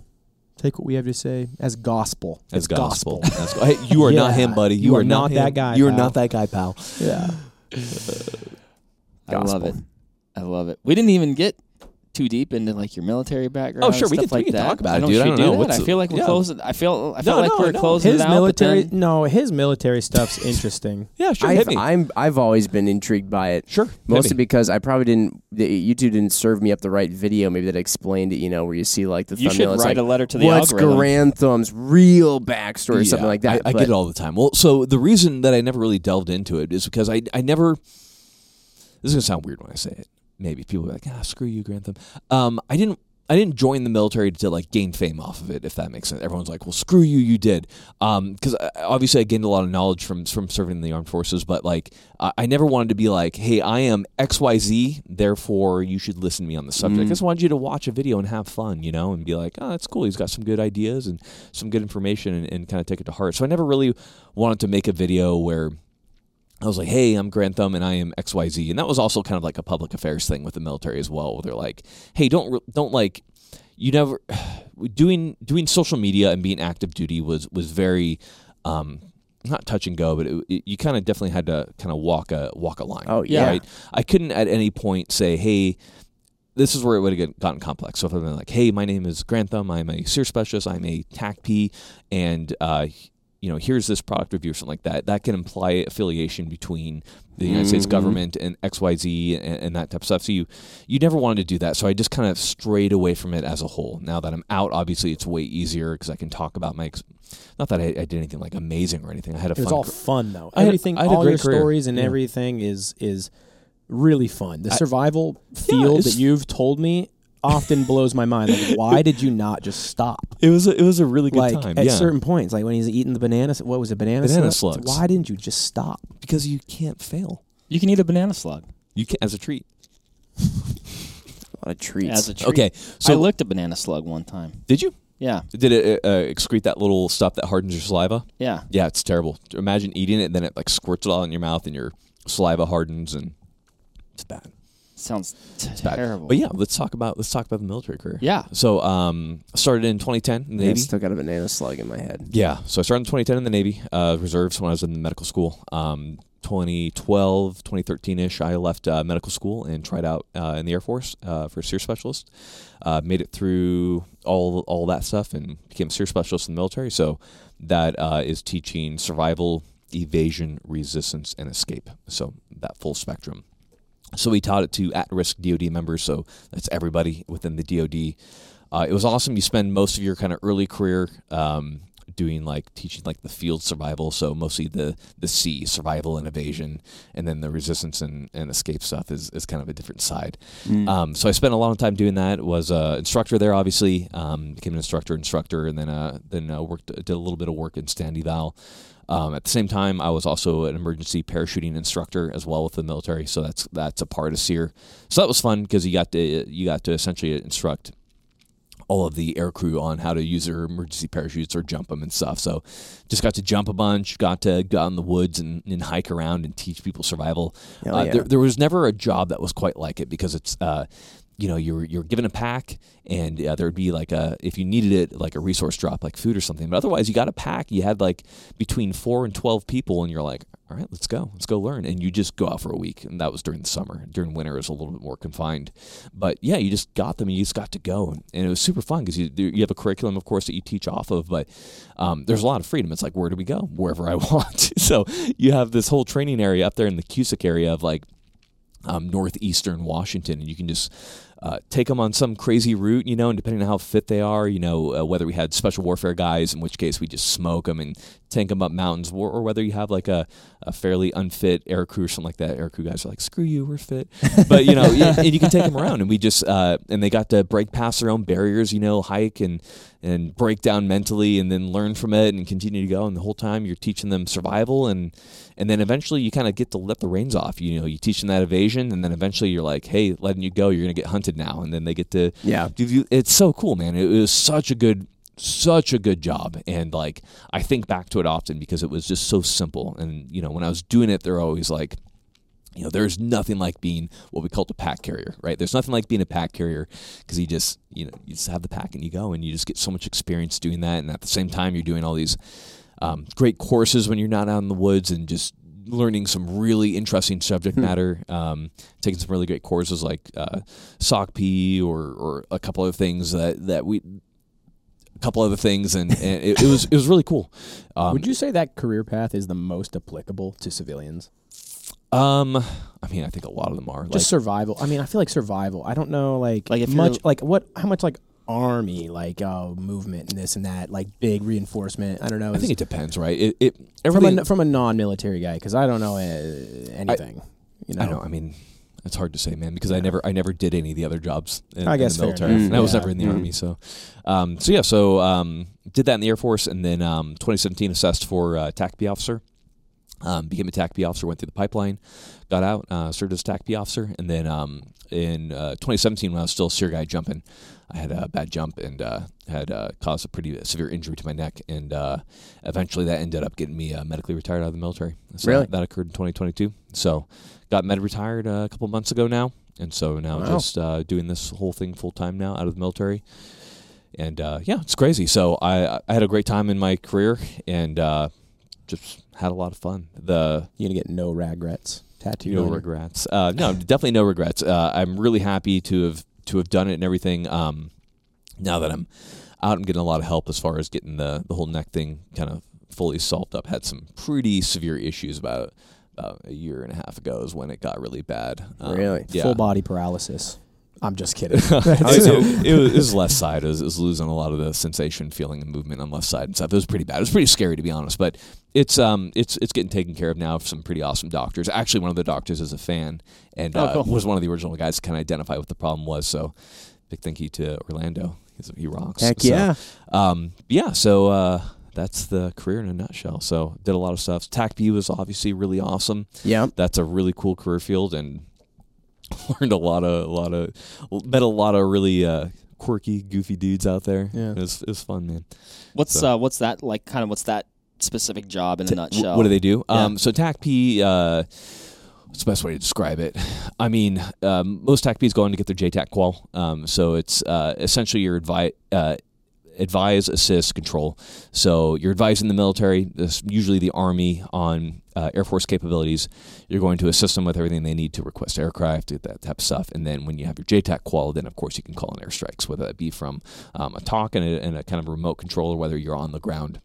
Take what we have to say as gospel.
As
It's
gospel. As go- hey, you are not
Yeah.
him, buddy.
You are not
him.
that guy,
You are
pal.
not that guy, pal.
Yeah.
I love it. I love it. We didn't even get too deep into like your military background.
Oh, sure,
and
we
stuff
can- we
like
can
that.
talk about it,
I don't
dude. I
Should
don't
do
know.
that.
What's
I feel like we're
the- yeah.
closing. I feel. I feel
No,
like
no,
we're
no.
closing
His
it out.
military.
But then,
No, his military stuff's interesting.
Yeah, sure. hit
I've,
me.
I'm I've always been intrigued by it.
sure. hit
Mostly
me.
because I probably didn't. The, you two didn't serve me up the right video. Maybe that explained it. You know, where you see like the
you should
thumbnail.
write
it's like,
a letter to the
What's
algorithm.
Grantham's real backstory or something
Yeah,
like that?
I, I
but-
get it all the time. Well, so the reason that I never really delved into it is because I I never. This is gonna sound weird when I say it, maybe people be like, ah, screw you, Grantham. Um, I didn't. I didn't join the military to like gain fame off of it, if that makes sense. Everyone's like, "Well, screw you, you did," because I obviously I gained a lot of knowledge from from serving in the armed forces. But like, I I never wanted to be like, "Hey, I am X Y Z, therefore you should listen to me on the subject." I just wanted you to watch a video and have fun, you know, and be like, "Oh, that's cool. He's got some good ideas and some good information," and, and kind of take it to heart. So I never really wanted to make a video where I was like, hey, I'm Grantham and I am XYZ. And that was also kind of like a public affairs thing with the military as well, where they're like, hey, don't, re- don't like, you never, doing, doing social media and being active duty was, was very, um, not touch and go, but it, it- you kind of definitely had to kind of walk a, walk a line.
Oh, yeah.
Right? I couldn't at any point say, hey, this is where it would have gotten complex. So if I've been like, hey, my name is Grantham, I'm a SEER specialist, I'm a TACP, and uh, you know, here's this product review or something like that. That can imply affiliation between the United States
Mm-hmm.
government and XYZ and, and that type of stuff. So you you never wanted to do that. So I just kind of strayed away from it as a whole. Now that I'm out, obviously it's way easier because I can talk about my. Ex- not that I, I did anything like amazing or anything. I had a
It was
fun
all
cr-
fun though.
I had-
Everything,
I had a
all
great
your
career.
stories and
Yeah.
everything is is really fun. The survival
Yeah,
field
it's-
that you've told me often blows my mind. Like, why did you not just stop?
It was a, it was a really good
Like
time.
at
yeah,
certain points, like when he's eating the banana, what was it, banana,
Banana
slugs?
slugs.
Why didn't you just stop?
because you can't fail.
You can eat a banana slug
You can as a treat.
A lot of treats.
as a treat.
Okay,
So I
so
licked a banana slug one time.
did you?
Yeah,
Did it uh, uh, excrete that little stuff that hardens your saliva?
yeah.
Yeah, it's terrible. Imagine eating it and then it like squirts it all in your mouth and your saliva hardens and it's bad.
Sounds t-
It's bad.
terrible.
But yeah, let's talk about let's talk about the military career.
Yeah.
So um I started in 2010 in the
Yeah, I
Navy.
still got a banana slug in my head.
Yeah. So I started in 2010 in the Navy, uh, reserves when I was in medical school. Um, 2012, 2013 ish, I left uh, medical school and tried out uh, in the Air Force uh, for a SEER specialist. Uh, made it through all all that stuff and became a SEER specialist in the military. So that uh, is teaching survival, evasion, resistance, and escape. So that full spectrum. So we taught it to at-risk DoD members. So that's everybody within the DoD. Uh, it was awesome. You spend most of your kind of early career um, doing like teaching like the field survival. So mostly the the sea survival and evasion, and then the resistance and, and escape stuff is, is kind of a different side. Um, so I spent a lot of time doing that. Was a instructor there, obviously. Um, became an instructor, instructor, and then uh, then uh, worked did a little bit of work in Standy Val. Um, at the same time, I was also an emergency parachuting instructor as well with the military. So that's that's a part of SEER. So that was fun because you got to you got to essentially instruct all of the air crew on how to use their emergency parachutes or jump them and stuff. So just got to jump a bunch, got to go out in the woods and, and hike around and teach people survival.
Hell
Uh,
yeah.
there, there was never a job that was quite like it because it's, uh, you know, you're you're given a pack, and uh, there would be like a if you needed it like a resource drop, like food or something. But otherwise, you got a pack. You had like between four and twelve people, and you're like, all right, let's go, let's go learn. And you just go out for a week, and that was during the summer. During winter, it was a little bit more confined. But yeah, you just got them, and you just got to go, and, and it was super fun because you you have a curriculum, of course, that you teach off of. But um, there's a lot of freedom. It's like where do we go? Wherever I want. so you have this whole training area up there in the Cusick area of like um, northeastern Washington, and you can just uh, take them on some crazy route, you know, and depending on how fit they are, you know, uh, whether we had special warfare guys, in which case we just smoke them and tank them up mountains, or, or whether you have like a, a fairly unfit air crew or something like that. Air crew guys are like, screw you, we're fit. But, you know, yeah, and you can take them around, and we just, uh, and they got to break past their own barriers, you know, hike and, and break down mentally and then learn from it and continue to go. And the whole time you're teaching them survival and, and then eventually you kind of get to let the reins off. You know, you teach them that evasion, and then eventually you're like, "Hey, letting you go, you're gonna get hunted now." And then they get to
Yeah.
do you- It's so cool, man. It was such a good, such a good job, and like I think back to it often because it was just so simple. And you know, when I was doing it, they're always like. You know, there's nothing like being what we call a pack carrier, right? There's nothing like being a pack carrier because you just, you know, you just have the pack and you go, and you just get so much experience doing that. And at the same time, you're doing all these um, great courses when you're not out in the woods and just learning some really interesting subject matter. Um, taking some really great courses like uh, SOC P or, or a couple other things that, that we, a couple other things, and, and it, it was it was really cool. Um,
Would you say that career path is the most applicable to civilians?
um, I mean, I think a lot of them are
Just survival. I mean, I feel like survival. I don't know, like,
Like, if
much,
you're-
like what, how much, like army, like oh, movement and this and that, like big reinforcement. I don't know.
I
is-
think it depends, right? It, it
from
everything.
a, from a non-military guy because I don't know uh, eh, anything. you know,
I know. I mean, It's hard to say, man, because I never I never did any of the other jobs in,
I
in
guess
the
fair
military.
enough.
And I was
Yeah. Mm-hmm.
never in the
Mm.
army, so um, so yeah, so um, did that in the Air Force, and then um, 2017 assessed for uh, TACP officer. Um, became a TACP officer, went through the pipeline, got out, uh, served as TACP officer, and then um, in uh, 2017, when I was still a SEER guy jumping, I had a bad jump and uh, had uh, caused a pretty severe injury to my neck, and uh, eventually that ended up getting me uh, medically retired out of the military. So
Really?
that, that occurred in 2022. So got med retired uh, a couple months ago now, and so now
Wow.
just uh, doing this whole thing full time now out of the military. And uh, yeah, it's crazy. So I, I had a great time in my career and uh, just had a lot of fun. The
You're gonna get no regrets tattooed.
no
on you.
regrets. Uh, no, definitely no regrets. Uh, I'm really happy to have to have done it and everything. Um, now that I'm out, I'm getting a lot of help as far as getting the the whole neck thing kind of fully solved up. Had some pretty severe issues about about a year and a half ago is when it got really bad. Um,
Really?
Yeah.
Full body paralysis. I'm just kidding.
I was- it, was, it was left side. It was, it was losing a lot of the sensation, feeling, and movement on left side and stuff. It was pretty bad. It was pretty scary to be honest. But it's um it's it's getting taken care of now. Of some pretty awesome doctors. Actually, one of the doctors is a fan and
Oh,
uh,
cool.
was one of the original guys to kind of identify what the problem was. So big thank you to Orlando. He's- He rocks.
Heck
So,
yeah.
um, yeah, so uh, that's the career in a nutshell. So did a lot of stuff. TACB was obviously really awesome.
Yeah.
That's a really cool career field and learned a lot of a lot of met a lot of really uh, quirky, goofy dudes out there.
Yeah.
It was, it was fun, man.
What's
So-
uh, what's that like? Kind of what's that specific job in a
Ta- w-
nutshell?
What do they do?
Yeah.
Um, so TACP, uh, what's the best way to describe it? I mean, um, most TACPs go on to get their JTAC qual. Um, so it's uh, essentially your advice. Uh, Advise, assist, control. So you're advising the military, this, usually the Army, on uh, Air Force capabilities. You're going to assist them with everything they need to request aircraft, do that type of stuff. And then when you have your JTAC qual, then of course you can call in airstrikes, whether that be from um, a talk and a, and a kind of remote control, or whether you're on the ground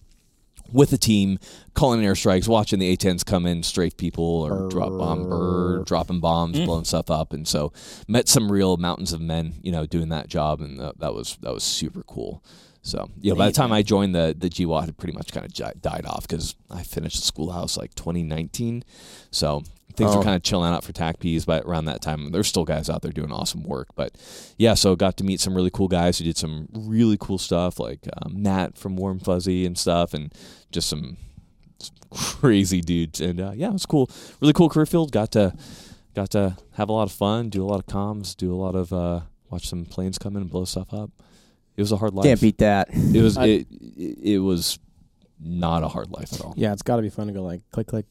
with a team, calling in airstrikes, watching the A-10s come in, strafe people, or drop bomb, or dropping bombs, blowing stuff up, and so met some real mountains of men, you know, doing that job, and tha- that was that was super cool. So yeah, by the time I joined the the GWAT had pretty much kind of j- died off because I finished the schoolhouse like 2019, so things
Oh.
were kind of chilling out for TACPs. But around that time, there's still guys out there doing awesome work, but yeah, so got to meet some really cool guys who did some really cool stuff, like um, Matt from Warm Fuzzy and stuff, and just some, some crazy dudes. And uh, yeah, it was cool, really cool career field. Got to got to have a lot of fun, do a lot of comms, do a lot of uh, watch some planes come in and blow stuff up. It was a hard life.
Can't beat that.
It was
I-
it, it it was not a hard life at all.
yeah, it's got to be fun to go like click click.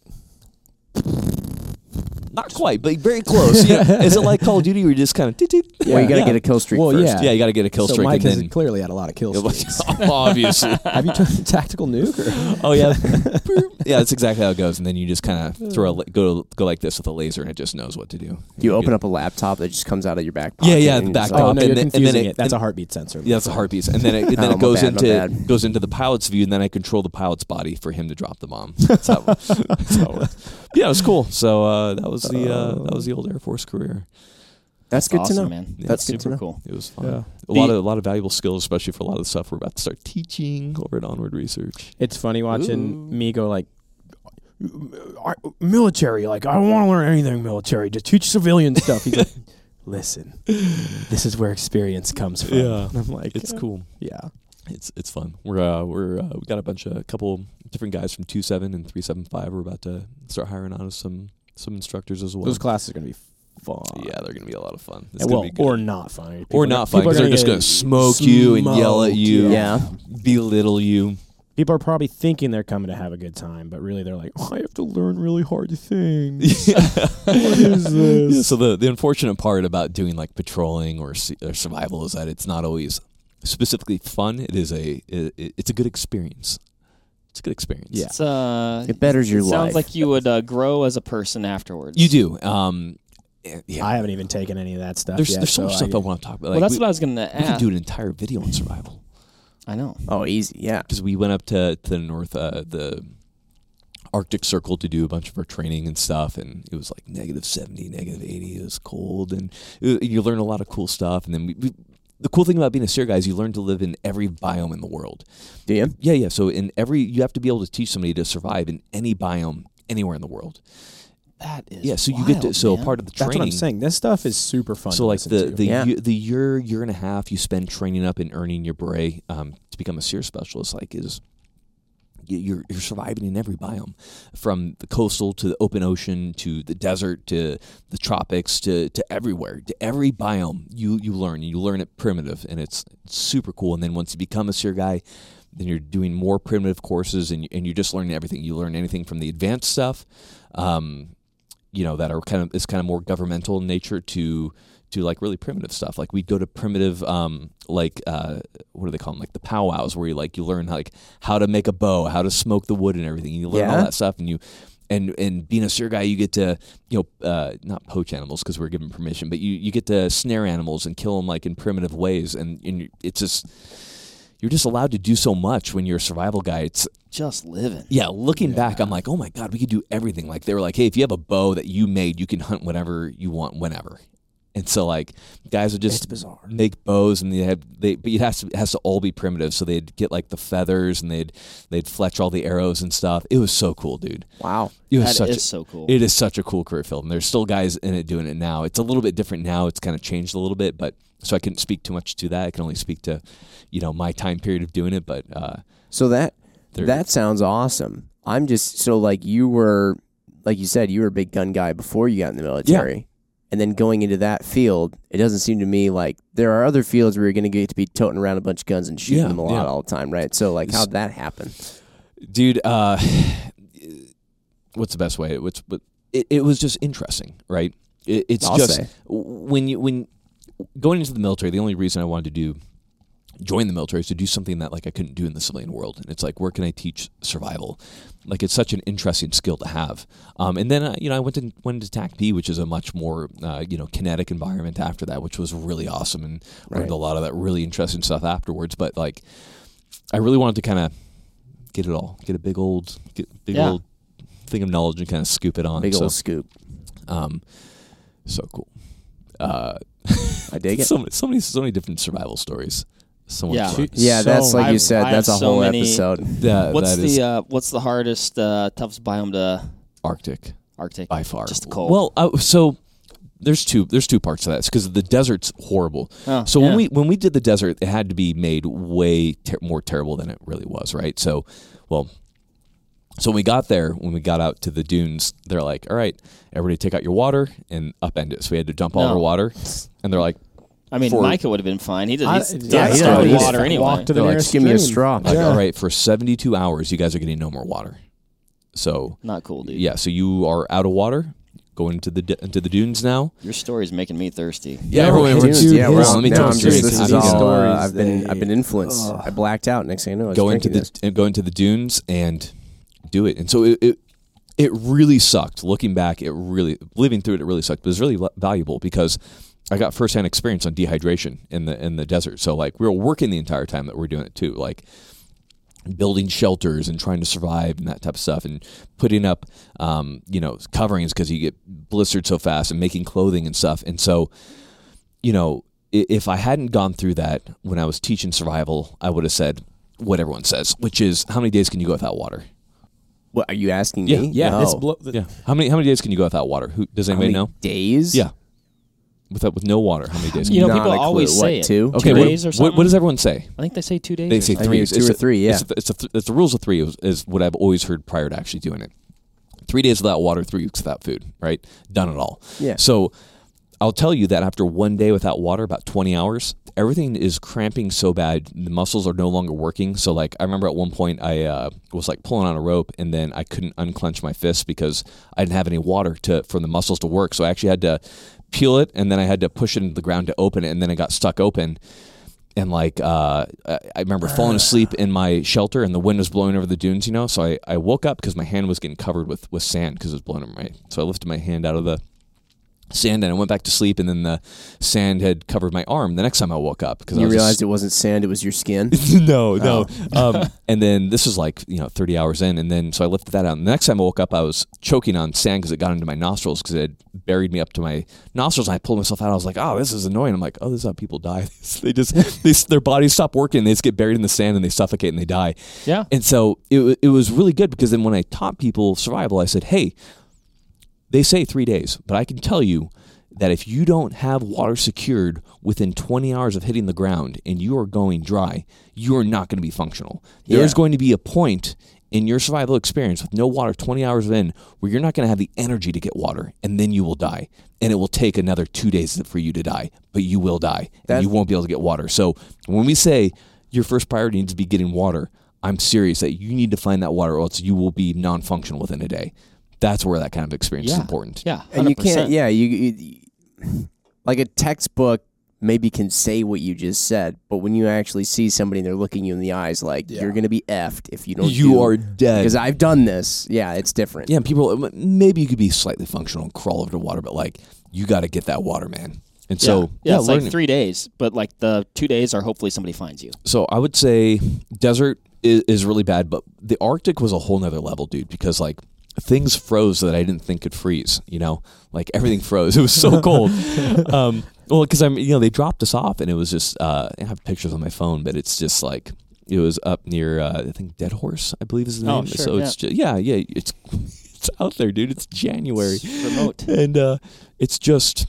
Not quite, but very close. yeah. Is it like Call of Duty where you just kind of yeah.
well, you got to
Yeah.
get a kill streak
Well,
first.
yeah.
yeah, you got to get a kill
so
streak
Mike
and
has
then
clearly had a lot of kills.
obviously.
Have you tried the tactical nuke? Or?
Oh yeah, Boop. yeah. That's exactly how it goes. And then you just kind of throw a, la- go go like this with a laser, and it just knows what to do.
You open up a laptop that just comes out of your back pocket.
Yeah, yeah,
and
the
you're just
back
Oh
Up,
no,
and
you're
then- and then
confusing
it-
it. That's
and-
a heartbeat sensor.
Yeah, that's a heartbeat, and then it, and
Oh,
then
my
it goes
bad, my
into
bad.
goes into the pilot's view, and then I control the pilot's body for him to drop the bomb. That's how, that's how it works. Yeah, it was cool. So uh, that was the uh, that was the old Air Force career.
That's good
awesome,
to know.
man.
Yeah.
That's good to
super
know.
cool.
It was fun.
Yeah.
A
The-
lot of a lot of valuable skills, especially for a lot of the stuff we're about to start teaching over at Onward Research.
It's funny watching
Ooh.
me go like "I- military. Like I don't want to learn anything military. Just teach civilian stuff. He's like, listen, this is where experience comes from.
Yeah.
And I'm like,
It's
"Uh,
cool.
Yeah,
It's it's fun. We're uh, we're uh, we got a bunch of a couple different guys from two seven and three seven five. We're about to start hiring on as some some instructors as well.
those classes are gonna be fun.
yeah, they're gonna be a lot of fun. It's
And
gonna
well,
be good.
or not fun. People
Or
are-
not fun
people are
because they're just
get
gonna smoke you and yell at
smoked,
you.
Yeah.
belittle you.
People are probably thinking they're coming to have a good time, but really they're like, oh, I have to learn really hard things. what is
Yeah,
this?
so the the unfortunate part about doing like patrolling or, su- or survival is that it's not always specifically fun. It is a it, it's a good experience. It's a good experience.
Yeah.
It's, uh,
It betters your
it
life.
sounds like you would uh, grow as a person afterwards.
you do. Um, yeah.
I haven't even taken any of that stuff
there's
yet.
there's so, much
I-
stuff I, want to talk about.
well,
Like,
that's
we,
what I was going to
we could
ask.
do an entire video on survival.
I know.
oh, easy. Yeah.
because we went up to, to the north, uh, the Arctic Circle to do a bunch of our training and stuff, and it was like negative seventy, negative eighty. It was cold, and it, you learn a lot of cool stuff. And then we, we, the cool thing about being a SEER guy is you learn to live in every biome in the world.
Do you?
Yeah, yeah. So in every, you have to be able to teach somebody to survive in any biome anywhere in the world.
That is
yeah, so you get to
wild,
so
man.
part of the
That's
training.
what I'm saying. This stuff is super fun.
So
to
like
listen
the
to.
the,
Yeah.
year, the year year and a half you spend training up and earning your beret um, to become a sear specialist like is you- you're you're surviving in every biome from the coastal to the open ocean to the desert to the tropics to to everywhere to every biome you you learn and you learn it primitive and it's super cool and then once you become a seer guy then you're doing more primitive courses and you- and you're just learning everything you learn anything from the advanced stuff um, you know that are kind of is kind of more governmental in nature to to like really primitive stuff. Like we'd go to primitive um like uh what do they call them like the powwows where you like you learn like how to make a bow, how to smoke the wood and everything. You learn all
Yeah.
that stuff and you and and being a sure guy you get to you know uh, not poach animals because we're given permission, but you you get to snare animals and kill them like in primitive ways and and you- it's just you're just allowed to do so much when you're a survival guy. It's
just living.
yeah, looking back, I'm like, oh my god, we could do everything. Like they were like, hey, if you have a bow that you made, you can hunt whatever you want, whenever. And so like guys would just make bows, and they had they, but it has to it has to all be primitive. So they'd get like the feathers, and they'd they'd fletch all the arrows and stuff. It was so cool, dude.
Wow.
It was
That is
such
so cool.
it is such a cool career field, and there's still guys in it doing it now. It's a little bit different now. It's kind of changed a little bit, but so I couldn't speak too much to that. I can only speak to, you know, my time period of doing it. But uh,
So that
There-
that sounds awesome. I'm just so like you were like you said you were a big gun guy before you got in the military. And then going into that field, it doesn't seem to me like there are other fields where you're going to get to be toting around a bunch of guns and shooting
Yeah,
them a lot
yeah.
all the time, right? So like how'd that happen?
dude uh what's the best way what's what it, it was just interesting right it, it's
I'll
just
say.
when you when going into the military the only reason i wanted to do join the military is to do something that like i couldn't do in the civilian world and it's like where can i teach survival like it's such an interesting skill to have um, and then uh, you know i went to went into tac p which is a much more uh, you know kinetic environment after that which was really awesome and learned
Right.
a lot of that really interesting stuff afterwards but like i really wanted to kind of get it all, get a big old, get big
Yeah.
old thing of knowledge and kind of scoop it on.
Big
so,
old scoop.
um, so cool. Uh,
I dig it.
so, many- so many, so many different survival stories. So much
Yeah.
fun.
yeah,
So
that's like
I-
you said.
I
that's a
have so
whole
many-
episode.
That-
what's
that is
the uh, what's the hardest uh, toughest biome to
Arctic
Arctic?
by far.
Just the cold.
Well, uh, so there's two there's two parts to that because the desert's horrible.
Oh,
So
yeah.
when we when we did the desert, it had to be made way ter- more terrible than it really was, right? So, well, so when we got there, when we got out to the dunes, they're like, "All right, everybody, take out your water and upend it." So we had to dump all
No.
our water, and they're like,
I mean,
for-
Micah would have been fine. He
I-
does. He's
yeah,
yeah,
he
stuck
does.
with
He's
water
fine.
anyway.
Walk to the
They're like,
nearest
"Give me a
stream."
straw.
like,
Yeah.
"All right, for 72 hours, you guys are getting no more water." So
Not cool, dude.
yeah, so you are out of water. Going into the d- into the dunes now.
Your story's making me thirsty.
Yeah,
everyone-
everyone,
dude,
dude,
yeah,
yeah,
we're
well,
on-
let me
now
tell
I'm
you
just
stories.
this is
to
I don't
these
know.
all. uh,
stories,
I've been
they-
I've been influenced. I blacked out. Next thing I know, I was
go into
drinking
the
this.
and go into the dunes and do it. And so it, it it really sucked. Looking back, it really living through it, it really sucked. But it was really l- valuable because I got firsthand experience on dehydration in the in the desert. So like we were working the entire time that we are doing it too. Like building shelters and trying to survive and that type of stuff and putting up um, you know coverings because you get blistered so fast and making clothing and stuff and so you know i- if i hadn't gone through that when i was teaching survival i would have said what everyone says which is how many days can you go without water
What are you asking
Yeah,
me?
yeah,
No.
Oh.
it's blo- the-
how many how many days can you go without water Who, does
How
anybody
many
know
Days.
yeah without with no water how many days can
You know,
Not
people
a clue.
always
What,
say it.
two?
okay
two
what,
days or
what-
something?
what does everyone say
I think they say two days.
they
or
say
something.
three.
think
It's,
two
it's
or
the-
three,
It's,
yeah.
the- it's, the th- it's the rules of three is, is what I've always heard prior to actually doing it. Three days without water, three weeks without food. Right, done it all.
Yeah.
So I'll tell you that after one day without water, about twenty hours, everything is cramping so bad, the muscles are no longer working. So like I remember at one point I uh, was like pulling on a rope, and then I couldn't unclench my fist because I didn't have any water to for the muscles to work. So I actually had to peel it, and then I had to push it into the ground to open it, and then it got stuck open and like uh, I I remember
Ah.
falling asleep in my shelter, and the wind was blowing over the dunes, you know. So I, I woke up because my hand was getting covered with with sand because it was blowing over my. So I lifted my hand out of the sand, and I went back to sleep, and then the sand had covered my arm. The next time I woke up because I
You
was
realized
just-
it wasn't sand; it was your skin.
no, no. Um, and then this was like you know 30 hours in, and then so I lifted that out. And the next time I woke up, I was choking on sand because it got into my nostrils because it had buried me up to my nostrils. And I pulled myself out. I was like, oh, this is annoying. I'm like, oh, this is how people die. they just they, their bodies stop working. They just get buried in the sand and they suffocate and they die.
Yeah.
And so it wa- it was really good because then when I taught people survival, I said, hey. They say three days, but I can tell you that if you don't have water secured within 20 hours of hitting the ground and you are going dry, you are not going to be functional. There's
Yeah.
going to be a point in your survival experience with no water 20 hours in where you're not going to have the energy to get water and then you will die. And it will take another two days for you to die, but you will die and
That-
you won't be able to get water. So when we say your first priority needs to be getting water, I'm serious that you need to find that water or else you will be non functional within a day. That's where that kind of experience is
Yeah.
important.
Yeah, 100%.
And you can't, yeah, you, you like a textbook maybe can say what you just said, but when you actually see somebody and they're looking you in the eyes, like you're gonna be effed if you don't.
You
do-
are dead.
because I've done this. Yeah, it's different.
Yeah, and people maybe you could be slightly functional and crawl over to water, but like you got to get that water, man. And so
yeah, it's
learn
like three days, but like the two days are hopefully somebody finds you.
so I would say desert is, is really bad, but the Arctic was a whole nother level, dude, because like things froze that I didn't think could freeze, you know, like everything froze. It was so cold. um, well, because I'm, you know, they dropped us off and it was just, uh, I have pictures on my phone, but it's just like, it was up near, uh, I think Dead Horse, I believe is the
Oh,
name.
sure,
so it's, just, yeah, yeah, it's, it's out there, dude. It's January.
Remote.
and uh, it's just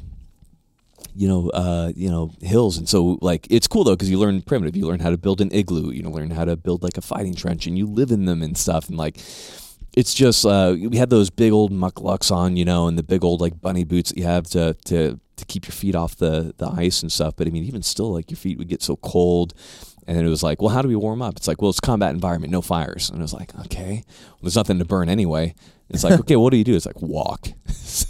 you know uh, you know hills and so like it's cool though because you learn primitive you learn how to build an igloo you know learn how to build like a fighting trench and you live in them and stuff and like it's just uh, we had those big old mucklucks on you know and the big old like bunny boots that you have to to to keep your feet off the the ice and stuff but i mean even still like your feet would get so cold and then it was like, well, how do we warm up? It's like, well, it's combat environment, no fires. And I was like, okay, well, there's nothing to burn anyway. It's like, okay, what do you do? It's like walk,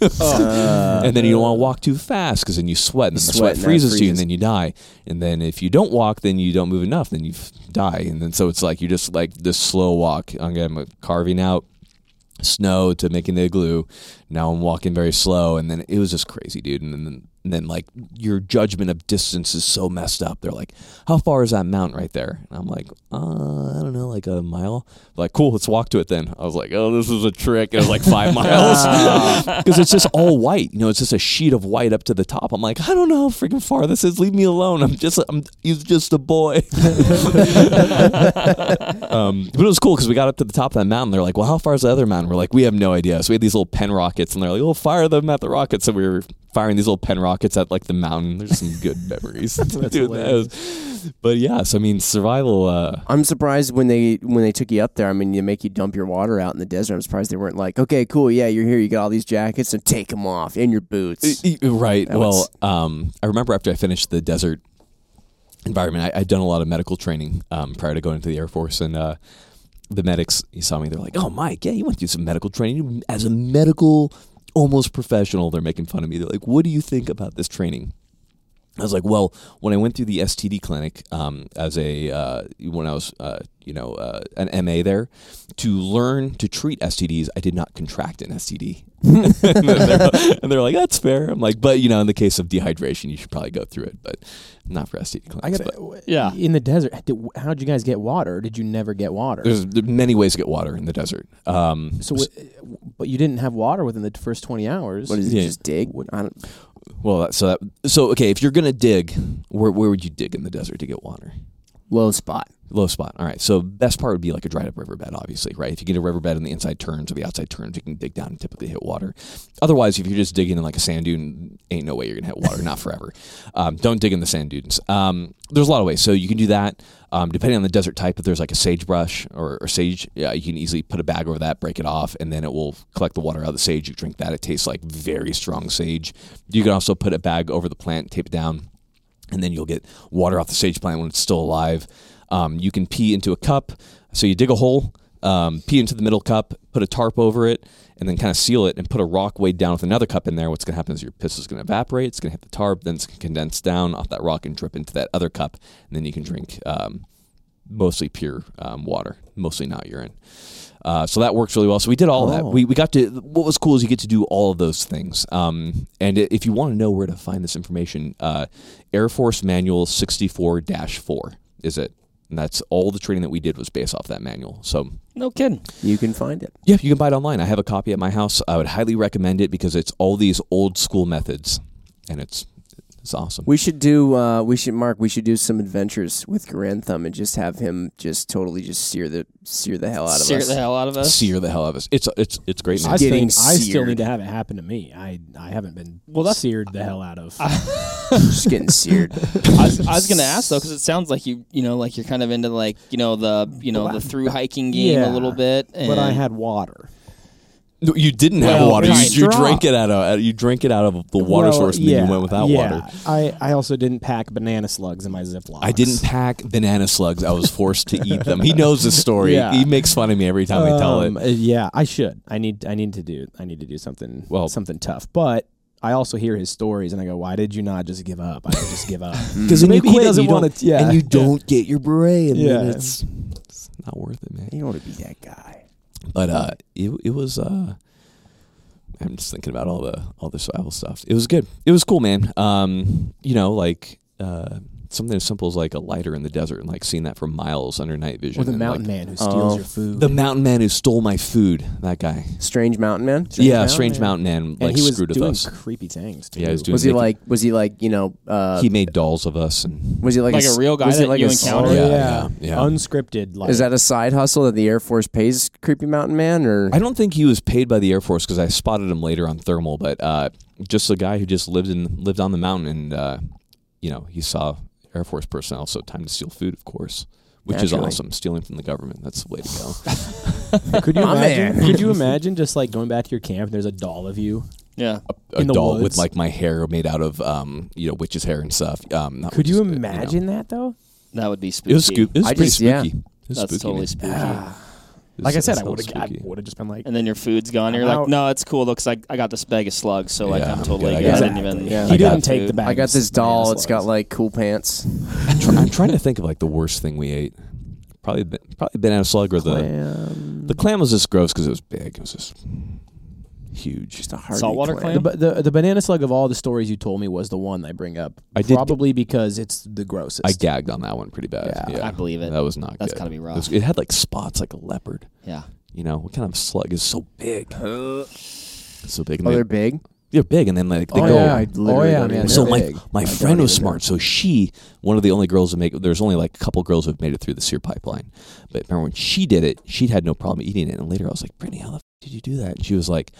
Oh.
Uh,
and then you don't want to walk too fast because then you sweat, and then the
Sweat,
sweat
and that
freezes, to you, and
freezes.
then you die. And then if you don't walk, then you don't move enough, then you f- die. And then so it's like you're just like this slow walk. I'm, I'm carving out snow to making the igloo. Now I'm walking very slow, and then it was just crazy, dude. And then, and then like your judgment of distance is so messed up. They're like, "How far is that mountain right there?" And I'm like, "Uh, I don't know, like a mile." Like, cool, let's walk to it then. I was like, "Oh, this is a trick." And it was like five miles because it's just all white. You know, it's just a sheet of white up to the top. I'm like, I don't know how freaking far this is. Leave me alone. I'm just, I'm, he's just a boy. Um, but it was cool because we got up to the top of that mountain. They're like, "Well, how far is the other mountain?" We're like, "We have no idea." So we had these little pen rockets, and they're like, "Well, fire them at the rockets." So we were firing these little pen rockets at like the mountain. There's some good memories doing those. But yeah, so I mean, survival. Uh,
I'm surprised when they when they took you up there. I mean, they make you dump your water out in the desert. I'm surprised they weren't like, okay, cool, yeah, you're here. You got all these jackets, and take them off and your boots.
Y- y- Right.
That
well,
was-
um, I remember after I finished the desert environment, I, I'd done a lot of medical training um, prior to going into the Air Force, and uh, the medics he saw me. They're like, "Oh, Mike, yeah, you went through some medical training as a medical, almost professional." They're making fun of me. They're like, "What do you think about this training?" I was like, well, when I went through the STD clinic um, as a uh, when I was uh, you know uh, an MA there to learn to treat STDs, I did not contract an STD, and, they're, and they're like, that's fair. I'm like, but you know, in the case of dehydration, you should probably go through it, but not for STD clinics.
I got
but
to
Yeah.
In the desert, did, how'd you guys get water? Did you never get water?
there's there are many ways to get water in the desert. Um,
so, w- but you didn't have water within the first twenty hours.
What is it?
Yeah.
Just dig? I don't,
well, that- so that so okay, if you're gonna dig, where where would you dig in the desert to get water?
low spot.
Low spot. All right. So best part would be like a dried up riverbed, obviously, right? If you get a riverbed on the inside turns or the outside turns, you can dig down and typically hit water. Otherwise, if you're just digging in like a sand dune, ain't no way you're gonna hit water, not forever. Um, don't dig in the sand dunes. Um, there's a lot of ways. So you can do that. Um, depending on the desert type, if there's like a sagebrush or, or sage, yeah, you can easily put a bag over that, break it off, and then it will collect the water out of the sage. You drink that; it tastes like very strong sage. You can also put a bag over the plant, tape it down and then you'll get water off the sage plant when it's still alive. Um, you can pee into a cup. So you dig a hole, um, pee into the middle cup, put a tarp over it, and then kind of seal it and put a rock weight down with another cup in there. What's going to happen is your piss is going to evaporate. It's going to hit the tarp. Then it's going to condense down off that rock and drip into that other cup. And then you can drink um, mostly pure um, water, mostly not urine. Uh, so that works really well. So we did all that.
Oh.
We, we got to what was cool is you get to do all of those things. Um, and i- if you want to know where to find this information, uh, Air Force Manual sixty four four is it, and that's all the training that we did was based off that manual. So
No kidding.
You can find it.
yeah, you can buy it online. I have a copy at my house. I would highly recommend it because it's all these old school methods, and it's It's awesome.
We should do. Uh, we should Mark. We should do some adventures with Grand Thumb and just have him just totally just sear the sear the hell out of
Sear
us.
the hell out of us.
Sear the hell out of us. It's it's it's great.
I
Man.
still,
Getting
I still
seared.
need to have it happen to me. I I haven't been
Well, that's-
seared the hell out of.
just getting seared.
I was, I was gonna ask though, because it sounds like you, you know, like you're kind of into like you know the you know the through hiking game
Yeah.
a little bit. And
but I had water.
No, you didn't have
Well,
water.
nice
You, you
drop.
drank it out of uh, you drank it out of the water
Well,
source, and then
yeah,
you went without
yeah.
water.
I, I also didn't pack banana slugs in my Ziploc.
I didn't pack banana slugs. I was forced to eat them. He knows the story.
Yeah.
He makes fun of me every time I tell
Um,
it.
uh, Yeah, I should. I need. I need to do. I need to do something.
Well-
Well, something tough. But I also hear his stories, and I go, "Why did you not just give up? I could just give up."
Because
then you mm. maybe he quit and doesn't you don't- wanna- yeah.
and you don't get your beret, and then
Yeah.
it's, it's not worth it, man.
you don't want to be that guy.
But uh, it it was. Uh, I'm just thinking about all the all the survival stuff. It was good. It was cool, man. Um, you know, like uh, something as simple as like a lighter in the desert, and like seeing that for miles under night vision.
Or the
and, like,
mountain man who steals
Oh.
your food.
the mountain man who stole my food. That guy.
Strange mountain man.
yeah,
Mountain
strange
Man.
mountain man.
and
Like
he was
screwed with
doing
us.
creepy things. Too.
Yeah, he was doing-
Was he
making-
like? Was he like? You know? Uh,
he made dolls of us and
was he like,
Like a
s-
real guy
was he
that
like
you
a s-
encountered?
Oh,
yeah,
yeah,
yeah.
unscripted. Like
Is that a side hustle that the Air Force pays Creepy Mountain Man, or
I don't think he was paid by the Air Force because I spotted him later on thermal, but uh, just a guy who just lived in lived on the mountain, and uh, you know he saw Air Force personnel, so time to steal food, of course, which
Naturally.
is awesome. Stealing from the government—that's the way to go.
Could you
My
imagine?
man.
could you imagine just like going back to your camp? and There's a doll of you.
yeah.
a
In the
doll with
woods?
like my hair made out of um, you know witch's hair and stuff. Um, not
Could
witch's-
you
uh, know.
imagine that though?
That would be spooky.
It was, scoop, it was
I
pretty
just-
spooky.
yeah.
It was
That's
spooky,
totally
man.
spooky.
It
Like I
was-
said,
it
I
was
would have. I
spooky.
would have just been like,
and then your food's gone. You're
I'm
like,
out.
no, it's cool though, 'cause I, I got this bag of slugs, so like
Yeah,
I'm
I'm
totally
good. I
I
got
didn't
it.
even.
Yeah.
he
I got
didn't take
food.
the bag.
I got this doll. It's got
like.
like cool pants.
I'm try- I'm trying to think of like the worst thing we ate. Probably, ba- probably banana slug or the
clam.
The clam was just gross because it was big. It was just huge.
Just a hard
Saltwater
The,
clam?
ba- the the banana slug of all the stories you told me was the one I bring up.
I did-
probably because it's the grossest.
I gagged on that one pretty bad. Yeah,
Yeah.
I believe it.
That was not
That's
good.
gotta be
It
rough.
was- It, had like spots like a leopard.
Yeah.
You know what kind of slug is so big? so big. And
Oh,
they,
they're
are
big.
big, and then like they
oh
go.
yeah, I literally
Oh, yeah,
don't
man,
even
so
know.
my
they're big.
my
I don't
friend was
even know.
smart. So she, one of the only girls to make. There's only like a couple girls who've made it through the sear pipeline, but remember when she did it, she had no problem eating it. And later I was like, Brittany, how the f- did you do that? And she was like.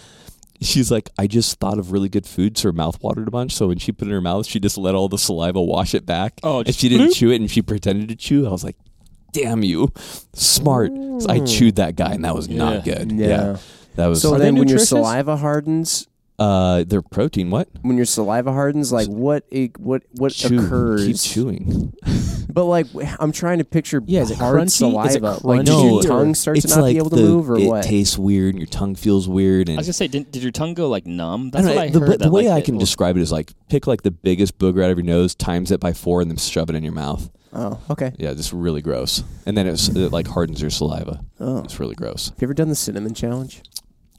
She's like, I just thought of really good food, so her mouth watered a bunch. So when she put it in her mouth, she just let all the saliva wash it back.
Oh,
and
just
she didn't
bloop.
chew it, and she pretended to chew. I was like, "Damn you, smart!" So I chewed that guy, and that was not
Yeah.
good.
Mm. Yeah.
that was.
So
Are they
then, when your
nutritious?
saliva hardens,
uh, their protein. What?
when your saliva hardens, like what it, what what
Chew.
occurs?
Keep chewing.
But like w- I'm trying to picture
Yeah, is it
hard
crunchy? Is it
saliva. like does
crunchy
your
or-
tongue starts
it's
to not
like
be able to
the-
move or
it
what?
tastes weird, and your tongue feels weird,
I
and
was gonna say, did, did your tongue go like numb?
I don't
That's
know,
what I
the,
heard.
but the
that,
way
like,
I can
it-
describe it is like pick like the biggest booger out of your nose, times it by four, and then shove it in your mouth.
oh, okay.
Yeah, just really gross. And then it's, it like hardens your saliva.
Oh, have
It's really gross.
you ever done the cinnamon challenge?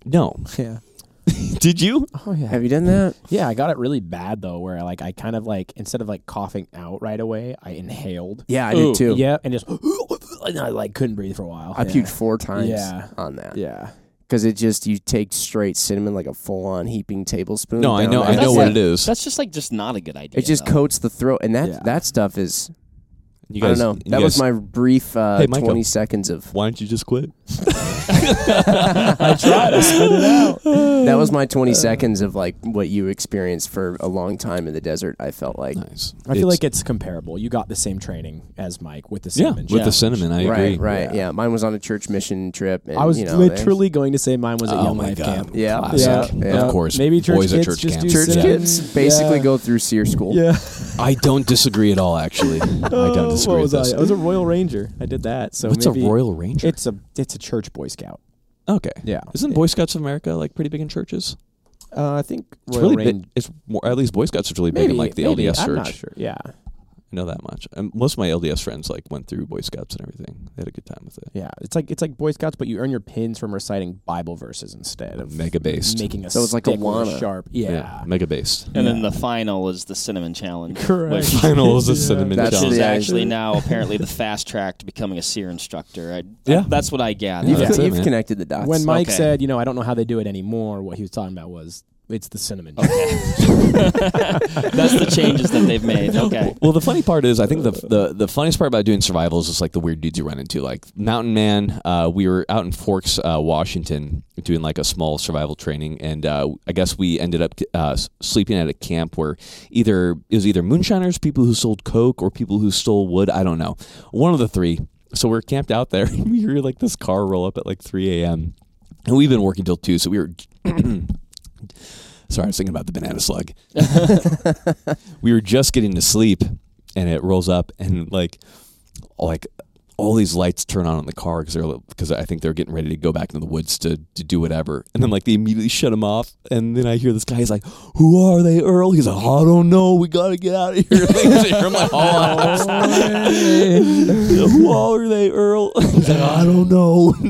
No,
yeah.
did you?
Oh yeah.
Have you done that?
Yeah, I got it really bad though, where I like I kind of like instead of like coughing out right away, I inhaled.
Yeah, I
Ooh,
did too.
Yeah, and just and I like couldn't breathe for a while.
I
yeah.
puked four times
Yeah.
on that
Yeah.
because it just you take straight cinnamon like a full on heaping tablespoon.
No, I
down
know, I
there.
know
That's
what it
like-
is.
That's just like just not a good idea.
It just
though.
coats the throat, and that
Yeah.
that stuff is
You
I don't
you
know. That was
guys-
my brief uh,
Hey, Michael.
twenty seconds of
Why don't you just quit?
I tried to spit it out.
that was my twenty seconds of like what you experienced for a long time in the desert. I felt like
Nice.
I feel like it's comparable. You got the same training as Mike with the
yeah,
cinnamon.
with the
challenge.
cinnamon, I
right,
agree.
right, yeah.
Yeah.
Mine was on a church mission trip, and
I was
you know, they-
literally going to say mine was at
Oh
Young
my
Life
God.
Camp.
Yeah.
Classic.
Yeah,
Of
yeah.
course,
Maybe church
boys at church
kids just
camp.
do
church
cinnamon.
kids basically
Yeah.
go through seer school.
Yeah.
I don't disagree at all. Actually, I don't disagree
Oh, what was
with this.
Oh,
I? I was a Royal Ranger. I did that. So
What's
maybe-
a Royal Ranger?
It's a it's a church Boy Scout.
okay.
Yeah.
Isn't Boy Scouts of America like pretty big in churches?
Uh, I think
It's
Royal
really big.
Ranger.
It's more, at least Boy Scouts is really big
Maybe
in like the
maybe.
LDS
I'm
church.
not sure. Yeah.
I know that much. And most of my LDS friends like went through Boy Scouts and everything. They had a good time with it.
Yeah. It's like it's like Boy Scouts, but you earn your pins from reciting Bible verses instead of
Mega based.
making a
So it's like a
stick or
Wana.
sharp. Yeah.
Mega based.
And then the final is the cinnamon challenge.
Correct.
Which,
Final is a
Yeah.
cinnamon
That's
which
challenge.
is
the idea.
actually now apparently the fast track to becoming a seer instructor. I,
Yeah.
that's what I gather.
You've,
That's it,
you've
man.
connected the dots.
When Mike
Okay.
said, you know, I don't know how they do it anymore, what he was talking about was It's the cinnamon.
That's the changes that they've made. Okay.
Well, the funny part is, I think the, the the funniest part about doing survivals is like the weird dudes you run into. Like Mountain Man, uh, we were out in Forks, uh, Washington, doing like a small survival training, and uh, I guess we ended up uh, s- sleeping at a camp where either it was either moonshiners, people who sold coke, or people who stole wood. I don't know, one of the three. So we we're camped out there, and we hear like this car roll up at like 3 a.m. And we've been working till two, so we were. Sorry, I was thinking about the banana slug we were just getting to sleep and it rolls up and like like all these lights turn on in the car because they're because I think they're getting ready to go back into the woods to, to do whatever, and then like they immediately shut them off, and then I hear this guy he's like, "Who are they, Earl?" He's like, "I don't know. We gotta get out of here." Like, I'm like, "Oh." Who are they, Earl? He's like, "I don't know."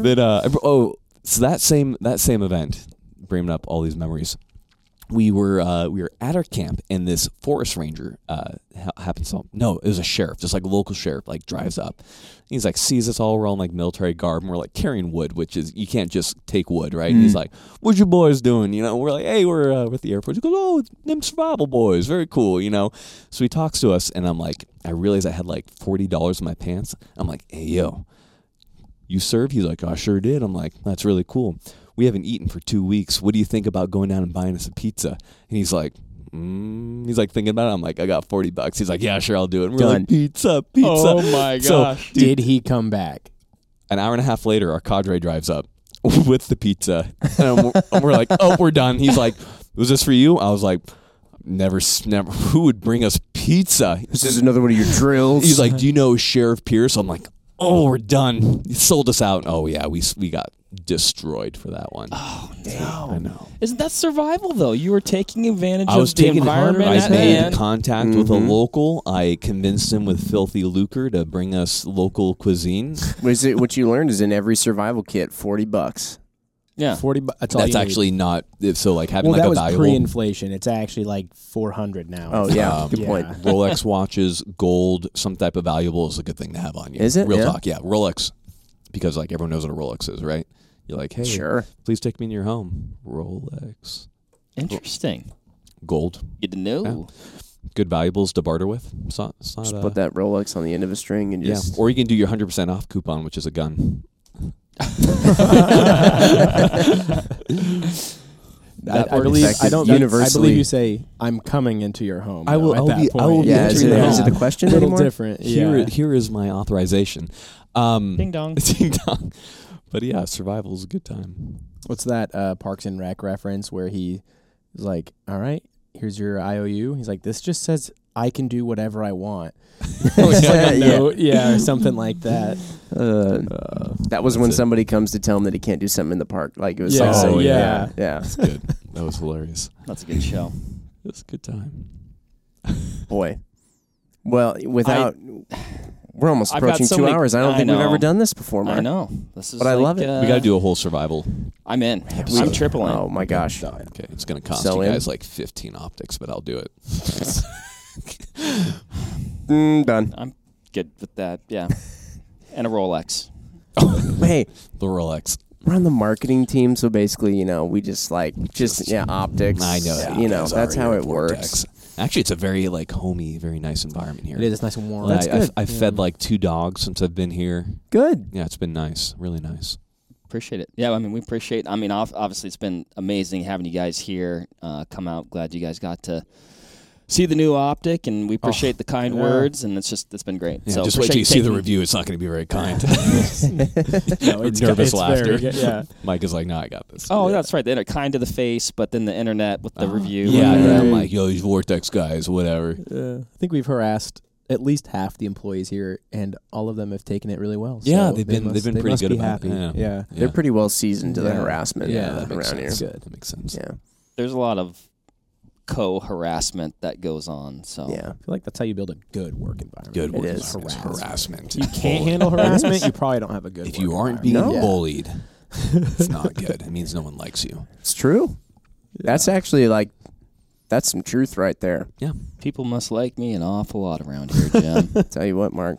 then uh, I br- oh, so that same that same event, bringing up all these memories we were uh, we were at our camp, and this forest ranger uh, ha- happens to no, it was a sheriff, just like a local sheriff, like drives up. He's like sees us all, we're all in like military garb, and we're like carrying wood, which is you can't just take wood, right? And He's
Mm.
like, "What you boys doing?" You know, we're like, "Hey, we're uh, with the Air Force." He goes, "Oh, them survival boys, very cool," you know. So he talks to us, and I'm like, I realize I had like forty dollars in my pants. I'm like, "Hey, yo, you served? He's like, I sure did. I'm like, that's really cool. We haven't eaten for two weeks. What do you think about going down and buying us a pizza? And he's like, mm. he's like thinking about it. I'm like, I got 40 bucks. He's like, yeah, sure, I'll do it. And we're
Done.
like, pizza, pizza.
Oh my gosh.
So, dude,
Did he come back?
an hour and a half later, our cadre drives up with the pizza, and we're, and we're like, "Oh, we're done." He's like, "Was this for you?" I was like, "Never, s- never. Who would bring us pizza?"
This is another one of your drills.
He's like, "Do you know Sheriff Pierce?" I'm like, "Oh, we're done. He sold us out." Oh yeah, we we got destroyed for that one. I know.
Isn't that survival though? You were taking advantage
I was
of the
taking
environment
I
at
made
hand.
contact with a
Mm-hmm.
local. I convinced him with filthy lucre to bring us local cuisine.
Was it what you learned is in every survival kit, forty bucks.
Yeah.
Forty. Bu- that's all
That's
you need.
actually not so like having
well,
like
that
a
was
valuable
pre-inflation. It's actually like four hundred now.
Oh yeah,
um,
good
yeah.
point.
Rolex watches, gold, some type of valuable is a good thing to have on you.
Is it?
Real
Yeah.
talk, yeah. Rolex, because like everyone knows what a Rolex is, right? You're like, hey,
Sure.
please take me in your home. Rolex,
Interesting.
gold,
Good to know.
good valuables to barter with. It's not- it's not,
Just
uh,
put that Rolex on the end of a string and
yeah.
just
Or you can do your hundred percent off coupon, which is a gun.
I,
That
I
word
believe
affected
I don't. I- I
universally.
believe you say I'm coming into your home.
I will-
though, At
I'll
that
be- I
point.
will be
Yeah, is it,
Yeah.
is it the question
a little
anymore?
different? Yeah.
Here, here is my authorization. Um,
Ding dong.
ding dong. But yeah, survival is a good time.
What's that uh, Parks and Rec reference where he is like, "All right, here's your IOU." He's like, "This just says I can do whatever I want." It's like a
Yeah.
note, yeah, or something like that.
Uh,
Uh,
that was when
That's it.
somebody comes to tell him that he can't do something in the park. Like it was
Yeah,
like
oh,
some-
yeah.
yeah.
that's good. that was hilarious.
That's a good show.
It was a good time.
Boy. Well, without we're almost
I've got
approaching
so
two
many-
hours. I don't
I
think we've
know.
ever done this before, Mark.
I know. This is
But I
like,
love it.
uh,
we got to do a whole survival
I'm in.
We-
I'm triple in.
Oh my gosh.
Okay, it's going to cost
Sell
you
in?
guys like 15 optics, but I'll do it.
Mm, done.
I'm good with that. Yeah. and a Rolex.
Hey,
The Rolex.
we're on the marketing team, so basically, you know, we just like just,
Just-
yeah, optics.
I know that.
You know,
guys
that's
are
how
your
it works.
vortex. Actually, it's a very like homey, very nice environment here.
It is it's nice and warm.
I, I've- I've fed like two dogs since I've been here.
Good.
Yeah, it's been nice, really nice.
Appreciate it. Yeah, I mean, we appreciate. I mean, ob- obviously, it's been amazing having you guys here. Uh, come out. Glad you guys got to see the new optic, and we appreciate the kind
yeah.
words. And it's just it's been great.
Oh, Yeah,
so
just wait till
appreciate
you see the
taking-
review. It's not going to be very kind.
No,
nervous laughter.
very good, yeah.
Mike is like, "No, I got this." Ah.
Oh, that's right. They're kind to the face, but then the internet with the
Ah,
review.
Yeah,
and
and
the-
I'm like, "Yo, these vortex guys, whatever."
Uh, I think we've harassed at least half the employees here, and all of them have taken it really well.
Yeah,
so
they've
they
been-
must-
they've been
they
pretty
must
good
be
about
happy.
it. Yeah.
yeah.
Yeah.
They're pretty well seasoned to the
Yeah.
harassment
Yeah, that
makes
around here.
sense.
Good.
That makes sense.
Yeah.
there's a lot of co-harassment that goes on. So
Yeah.
I feel like that's how you build a good work environment.
Good
It
work
is.
environment.
Harassment.
harassment.
You can't handle harassment. You probably don't have a good.
if you
work
aren't being
environment.
No.
bullied, it's not good. It means no one likes you.
It's true. That's actually like that's some truth right there.
people must like me an awful lot around here, Jim.
Tell you what, Mark.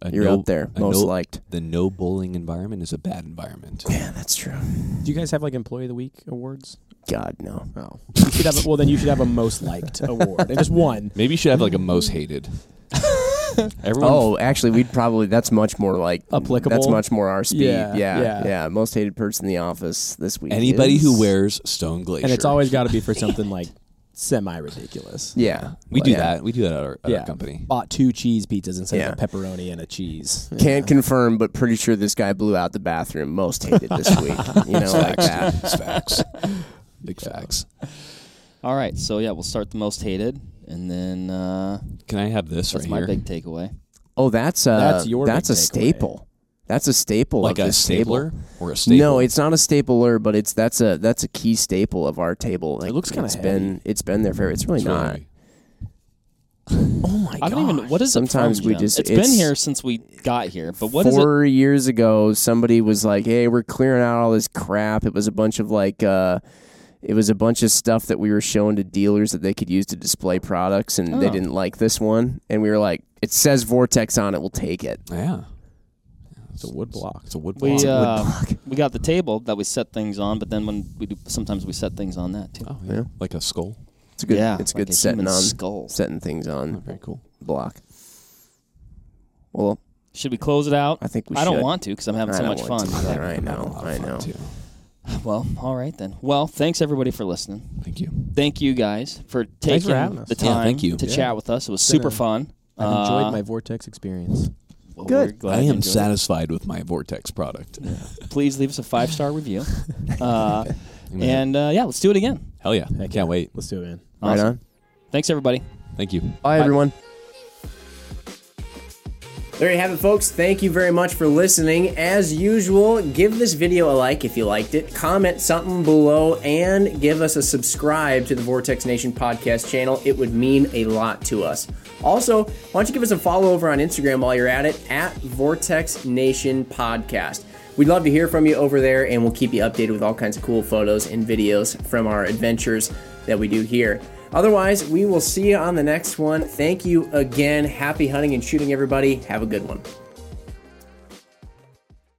a
You're
no-
up there,
a
most
no-
liked.
The no bowling environment is a bad environment.
Yeah, that's true.
Do you guys have like employee of the week awards?
God no.
Oh, you should have. A, well, then you should have a most liked award and just one.
Maybe you should have like a most hated. Everyone,
Oh, actually, we'd probably that's much more like
Applicable?
That's much more our speed.
Yeah,
Yeah,
yeah.
yeah, Most hated person in the office this week.
anybody who
is-
wears Stone Glacier,
And it's always got to be for something like semi ridiculous.
Yeah,
we do
Yeah.
that. We do that at our, at
Yeah.
our company.
Bought two cheese pizzas instead
Yeah.
of a pepperoni and a cheese.
Can't confirm, but pretty sure this guy blew out the bathroom. Most hated this week. You know, like that.
It's facts. Big facts.
All right, so yeah, we'll start the most hated, and then uh,
Can I have this
that's
right
my
here?
big takeaway.
Oh, that's uh,
That's
that's
your
that's a
big takeaway.
staple. That's a staple.
like
of
a
this table.
stapler or a staple?
No, it's not a stapler, but it's that's a that's a key staple of our table. Like,
looks kinda
it's been it's been there forever. It's really
It's really
not.
heavy.
oh my
I don't even. What is it?
Sometimes
from,
we
Jim?
just-
it's been
it's-
here since we got here, but what is it?
Four years ago, somebody was like, "Hey, we're clearing out all this crap." It was a bunch of like, uh, it was a bunch of stuff that we were showing to dealers that they could use to display products, and they
Oh.
didn't like this one. And we were like, "It says Vortex on it. We'll take it."
Yeah. It's
a wood block.
It's a wood block.
We uh, we got the table that we set things on, but then when we do, sometimes we set things on that too.
oh, yeah.
yeah.
Like a skull.
It's a good.
yeah,
it's
like
good
a
setting
human
on
skull. Hmm.
setting things
Oh,
on
very cool.
block. Well,
Should we close it out?
I think we.
I don't
should.
want to because I'm having
I
so
don't
much fun.
want to either. I know. I know.
Well, all right then. Well, thanks everybody for listening.
Thank you.
Thank you guys for taking
having us.
the time
Yeah, thank you.
to
Yeah.
chat with us. It was
been
super
a-
fun.
I've enjoyed
Uh,
my vortex experience.
well,
Good.
we're glad
I
you
am
enjoyed it.
satisfied with my Vortex product.
Please leave us a five star review. Uh,
Amen.
and uh, yeah, let's do it again.
Hell yeah. I
Heck
can't
yeah.
wait.
Let's do it, man.
Right
Awesome.
on.
Thanks everybody.
Thank you.
Bye, everyone.
There you have it, folks. Thank you very much for listening. As usual, give this video a like if you liked it, comment something below, and give us a subscribe to the Vortex Nation podcast channel. It would mean a lot to us. Also, why don't you give us a follow over on Instagram while you're at it at Vortex Nation Podcast. We'd love to hear from you over there, and we'll keep you updated with all kinds of cool photos and videos from our adventures that we do here. Otherwise, we will see you on the next one. Thank you again. Happy hunting and shooting, everybody. Have a good one.